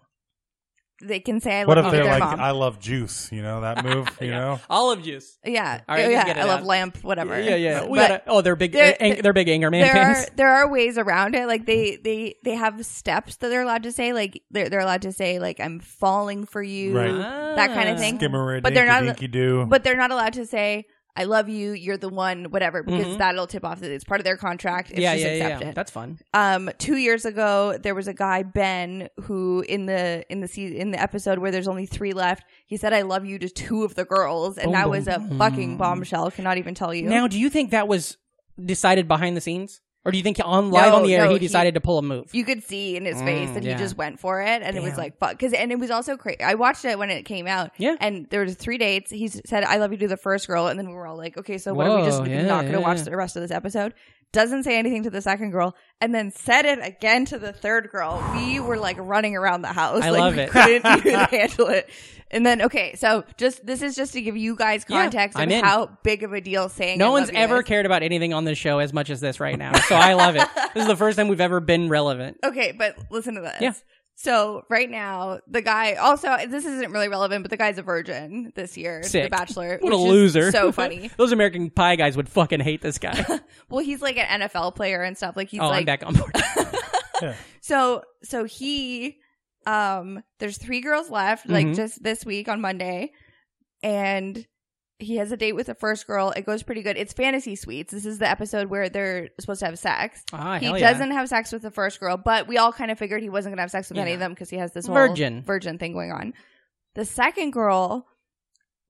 Speaker 3: They can say "I
Speaker 2: what
Speaker 3: love you"
Speaker 2: if they're
Speaker 3: to their
Speaker 2: like,
Speaker 3: mom.
Speaker 2: I love juice? You know that move. You know,
Speaker 1: Olive juice.
Speaker 3: yeah,
Speaker 1: All right,
Speaker 3: Oh,
Speaker 1: you
Speaker 3: yeah,
Speaker 1: get it
Speaker 3: I love
Speaker 1: out.
Speaker 3: lamp, whatever.
Speaker 1: Yeah, yeah. We
Speaker 3: But
Speaker 1: gotta, oh, they're big.
Speaker 3: there-
Speaker 1: ang- they're big anger man
Speaker 3: there
Speaker 1: fans.
Speaker 3: are there are ways around it. Like they they they have steps that they're allowed to say. Like they're they're allowed to say like "I'm falling for you,"
Speaker 2: Right.
Speaker 3: that kind
Speaker 1: Ah.
Speaker 3: of thing.
Speaker 2: skimmer
Speaker 3: But they're not-
Speaker 2: do.
Speaker 3: But they're not allowed to say. I love you. You're the one. Whatever, because
Speaker 1: Mhm.
Speaker 3: that'll tip off that it's part of their contract. It's
Speaker 1: yeah,
Speaker 3: just
Speaker 1: yeah, yeah,
Speaker 3: accepted.
Speaker 1: yeah. That's fun.
Speaker 3: um two years ago there was a guy ben who in the in the se- in the episode where there's only three left he said i love you to two of the girls and
Speaker 1: Boom,
Speaker 3: that
Speaker 1: boom,
Speaker 3: was a
Speaker 1: boom.
Speaker 3: fucking bombshell cannot even tell you
Speaker 1: Now, do you think that was decided behind the scenes, or do you think on live
Speaker 3: No,
Speaker 1: on the air
Speaker 3: no,
Speaker 1: he
Speaker 3: he-
Speaker 1: decided to pull a move?
Speaker 3: you could see in his face
Speaker 1: Mm,
Speaker 3: that
Speaker 1: yeah.
Speaker 3: he just went for it and it was
Speaker 1: Damn.
Speaker 3: like fuck because and it was also crazy i watched it when it came out
Speaker 1: Yeah.
Speaker 3: and there was three dates he s- said i love you to the first girl and then we were all like okay so what are we just
Speaker 1: Whoa, yeah,
Speaker 3: not gonna
Speaker 1: yeah,
Speaker 3: watch
Speaker 1: yeah.
Speaker 3: the rest of this episode doesn't say anything to the second girl and then said it again to the third girl we were like running around the house
Speaker 1: I
Speaker 3: like,
Speaker 1: love
Speaker 3: we
Speaker 1: it.
Speaker 3: couldn't even handle it and then okay so just this is just to give you guys
Speaker 1: Yeah,
Speaker 3: context
Speaker 1: I'm
Speaker 3: of
Speaker 1: in.
Speaker 3: how big of a deal saying I
Speaker 1: no
Speaker 3: love
Speaker 1: one's
Speaker 3: you
Speaker 1: ever
Speaker 3: is.
Speaker 1: cared about anything on this show as much as this right now, so I love it. This is the first time we've ever been relevant.
Speaker 3: Okay, but listen to this.
Speaker 1: Yeah.
Speaker 3: So right now, the guy also this isn't really relevant, but the guy's a virgin this year.
Speaker 1: Sick.
Speaker 3: The Bachelor.
Speaker 1: What a
Speaker 3: which is
Speaker 1: loser!
Speaker 3: So funny.
Speaker 1: Those American Pie guys would fucking hate this guy.
Speaker 3: well, he's like an NFL player and stuff. Like he's
Speaker 1: oh, I'm
Speaker 3: like
Speaker 1: back on board.
Speaker 3: so so he um there's three girls left,
Speaker 1: Mhm.
Speaker 3: like just this week on Monday. And he has a date with the first girl. It goes pretty good. It's fantasy suites. This is the episode where they're supposed to have sex.
Speaker 1: Ah,
Speaker 3: he
Speaker 1: hell yeah.
Speaker 3: doesn't have sex with the first girl, but we all kind of figured he wasn't going to have sex with any
Speaker 1: Yeah.
Speaker 3: of them because he has this whole
Speaker 1: Virgin.
Speaker 3: virgin thing going on. The second girl,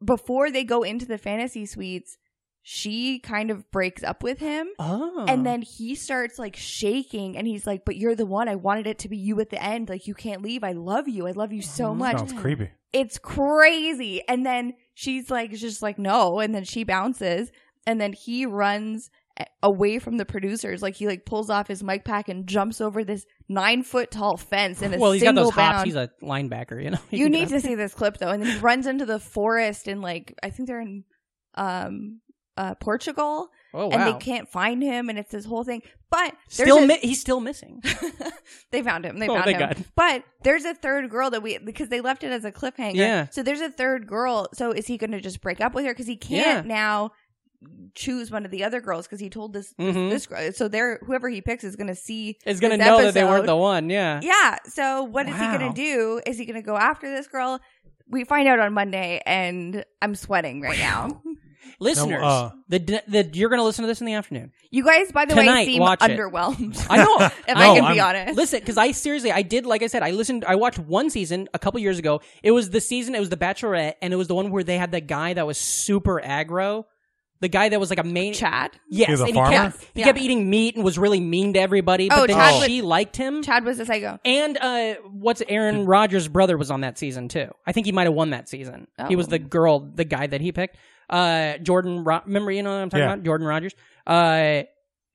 Speaker 3: before they go into the fantasy suites, she kind of breaks up with him.
Speaker 1: Oh.
Speaker 3: And then he starts like shaking and he's like, But you're the one. I wanted it to be you at the end. Like, you can't leave. I love you. I love you so much
Speaker 2: Sounds creepy.
Speaker 3: it's crazy. And then she's like, just like, no. And then she bounces. And then he runs a- away from the producers. Like he like pulls off his mic pack and jumps over this nine foot tall fence in a
Speaker 1: well, he's got
Speaker 3: single
Speaker 1: those hops.
Speaker 3: bound.
Speaker 1: He's a linebacker, you know. He
Speaker 3: you
Speaker 1: can get
Speaker 3: need to
Speaker 1: up.
Speaker 3: see this clip though. And then he runs into the forest and like I think they're in um uh Portugal
Speaker 1: Oh
Speaker 3: and
Speaker 1: wow.
Speaker 3: they can't find him and it's this whole thing. But there's
Speaker 1: still,
Speaker 3: a-
Speaker 1: mi- he's still missing.
Speaker 3: they found him. They
Speaker 1: Oh,
Speaker 3: found
Speaker 1: thank
Speaker 3: him.
Speaker 1: God.
Speaker 3: But there's a third girl that we because they left it as a cliffhanger.
Speaker 1: Yeah.
Speaker 3: So there's a third girl. So is he going to just break up with her because he can't now choose one of the other girls because he told this
Speaker 1: Mhm.
Speaker 3: this girl. So they're whoever he picks is going to see.
Speaker 1: Is going to
Speaker 3: this
Speaker 1: know that they weren't
Speaker 3: episode.
Speaker 1: the one. Yeah.
Speaker 3: Yeah. So what is he
Speaker 1: Wow.
Speaker 3: going to do? Is he going to go after this girl? We find out on Monday, and I'm sweating right now.
Speaker 1: Listeners,
Speaker 2: No, uh,
Speaker 1: the, d- the you're going to listen to this in the afternoon.
Speaker 3: You guys, by the
Speaker 1: Tonight,
Speaker 3: way, seem
Speaker 1: watch it.
Speaker 3: underwhelmed.
Speaker 1: I know.
Speaker 3: if
Speaker 2: No,
Speaker 3: I can be
Speaker 2: I'm-
Speaker 3: honest.
Speaker 1: Listen, because I seriously, I did, like I said, I listened, I watched one season a couple years ago. It was the season, it was The Bachelorette, and it was the one where they had that guy that was super aggro. The guy that was like a main.
Speaker 3: Chad.
Speaker 1: Yes,
Speaker 2: He was a
Speaker 1: and he
Speaker 2: farmer?
Speaker 1: kept, he
Speaker 3: Yeah.
Speaker 1: kept eating meat and was really mean to everybody, but
Speaker 3: Oh,
Speaker 1: then
Speaker 3: Chad
Speaker 1: she liked him.
Speaker 3: Chad was a psycho.
Speaker 1: And uh, what's Aaron Rodgers' brother was on that season too. I think he might have won that season. He was
Speaker 3: Oh.
Speaker 1: the girl, the guy that he picked. Uh, Jordan, Ro- remember you know what I'm talking
Speaker 2: Yeah.
Speaker 1: about? Jordan Rodgers. Uh,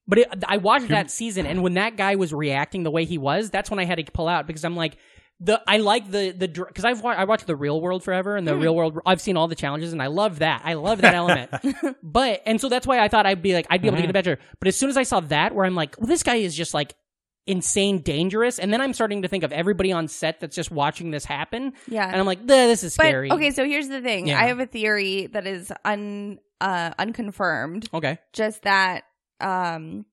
Speaker 1: but it, I watched that season, and when that guy was reacting the way he was, that's when I had to pull out because I'm like. The I like the the because I've wa- I watched the Real World forever and the Real World I've seen all the challenges and I love that I love that element but and so that's why I thought I'd be like I'd be able to get a better but as soon as I saw that where I'm like well this guy is just like insane dangerous and then i'm starting to think of everybody on set that's just watching this happen
Speaker 3: Yeah.
Speaker 1: and i'm like "Duh, this is
Speaker 3: Uh, But
Speaker 1: scary
Speaker 3: okay, so here's the thing.
Speaker 1: Yeah.
Speaker 3: I have a theory that is un uh, unconfirmed.
Speaker 1: okay
Speaker 3: Just that um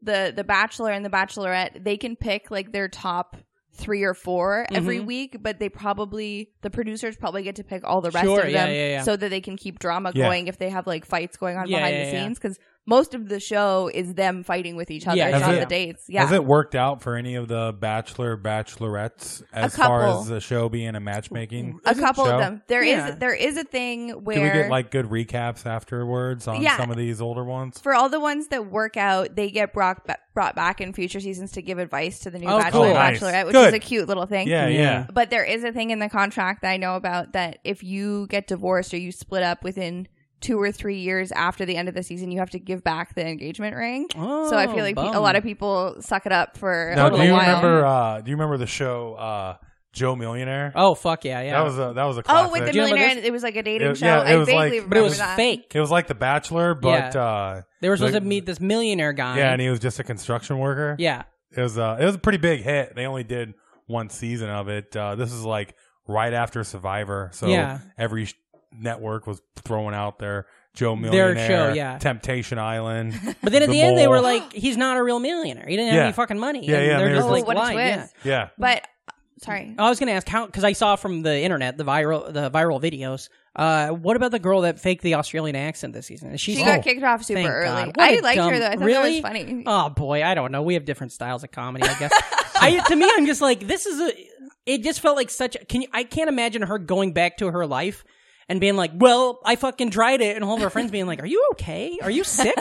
Speaker 3: the the Bachelor and the Bachelorette they can pick like their top three or 4 every
Speaker 1: Mhm.
Speaker 3: week, but they probably the producers probably get to pick all the rest
Speaker 1: Sure,
Speaker 3: of them
Speaker 1: yeah, yeah, yeah.
Speaker 3: so that they can keep drama
Speaker 2: Yeah.
Speaker 3: going if they have like fights going on
Speaker 1: Yeah,
Speaker 3: behind
Speaker 1: yeah,
Speaker 3: the
Speaker 1: yeah.
Speaker 3: scenes because most of the show is them fighting with each other.
Speaker 1: Yeah,
Speaker 3: it's
Speaker 2: Has
Speaker 3: not
Speaker 2: it-
Speaker 3: the dates. Yeah.
Speaker 2: Has it worked out for any of the bachelor bachelorettes as far
Speaker 3: couple.
Speaker 2: as the show being a matchmaking?
Speaker 3: a couple
Speaker 2: show?
Speaker 3: of them. There is
Speaker 1: Yeah.
Speaker 3: there is a thing where
Speaker 2: Can we get like good recaps afterwards on
Speaker 3: Yeah.
Speaker 2: some of these older ones?
Speaker 3: for all the ones that work out, they get brought ba- brought back in future seasons to give advice to the new
Speaker 1: Oh,
Speaker 3: bachelor and
Speaker 1: cool.
Speaker 2: Nice.
Speaker 3: bachelorette, which is
Speaker 2: Good.
Speaker 3: a cute little thing.
Speaker 2: Yeah,
Speaker 1: Yeah.
Speaker 2: yeah.
Speaker 3: But there is a thing in the contract that I know about that if you get divorced or you split up within two or three years after the end of the season, you have to give back the engagement ring. so I
Speaker 1: Oh,
Speaker 3: feel like pe- a lot of people suck it up for
Speaker 2: Now,
Speaker 3: a
Speaker 2: do
Speaker 3: little
Speaker 2: you
Speaker 3: while.
Speaker 2: remember? Uh, do you remember the show uh, Joe Millionaire?
Speaker 1: Oh fuck yeah, yeah.
Speaker 2: That was a that was a
Speaker 3: oh,
Speaker 2: classic.
Speaker 3: with the
Speaker 1: Do you remember
Speaker 3: millionaire,
Speaker 1: this?
Speaker 3: and it was like a dating
Speaker 2: It-
Speaker 3: show.
Speaker 2: yeah, it
Speaker 3: I
Speaker 2: was
Speaker 3: vaguely
Speaker 2: like-
Speaker 3: remember
Speaker 1: but it was
Speaker 3: that.
Speaker 1: fake.
Speaker 2: it was like The Bachelor, but
Speaker 1: Yeah.
Speaker 2: uh,
Speaker 1: They were supposed
Speaker 2: Like-
Speaker 1: to meet this millionaire guy.
Speaker 2: yeah, and he was just a construction worker.
Speaker 1: yeah.
Speaker 2: It was uh, it was a pretty big hit. They only did one season of it. Uh, this is like right after Survivor, so
Speaker 1: Yeah.
Speaker 2: every sh- network was throwing out their Joe
Speaker 1: Their
Speaker 2: Millionaire,
Speaker 1: show, yeah.
Speaker 2: Temptation Island.
Speaker 1: But then at
Speaker 2: The
Speaker 1: the, end, they were
Speaker 2: mole.
Speaker 1: like, "He's not a real millionaire. He didn't have
Speaker 2: Yeah.
Speaker 1: any fucking money."
Speaker 2: Yeah,
Speaker 1: And
Speaker 2: yeah,
Speaker 1: They're
Speaker 2: they
Speaker 1: just
Speaker 2: were
Speaker 3: Oh,
Speaker 1: like,
Speaker 3: what a
Speaker 1: "Why?" Yeah. Oh,
Speaker 3: twist!
Speaker 2: yeah,
Speaker 3: But sorry,
Speaker 1: I was going to ask how because I saw from the internet the viral the viral videos. Uh, what about the girl that faked the Australian accent this season? She's
Speaker 3: she got kicked off super
Speaker 1: oh. thank
Speaker 3: early.
Speaker 1: God. What
Speaker 3: I
Speaker 1: a
Speaker 3: liked her
Speaker 1: dumb-
Speaker 3: though. I thought
Speaker 1: really?
Speaker 3: that was funny.
Speaker 1: Oh boy, I don't know. We have different styles of comedy, I guess. I to me, I'm just like this is a. It just felt like such. Can you, I can't imagine her going back to her life and being like, "Well, I fucking tried it," and all of her friends being like, "Are you okay? Are you sick?"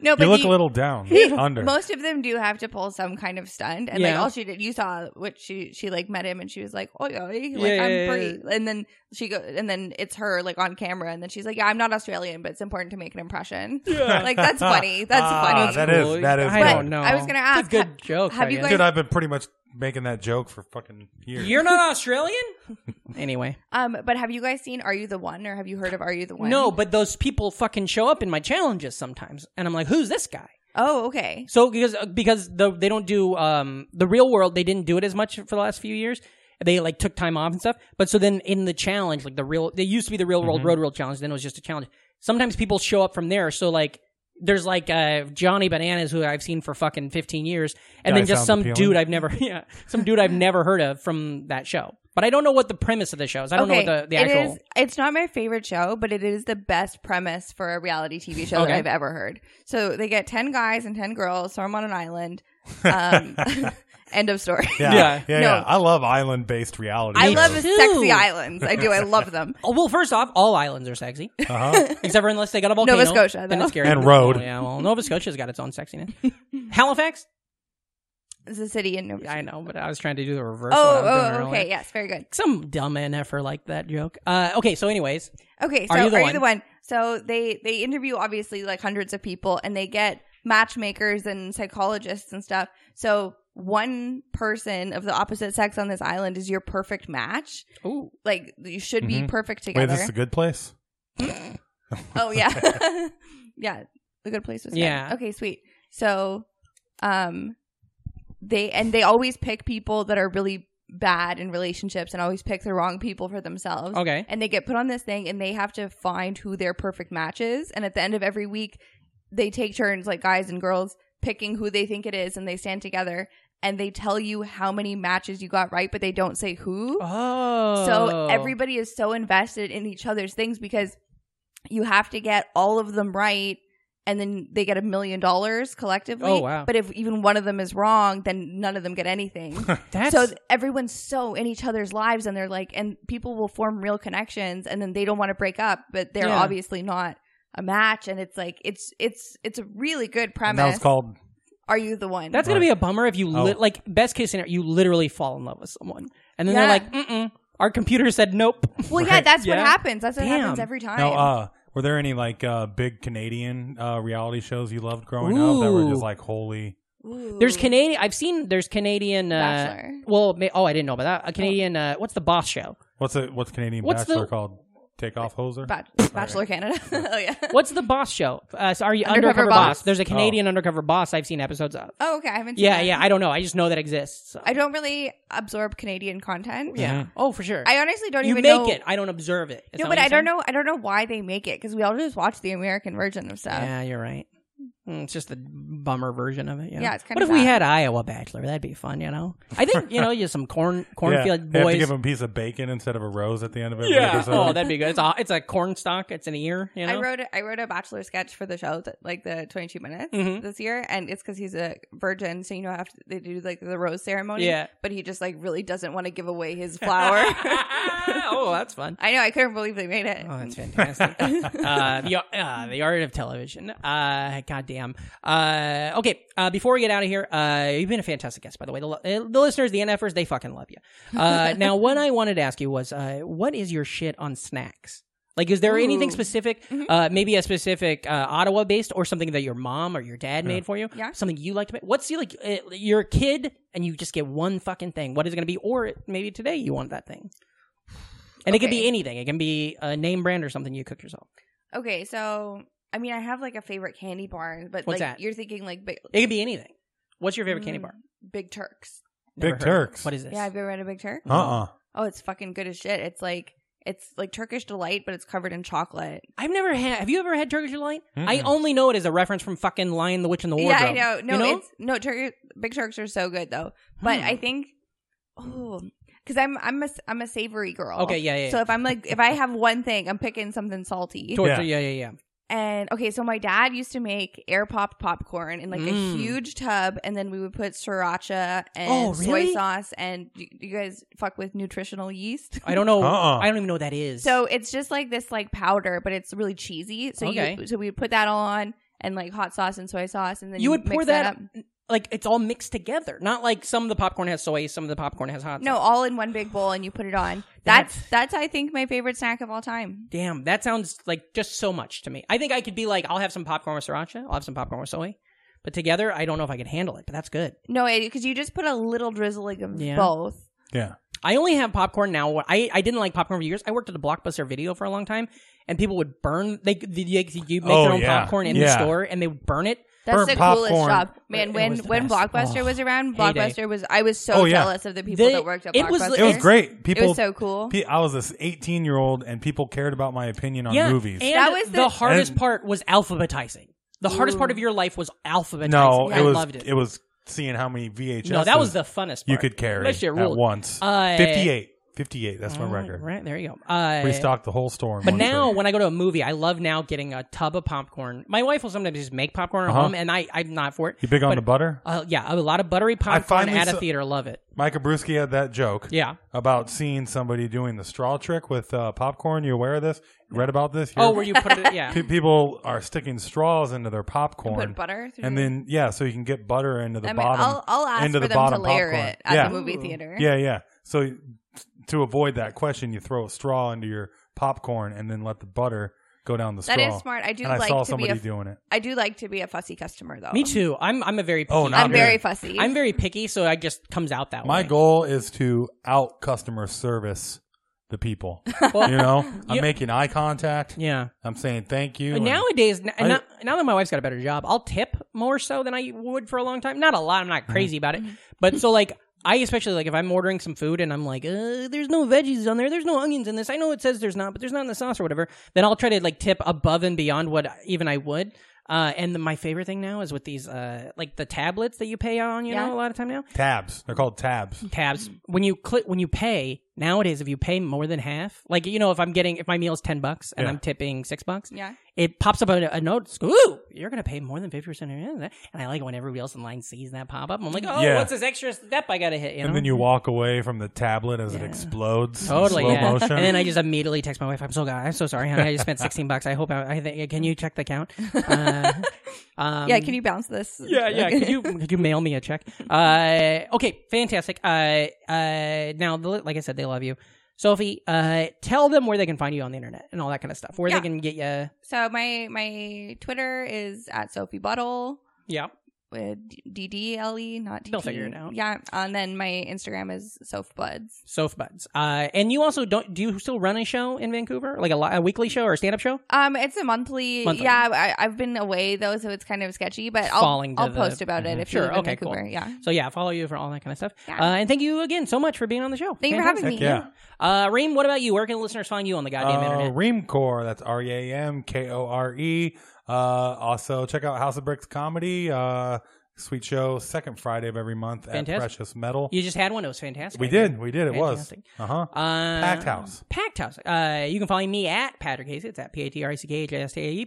Speaker 3: no, but
Speaker 2: you look
Speaker 3: the-
Speaker 2: a little down under.
Speaker 3: Most of them do have to pull some kind of stunt, and like
Speaker 1: Yeah.
Speaker 3: all she did, you saw what she she like met him, and she was like, "Oh yeah, like
Speaker 1: yeah,
Speaker 3: I'm
Speaker 1: yeah,
Speaker 3: pretty," and then she go, and then it's her like on camera, and then she's like, "Yeah, I'm not Australian, but it's important to make an impression." like that's funny. That's
Speaker 2: Ah,
Speaker 3: funny.
Speaker 2: that is- that is
Speaker 1: I
Speaker 2: good.
Speaker 1: don't know.
Speaker 3: I was gonna
Speaker 1: It's
Speaker 3: ask,
Speaker 1: a good
Speaker 3: ha-
Speaker 1: joke.
Speaker 3: have
Speaker 1: I
Speaker 3: you
Speaker 1: guess.
Speaker 3: guys-
Speaker 2: Dude, I've been pretty much making that joke for fucking years.
Speaker 1: You're not Australian. anyway,
Speaker 3: um, but have you guys seen Are You the One, or have you heard of Are You the One?
Speaker 1: no, but those people fucking show up in my challenges sometimes, and I'm like, "Who's this guy?"
Speaker 3: Oh, okay.
Speaker 1: So because uh, because the, they don't do um the real world, they didn't do it as much for the last few years. They like took time off and stuff. But so then in the challenge, like the real, they used to be the real
Speaker 2: Mm-hmm.
Speaker 1: world road world challenge. Then it was just a challenge. Sometimes people show up from there. So like. There's like uh, Johnny Bananas, who I've seen for fucking 15 years, and
Speaker 2: Guy
Speaker 1: then just
Speaker 2: sounds
Speaker 1: some
Speaker 2: appealing.
Speaker 1: dude I've never, yeah, some dude I've never heard of from that show. But I don't know what the premise of the show is. I don't know what the, the actual.
Speaker 3: It is, it's not my favorite show, but it is the best premise for a reality TV show
Speaker 1: Okay.
Speaker 3: that I've ever heard. So they get 10 guys and 10 girls, throw them on an island. Um, end of story.
Speaker 2: yeah,
Speaker 1: Yeah.
Speaker 2: yeah, yeah,
Speaker 3: No.
Speaker 2: I love island-based reality.
Speaker 3: I
Speaker 2: shows.
Speaker 3: love
Speaker 1: too.
Speaker 3: sexy islands. I do. I love them.
Speaker 1: Oh, well, first off, all islands are sexy.
Speaker 2: Uh-huh.
Speaker 1: Except for unless they got a volcano.
Speaker 3: Nova Scotia,
Speaker 1: Then
Speaker 3: though.
Speaker 1: it's scary.
Speaker 2: And road.
Speaker 1: Oh, yeah, well, Nova Scotia's got its own sexiness. Halifax?
Speaker 3: It's a city in Nova.
Speaker 1: I know, but I was trying to do the reverse. of
Speaker 3: Oh,
Speaker 1: what I was doing
Speaker 3: oh, okay.
Speaker 1: earlier.
Speaker 3: Yes, very good.
Speaker 1: Some dumb NFer like that joke. Uh, okay, so anyways,
Speaker 3: Okay, so
Speaker 1: Are
Speaker 3: are,
Speaker 1: You the
Speaker 3: you,
Speaker 1: One?
Speaker 3: the one? So they they interview obviously like hundreds of people, and they get matchmakers and psychologists and stuff. So one person of the opposite sex on this island is your perfect match.
Speaker 1: ooh,
Speaker 3: Like you should be
Speaker 2: Mhm.
Speaker 3: perfect
Speaker 2: Wait,
Speaker 3: together.
Speaker 2: this is a good place.
Speaker 3: Oh yeah, yeah. The good place was good.
Speaker 1: Yeah.
Speaker 3: Okay, sweet. So, um, they and they always pick people that are really bad in relationships and always pick the wrong people for themselves.
Speaker 1: okay.
Speaker 3: And they get put on this thing and they have to find who their perfect match is. And at the end of every week, they take turns, like guys and girls, picking who they think it is, and they stand together and they tell you how many matches you got right, but they don't say who.
Speaker 1: Oh,
Speaker 3: So everybody is so invested in each other's things because you have to get all of them right and then they get a million dollars collectively.
Speaker 1: Oh, wow.
Speaker 3: But if even one of them is wrong, then none of them get anything.
Speaker 1: That's
Speaker 3: so everyone's so in each other's lives and they're like and people will form real connections and then they don't want to break up, but they're
Speaker 1: Yeah.
Speaker 3: obviously not a match and it's like it's it's it's a really good
Speaker 2: And that
Speaker 3: premise.
Speaker 2: was called.
Speaker 3: Are you the one?
Speaker 1: that's gonna be a bummer if you li-
Speaker 2: Oh.
Speaker 1: like best case scenario you literally fall in love with someone and then
Speaker 3: Yeah.
Speaker 1: they're like, Mm-mm, our computer said nope.
Speaker 3: well, yeah, that's what
Speaker 1: Yeah.
Speaker 3: happens. That's what
Speaker 1: Damn.
Speaker 3: happens every time.
Speaker 2: No, uh, were there any like uh, big Canadian uh, reality shows you loved growing up that were
Speaker 1: Ooh.
Speaker 2: just like holy?
Speaker 1: There's Canadian. I've seen there's Canadian. Uh,
Speaker 3: Bachelor.
Speaker 1: well, ma- oh, I didn't know about that. A Canadian. Uh, what's the boss show?
Speaker 2: What's it? What's Canadian
Speaker 1: What's
Speaker 2: Bachelor
Speaker 1: the-
Speaker 2: called? Take off hoser.
Speaker 3: Ba- Bachelor Canada. oh yeah.
Speaker 1: What's the boss show? Uh, so are you undercover,
Speaker 3: Undercover
Speaker 1: boss?
Speaker 3: Boss?
Speaker 1: There's a Canadian undercover boss I've seen episodes of.
Speaker 3: Oh, okay. I haven't. Seen
Speaker 1: Yeah,
Speaker 3: that.
Speaker 1: yeah. I don't know. I just know that exists. so.
Speaker 3: I don't really absorb Canadian content.
Speaker 1: Yeah. Oh, for sure.
Speaker 3: I honestly don't
Speaker 1: you
Speaker 3: even
Speaker 1: make
Speaker 3: know.
Speaker 1: it. I don't observe it. Is
Speaker 3: No,
Speaker 1: that
Speaker 3: but
Speaker 1: what
Speaker 3: I
Speaker 1: you're
Speaker 3: don't
Speaker 1: saying?
Speaker 3: know. I don't know why they make it because we all just watch the American version of stuff.
Speaker 1: Yeah, you're right. Mm, It's just the bummer version of it. You know?
Speaker 3: Yeah, it's kinda
Speaker 1: What if we
Speaker 3: sad.
Speaker 1: had Iowa Bachelor? That'd be fun, you know. I think you know, you have some corn cornfield
Speaker 2: They have to
Speaker 1: boys.
Speaker 2: give him a piece of bacon instead of a rose at the end of every
Speaker 1: yeah.
Speaker 2: episode.
Speaker 1: Oh, that'd be good. It's a it's a corn stalk. It's an ear. You know.
Speaker 3: I wrote a, I wrote a bachelor sketch for the show, that, like the 22 minutes
Speaker 1: Mhm.
Speaker 3: this year, and it's because he's a virgin, so you know have to, they do like the rose ceremony.
Speaker 1: Yeah.
Speaker 3: but he just like really doesn't want to give away his flower.
Speaker 1: oh, that's fun.
Speaker 3: I know, I couldn't believe they made it.
Speaker 1: Oh, that's fantastic. uh, the, uh, the art of television. Uh, goddamn. Uh, okay. Uh, before we get out of here, uh, you've been a fantastic guest, by the way. The, lo- uh, the listeners, the NFers, they fucking love you. Uh, now, what I wanted to ask you was, uh, what is your shit on snacks? Like, is there anything
Speaker 3: Ooh.
Speaker 1: specific? Uh, maybe a specific uh, Ottawa based, or something that your mom or your dad made for you?
Speaker 3: Yeah.
Speaker 1: Something you like to make? What's the like? Uh, you're a kid and you just get one fucking thing. What is it going to be? Or maybe today you want that thing. And it could be
Speaker 3: Okay.
Speaker 1: anything. It can be a name brand or something you cook yourself.
Speaker 3: Okay, so I mean, I have like a favorite candy bar, but like
Speaker 1: What's that?
Speaker 3: you're thinking like big,
Speaker 1: It could be anything. What's your favorite candy
Speaker 3: Mm,
Speaker 1: bar?
Speaker 3: Big Turks.
Speaker 2: Big
Speaker 1: heard of it.
Speaker 2: Turks.
Speaker 1: What is this?
Speaker 3: Yeah, have you ever had a Big Turk?
Speaker 2: Uh uh
Speaker 3: Oh, it's fucking good as shit. It's like it's like Turkish delight, but it's covered in chocolate.
Speaker 1: I've never had. Have you ever had Turkish delight? I only know it as a reference from fucking Lion, the Witch, and the Wardrobe.
Speaker 3: Yeah, I know. No,
Speaker 1: You know?
Speaker 3: it's no Turk, Big Turks are so good though. But
Speaker 1: Hmm.
Speaker 3: I think oh, because I'm I'm a I'm a savory girl.
Speaker 1: Okay, yeah, yeah, yeah.
Speaker 3: So if I'm like if I have one thing, I'm picking something salty.
Speaker 1: Torture. Yeah, yeah, yeah.
Speaker 3: And okay, so my dad used to make air pop popcorn in like
Speaker 1: Mm.
Speaker 3: a huge tub, and then we would put sriracha and
Speaker 1: Oh, really?
Speaker 3: soy sauce. And do you guys fuck with nutritional yeast?
Speaker 1: I don't know.
Speaker 2: Uh-uh.
Speaker 1: I don't even know what that is.
Speaker 3: So it's just like this like powder, but it's really cheesy. So
Speaker 1: Okay.
Speaker 3: you so we would put that all on and like hot sauce and soy sauce, and then
Speaker 1: you would pour
Speaker 3: mix
Speaker 1: that,
Speaker 3: up.
Speaker 1: up. Like it's all mixed together. Not like some of the popcorn has soy, some of the popcorn has hot.
Speaker 3: No,
Speaker 1: sauce.
Speaker 3: all in one big bowl, and you put it on. That's that's I think my favorite snack of all time.
Speaker 1: Damn, that sounds like just so much to me. I think I could be like, I'll have some popcorn with sriracha. I'll have some popcorn with soy. But together, I don't know if I could handle it. But that's good.
Speaker 3: No, because you just put a little drizzling of
Speaker 1: Yeah.
Speaker 3: both.
Speaker 2: Yeah.
Speaker 1: I only have popcorn now. I, I didn't like popcorn for years. I worked at a Blockbuster video for a long time, and people would burn. They they, they you make their
Speaker 2: Oh,
Speaker 1: own
Speaker 2: yeah.
Speaker 1: popcorn in
Speaker 2: Yeah.
Speaker 1: the store, and they would burn it.
Speaker 3: That's
Speaker 2: Burnt
Speaker 3: the coolest
Speaker 2: popcorn.
Speaker 3: job,
Speaker 1: It
Speaker 3: man. When
Speaker 1: was the
Speaker 3: when
Speaker 1: best.
Speaker 3: Blockbuster
Speaker 1: Oh,
Speaker 3: was around,
Speaker 1: heyday.
Speaker 3: Blockbuster was I was so
Speaker 2: Oh, yeah.
Speaker 3: jealous of the people
Speaker 1: They-
Speaker 3: that worked at
Speaker 1: it was-
Speaker 3: Blockbuster.
Speaker 1: it
Speaker 2: It was great.
Speaker 3: It
Speaker 2: People.
Speaker 3: was so cool.
Speaker 2: pe- I was this 18 year old, and people cared about my opinion on
Speaker 1: yeah,
Speaker 2: movies.
Speaker 1: And
Speaker 3: That was
Speaker 1: the,
Speaker 3: the-
Speaker 1: hardest
Speaker 2: And-
Speaker 1: part was alphabetizing. The hardest part of your life was alphabetizing.
Speaker 2: no,
Speaker 1: I
Speaker 2: it was
Speaker 1: loved it.
Speaker 2: was seeing how many VHS.
Speaker 1: no, that was the funnest. Part.
Speaker 2: you could carry
Speaker 1: That shit
Speaker 2: at
Speaker 1: ruled.
Speaker 2: once.
Speaker 1: Uh,
Speaker 2: 58, 58. That's my
Speaker 1: All
Speaker 2: record.
Speaker 1: Right there, you go. Uh,
Speaker 2: We stocked the whole store. in
Speaker 1: But
Speaker 2: one
Speaker 1: now,
Speaker 2: trip.
Speaker 1: when I go to a movie, I love now getting a tub of popcorn. My wife will sometimes just make popcorn at
Speaker 2: Uh-huh.
Speaker 1: home, and I I'm not for it.
Speaker 2: you big on the butter?
Speaker 1: Uh, yeah, a lot of buttery popcorn
Speaker 2: finally
Speaker 1: at a
Speaker 2: saw-
Speaker 1: theater. Love it.
Speaker 2: Mike Abruzki had that joke.
Speaker 1: Yeah.
Speaker 2: about seeing somebody doing the straw trick with uh, popcorn. You aware of this? You read about this?
Speaker 1: Oh,
Speaker 2: You're-
Speaker 1: where you put it? Yeah.
Speaker 2: Pe- people are sticking straws into their popcorn.
Speaker 3: Put butter through
Speaker 2: And
Speaker 3: it.
Speaker 2: then yeah, so you can get butter into the
Speaker 3: I mean,
Speaker 2: bottom.
Speaker 3: I'll I'll ask
Speaker 2: into
Speaker 3: for
Speaker 2: the
Speaker 3: them to
Speaker 2: bottom
Speaker 3: layer
Speaker 2: popcorn.
Speaker 3: it at
Speaker 2: Yeah.
Speaker 3: the movie
Speaker 1: Ooh.
Speaker 3: theater.
Speaker 2: yeah, yeah. So y- to avoid that question, you throw a straw into your popcorn and then let the butter go down the straw.
Speaker 3: That is smart. I do
Speaker 2: and I
Speaker 3: like
Speaker 2: saw
Speaker 3: to be
Speaker 2: somebody
Speaker 3: a f-
Speaker 2: doing it.
Speaker 3: I do like to be a fussy customer though.
Speaker 1: Me too. I'm I'm a very picky.
Speaker 2: Oh, not
Speaker 3: I'm
Speaker 2: me.
Speaker 3: very fussy.
Speaker 1: I'm very picky, so I just comes out that
Speaker 2: My
Speaker 1: way.
Speaker 2: goal is to out customer service the people. you know, I'm
Speaker 1: you-
Speaker 2: making eye contact.
Speaker 1: Yeah.
Speaker 2: I'm saying thank you.
Speaker 1: But
Speaker 2: and-
Speaker 1: nowadays, n-
Speaker 2: I-
Speaker 1: now, now that my wife's got a better job, I'll tip more so than I would for a long time. Not a lot. I'm not crazy about it. But so like. I especially like if I'm ordering some food and I'm like, uh, there's no veggies on there, there's no onions in this. I know it says there's not, but there's not in the sauce or whatever. Then I'll try to like tip above and beyond what even I would. Uh, and the, my favorite thing now is with these uh, like the tablets that you pay on, you
Speaker 3: Yeah.
Speaker 1: know, a lot of time now.
Speaker 2: tabs. They're called tabs.
Speaker 1: tabs when you click when you pay nowadays if you pay more than half like you know if i'm getting if my meal's 10 bucks and
Speaker 2: Yeah.
Speaker 1: i'm tipping 6 bucks
Speaker 3: Yeah.
Speaker 1: it pops up a, a note it's, ooh you're gonna pay more than 50% of your and i like it when everybody else in line sees that pop up i'm like oh
Speaker 2: Yeah.
Speaker 1: what's this extra step i gotta hit you know?
Speaker 2: And then you walk away from the tablet as
Speaker 1: Yeah.
Speaker 2: it explodes. in
Speaker 1: Totally,
Speaker 2: slow
Speaker 1: yeah.
Speaker 2: motion.
Speaker 1: And then I just immediately text my wife. I'm so god. I'm so sorry, honey. I just spent 16 bucks. I hope I, I think. Can you check the count? Uh, um,
Speaker 3: yeah, can you bounce this?
Speaker 1: yeah, yeah. Could you could you mail me a check? Uh, okay, fantastic. Uh, uh, now, the- like I said, they love you, Sophie. Uh, tell them where they can find you on the internet and all that kind of stuff. Where
Speaker 3: Yeah.
Speaker 1: they can get you.
Speaker 3: So my my Twitter is at Sophie Buttle.
Speaker 1: Yeah.
Speaker 3: with D D L E, not T.
Speaker 1: They'll figure it out.
Speaker 3: Yeah, and then my Instagram is SophBuds.
Speaker 1: Soph buds. Uh, and you also don't. Do you still run a show in Vancouver, like a, li- a weekly show or a stand up show?
Speaker 3: Um, it's a monthly.
Speaker 1: Monthly.
Speaker 3: Yeah, I, I've been away though, so it's kind of sketchy. But I'll
Speaker 1: Falling to
Speaker 3: I'll
Speaker 1: the-
Speaker 3: post about
Speaker 1: mhm.
Speaker 3: it if
Speaker 1: Sure,
Speaker 3: you live in
Speaker 1: okay, cool.
Speaker 3: Vancouver. Yeah.
Speaker 1: So yeah, follow you for all that kind of stuff.
Speaker 3: Yeah.
Speaker 1: Uh, and thank you again so much for being on the show.
Speaker 3: Thank you for having
Speaker 1: Fantastic.
Speaker 3: me.
Speaker 2: yeah.
Speaker 1: Uh, Reem, what about you? Where can listeners find you on the goddamn
Speaker 2: Uh,
Speaker 1: internet?
Speaker 2: Reamcore. That's R E A M K O R E. Uh, also, check out House of Bricks comedy. Uh, sweet show, second Friday of every month
Speaker 1: Fantastic.
Speaker 2: at Precious Metal.
Speaker 1: You just had one. It was fantastic.
Speaker 2: we did, we did. It
Speaker 1: Fantastic.
Speaker 2: was. Uh huh.
Speaker 1: Uh,
Speaker 2: Packed house.
Speaker 1: Packed House. Uh, you can follow me at Patrick Hasty. It's at P A T R I C K H A S T A E,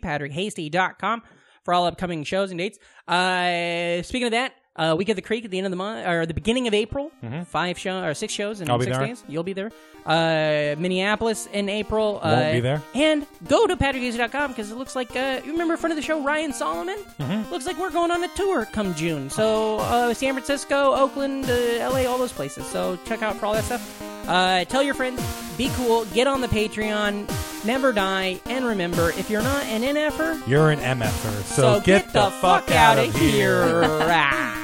Speaker 1: patrickhasty.com for all upcoming shows and dates. Uh, speaking of that, uh, Week of the Creek at the end of the month, or the beginning of April, five show or six shows in
Speaker 2: Mm-hmm. I'll be
Speaker 1: six
Speaker 2: there.
Speaker 1: days. You'll be there. Uh, Minneapolis in April.
Speaker 2: Won't
Speaker 1: uh,
Speaker 2: be there.
Speaker 1: And go to patrickhazy.com because it looks like, uh, you remember in front of the show, Ryan Solomon?
Speaker 2: Mm-hmm.
Speaker 1: Looks like we're going on a tour come June. So, uh, San Francisco, Oakland, uh, LA, all those places. So, check out for all that stuff. Uh, tell your friends, be cool, get on the Patreon, never die, and remember if you're not an NFer,
Speaker 2: You're an MFer, so,
Speaker 1: so, get, the, fuck, out of here. Ah.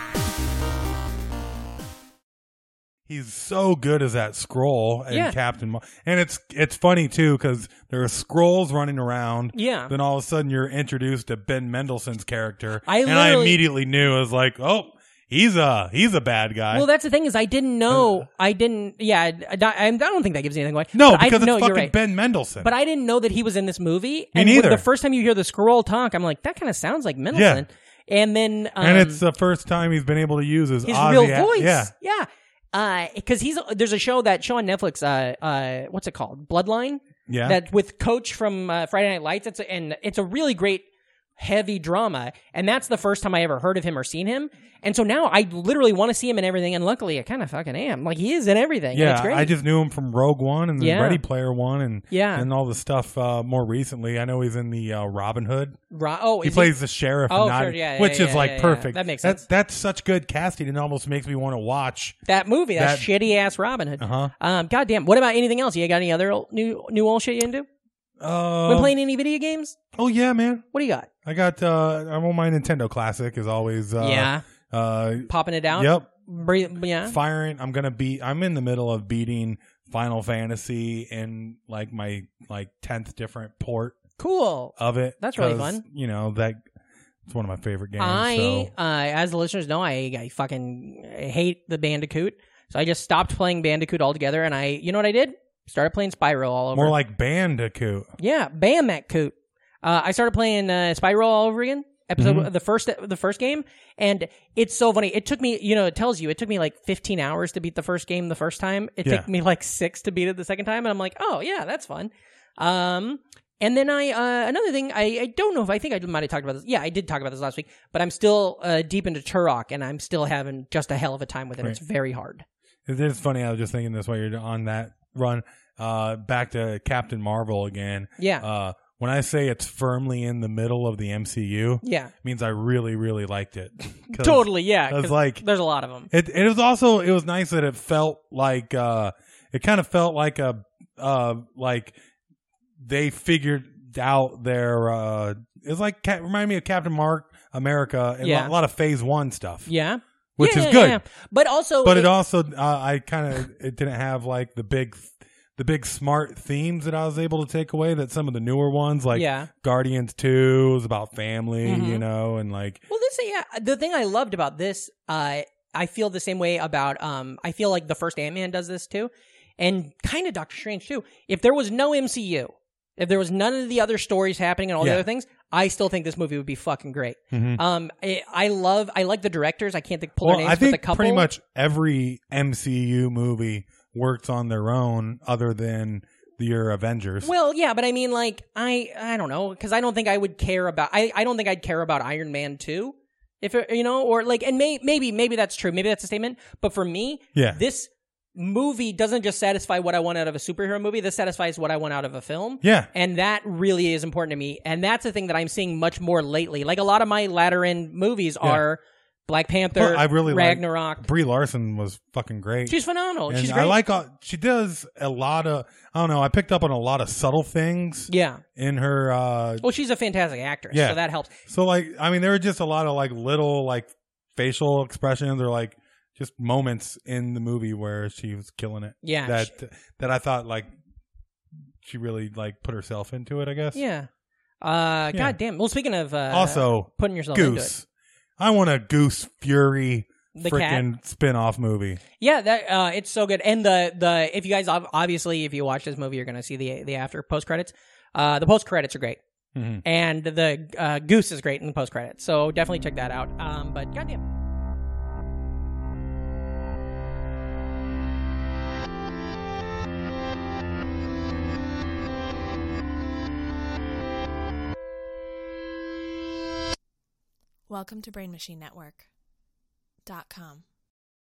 Speaker 2: He's so good as that scroll and
Speaker 1: Yeah.
Speaker 2: Captain. Mar- and it's it's funny too because there are scrolls running around.
Speaker 1: Yeah.
Speaker 2: Then all of a sudden you're introduced to Ben Mendelsohn's character,
Speaker 1: I
Speaker 2: and I
Speaker 1: literally-
Speaker 2: immediately knew. I was like, oh, he's a he's a bad guy.
Speaker 1: Well, that's the thing is, I didn't know. I didn't. Yeah, I, I don't- I don't think that gives anything away.
Speaker 2: Uh. no,
Speaker 1: But I-
Speaker 2: because it's
Speaker 1: you're
Speaker 2: fucking
Speaker 1: right.
Speaker 2: Ben Mendelsohn.
Speaker 1: But I didn't know that he was in this movie.
Speaker 2: Me
Speaker 1: and when-
Speaker 2: neither.
Speaker 1: The first time you hear the scroll talk, I'm like, that kind of sounds like Mendelssohn. And then, um,
Speaker 2: and it's the first time he's been able to use his
Speaker 1: his
Speaker 2: Aussie
Speaker 1: real
Speaker 2: ac-
Speaker 1: voice.
Speaker 2: Yeah,
Speaker 1: yeah. Because he's there's a show that show on Netflix. Uh, uh, what's it called? Bloodline.
Speaker 2: Yeah.
Speaker 1: That with Coach from uh, Friday Night Lights. It's a, and it's a really great heavy drama. And that's the first time I ever heard of him or seen him. And so now I literally want to see him in everything. And luckily, I kind of fucking am. Like he is in everything. and it's
Speaker 2: yeah.
Speaker 1: great.
Speaker 2: I just knew him from Rogue One and then
Speaker 1: Yeah.
Speaker 2: Ready Player One and
Speaker 1: Yeah.
Speaker 2: and all the stuff uh, more recently. I know he's in the uh, Robin Hood.
Speaker 1: Ro- oh,
Speaker 2: He
Speaker 1: is
Speaker 2: plays the sheriff, in
Speaker 1: Oh,
Speaker 2: Notting-
Speaker 1: sure, yeah, yeah,
Speaker 2: which
Speaker 1: yeah,
Speaker 2: is like
Speaker 1: yeah, yeah.
Speaker 2: perfect.
Speaker 1: That makes sense.
Speaker 2: That's such good casting. It almost makes me want to watch.
Speaker 1: that movie, that,
Speaker 2: That-
Speaker 1: shitty ass Robin Hood.
Speaker 2: Uh-huh.
Speaker 1: Um, goddamn. What about anything else? You got any other old, new new old shit you into?
Speaker 2: Uh,
Speaker 1: Been playing any video games?
Speaker 2: oh yeah, man.
Speaker 1: What do you got?
Speaker 2: I got. Uh, I'm on my Nintendo Classic as always. Uh,
Speaker 1: Yeah.
Speaker 2: Uh,
Speaker 1: Popping it out.
Speaker 2: yep.
Speaker 1: Breathe, yeah.
Speaker 2: Firing. I'm gonna beat. I'm in the middle of beating Final Fantasy in like my like tenth different port
Speaker 1: Cool.
Speaker 2: of it.
Speaker 1: That's really
Speaker 2: 'cause,
Speaker 1: fun.
Speaker 2: You know that it's one of my favorite games.
Speaker 1: I,
Speaker 2: so.
Speaker 1: uh, as the listeners know, I, I fucking hate the Bandicoot. So I just stopped playing Bandicoot altogether, and I, you know what I did? Started playing Spyro all over.
Speaker 2: More like Bandicoot.
Speaker 1: yeah, bam that coot. Uh, I started playing uh, Spyro all over again. Episode
Speaker 2: Mm-hmm.
Speaker 1: the first the first game, and it's so funny. It took me, you know, it tells you it took me like 15 hours to beat the first game the first time. It
Speaker 2: Yeah.
Speaker 1: took me like six to beat it the second time, and I'm like, oh yeah, that's fun. Um, and then I uh, another thing I, I don't know if I think I might have talked about this. Yeah, I did talk about this last week, but I'm still uh, deep into Turok, and I'm still having just a hell of a time with it. It's very hard.
Speaker 2: It is funny. I was just thinking this while you're on that run. Uh, back to Captain Marvel again.
Speaker 1: Yeah.
Speaker 2: Uh, when I say it's firmly in the middle of the MCU,
Speaker 1: Yeah,
Speaker 2: it means I really, really liked it. 'Cause
Speaker 1: totally. Yeah,
Speaker 2: I was
Speaker 1: 'cause
Speaker 2: like-
Speaker 1: there's a lot of them.
Speaker 2: It, it was also it was nice that it felt like uh, it kind of felt like a uh, like they figured out their uh, it was like Cap- remind me of Captain Mark America and
Speaker 1: Yeah.
Speaker 2: a lot of Phase One stuff,
Speaker 1: Yeah,
Speaker 2: which
Speaker 1: Yeah,
Speaker 2: is
Speaker 1: yeah,
Speaker 2: good.
Speaker 1: yeah. But also,
Speaker 2: but it, also uh, I kind of it didn't have like the big the big smart themes that I was able to take away that some of the newer ones like
Speaker 1: Yeah. Mm-hmm.
Speaker 2: Guardians 2 was about family, you know, and like
Speaker 1: Well, this yeah. The thing I loved about this, uh, I feel the same way about. Um, I feel like the first Ant Man does this too, and kind of Doctor Strange too. If there was no MCU, if there was none of the other stories happening and all
Speaker 2: Yeah.
Speaker 1: the other things, I still think this movie would be fucking great. Um, I, I love, I like the directors. I can't think pull
Speaker 2: well,
Speaker 1: their
Speaker 2: I
Speaker 1: names, but the
Speaker 2: think
Speaker 1: couple.
Speaker 2: pretty much every MCU movie works on their own other than your Avengers.
Speaker 1: Well, yeah, but I mean, like, I I don't know because I don't think I would care about. I I don't think I'd care about Iron Man two, if it, you know, or like, and may, maybe maybe that's true. Maybe that's a statement. But for me,
Speaker 2: Yeah.
Speaker 1: this movie doesn't just satisfy what I want out of a superhero movie. This satisfies what I want out of a film.
Speaker 2: Yeah.
Speaker 1: and that really is important to me. And that's a thing that I'm seeing much more lately. Like a lot of my latter end movies are Black Panther.
Speaker 2: But I really like-
Speaker 1: Ragnarok.
Speaker 2: Brie Larson was fucking great.
Speaker 1: She's phenomenal.
Speaker 2: and
Speaker 1: She's great.
Speaker 2: I like uh, she does a lot of I don't know, I picked up on a lot of subtle things
Speaker 1: Yeah.
Speaker 2: in her uh
Speaker 1: Well, she's a fantastic actress,
Speaker 2: Yeah.
Speaker 1: so that helps.
Speaker 2: So like, I mean, there were just a lot of like little like facial expressions or like just moments in the movie where she was killing it.
Speaker 1: Yeah,
Speaker 2: that that I thought like she really like put herself into it. I guess.
Speaker 1: Yeah. Uh, God damn. Well, speaking of uh,
Speaker 2: Also,
Speaker 1: putting yourself into it,
Speaker 2: Goose. I want a Goose Fury
Speaker 1: The cat?
Speaker 2: freaking spin off movie.
Speaker 1: yeah, that uh, it's so good. And the the if you guys ob- obviously if you watch this movie, you're gonna see the the after post credits. Uh, the post credits are great.
Speaker 2: Mhm.
Speaker 1: and the uh, goose is great in the post credits. So definitely check that out. Um, but goddamn,
Speaker 5: Welcome to Brain Machine Network. dot com.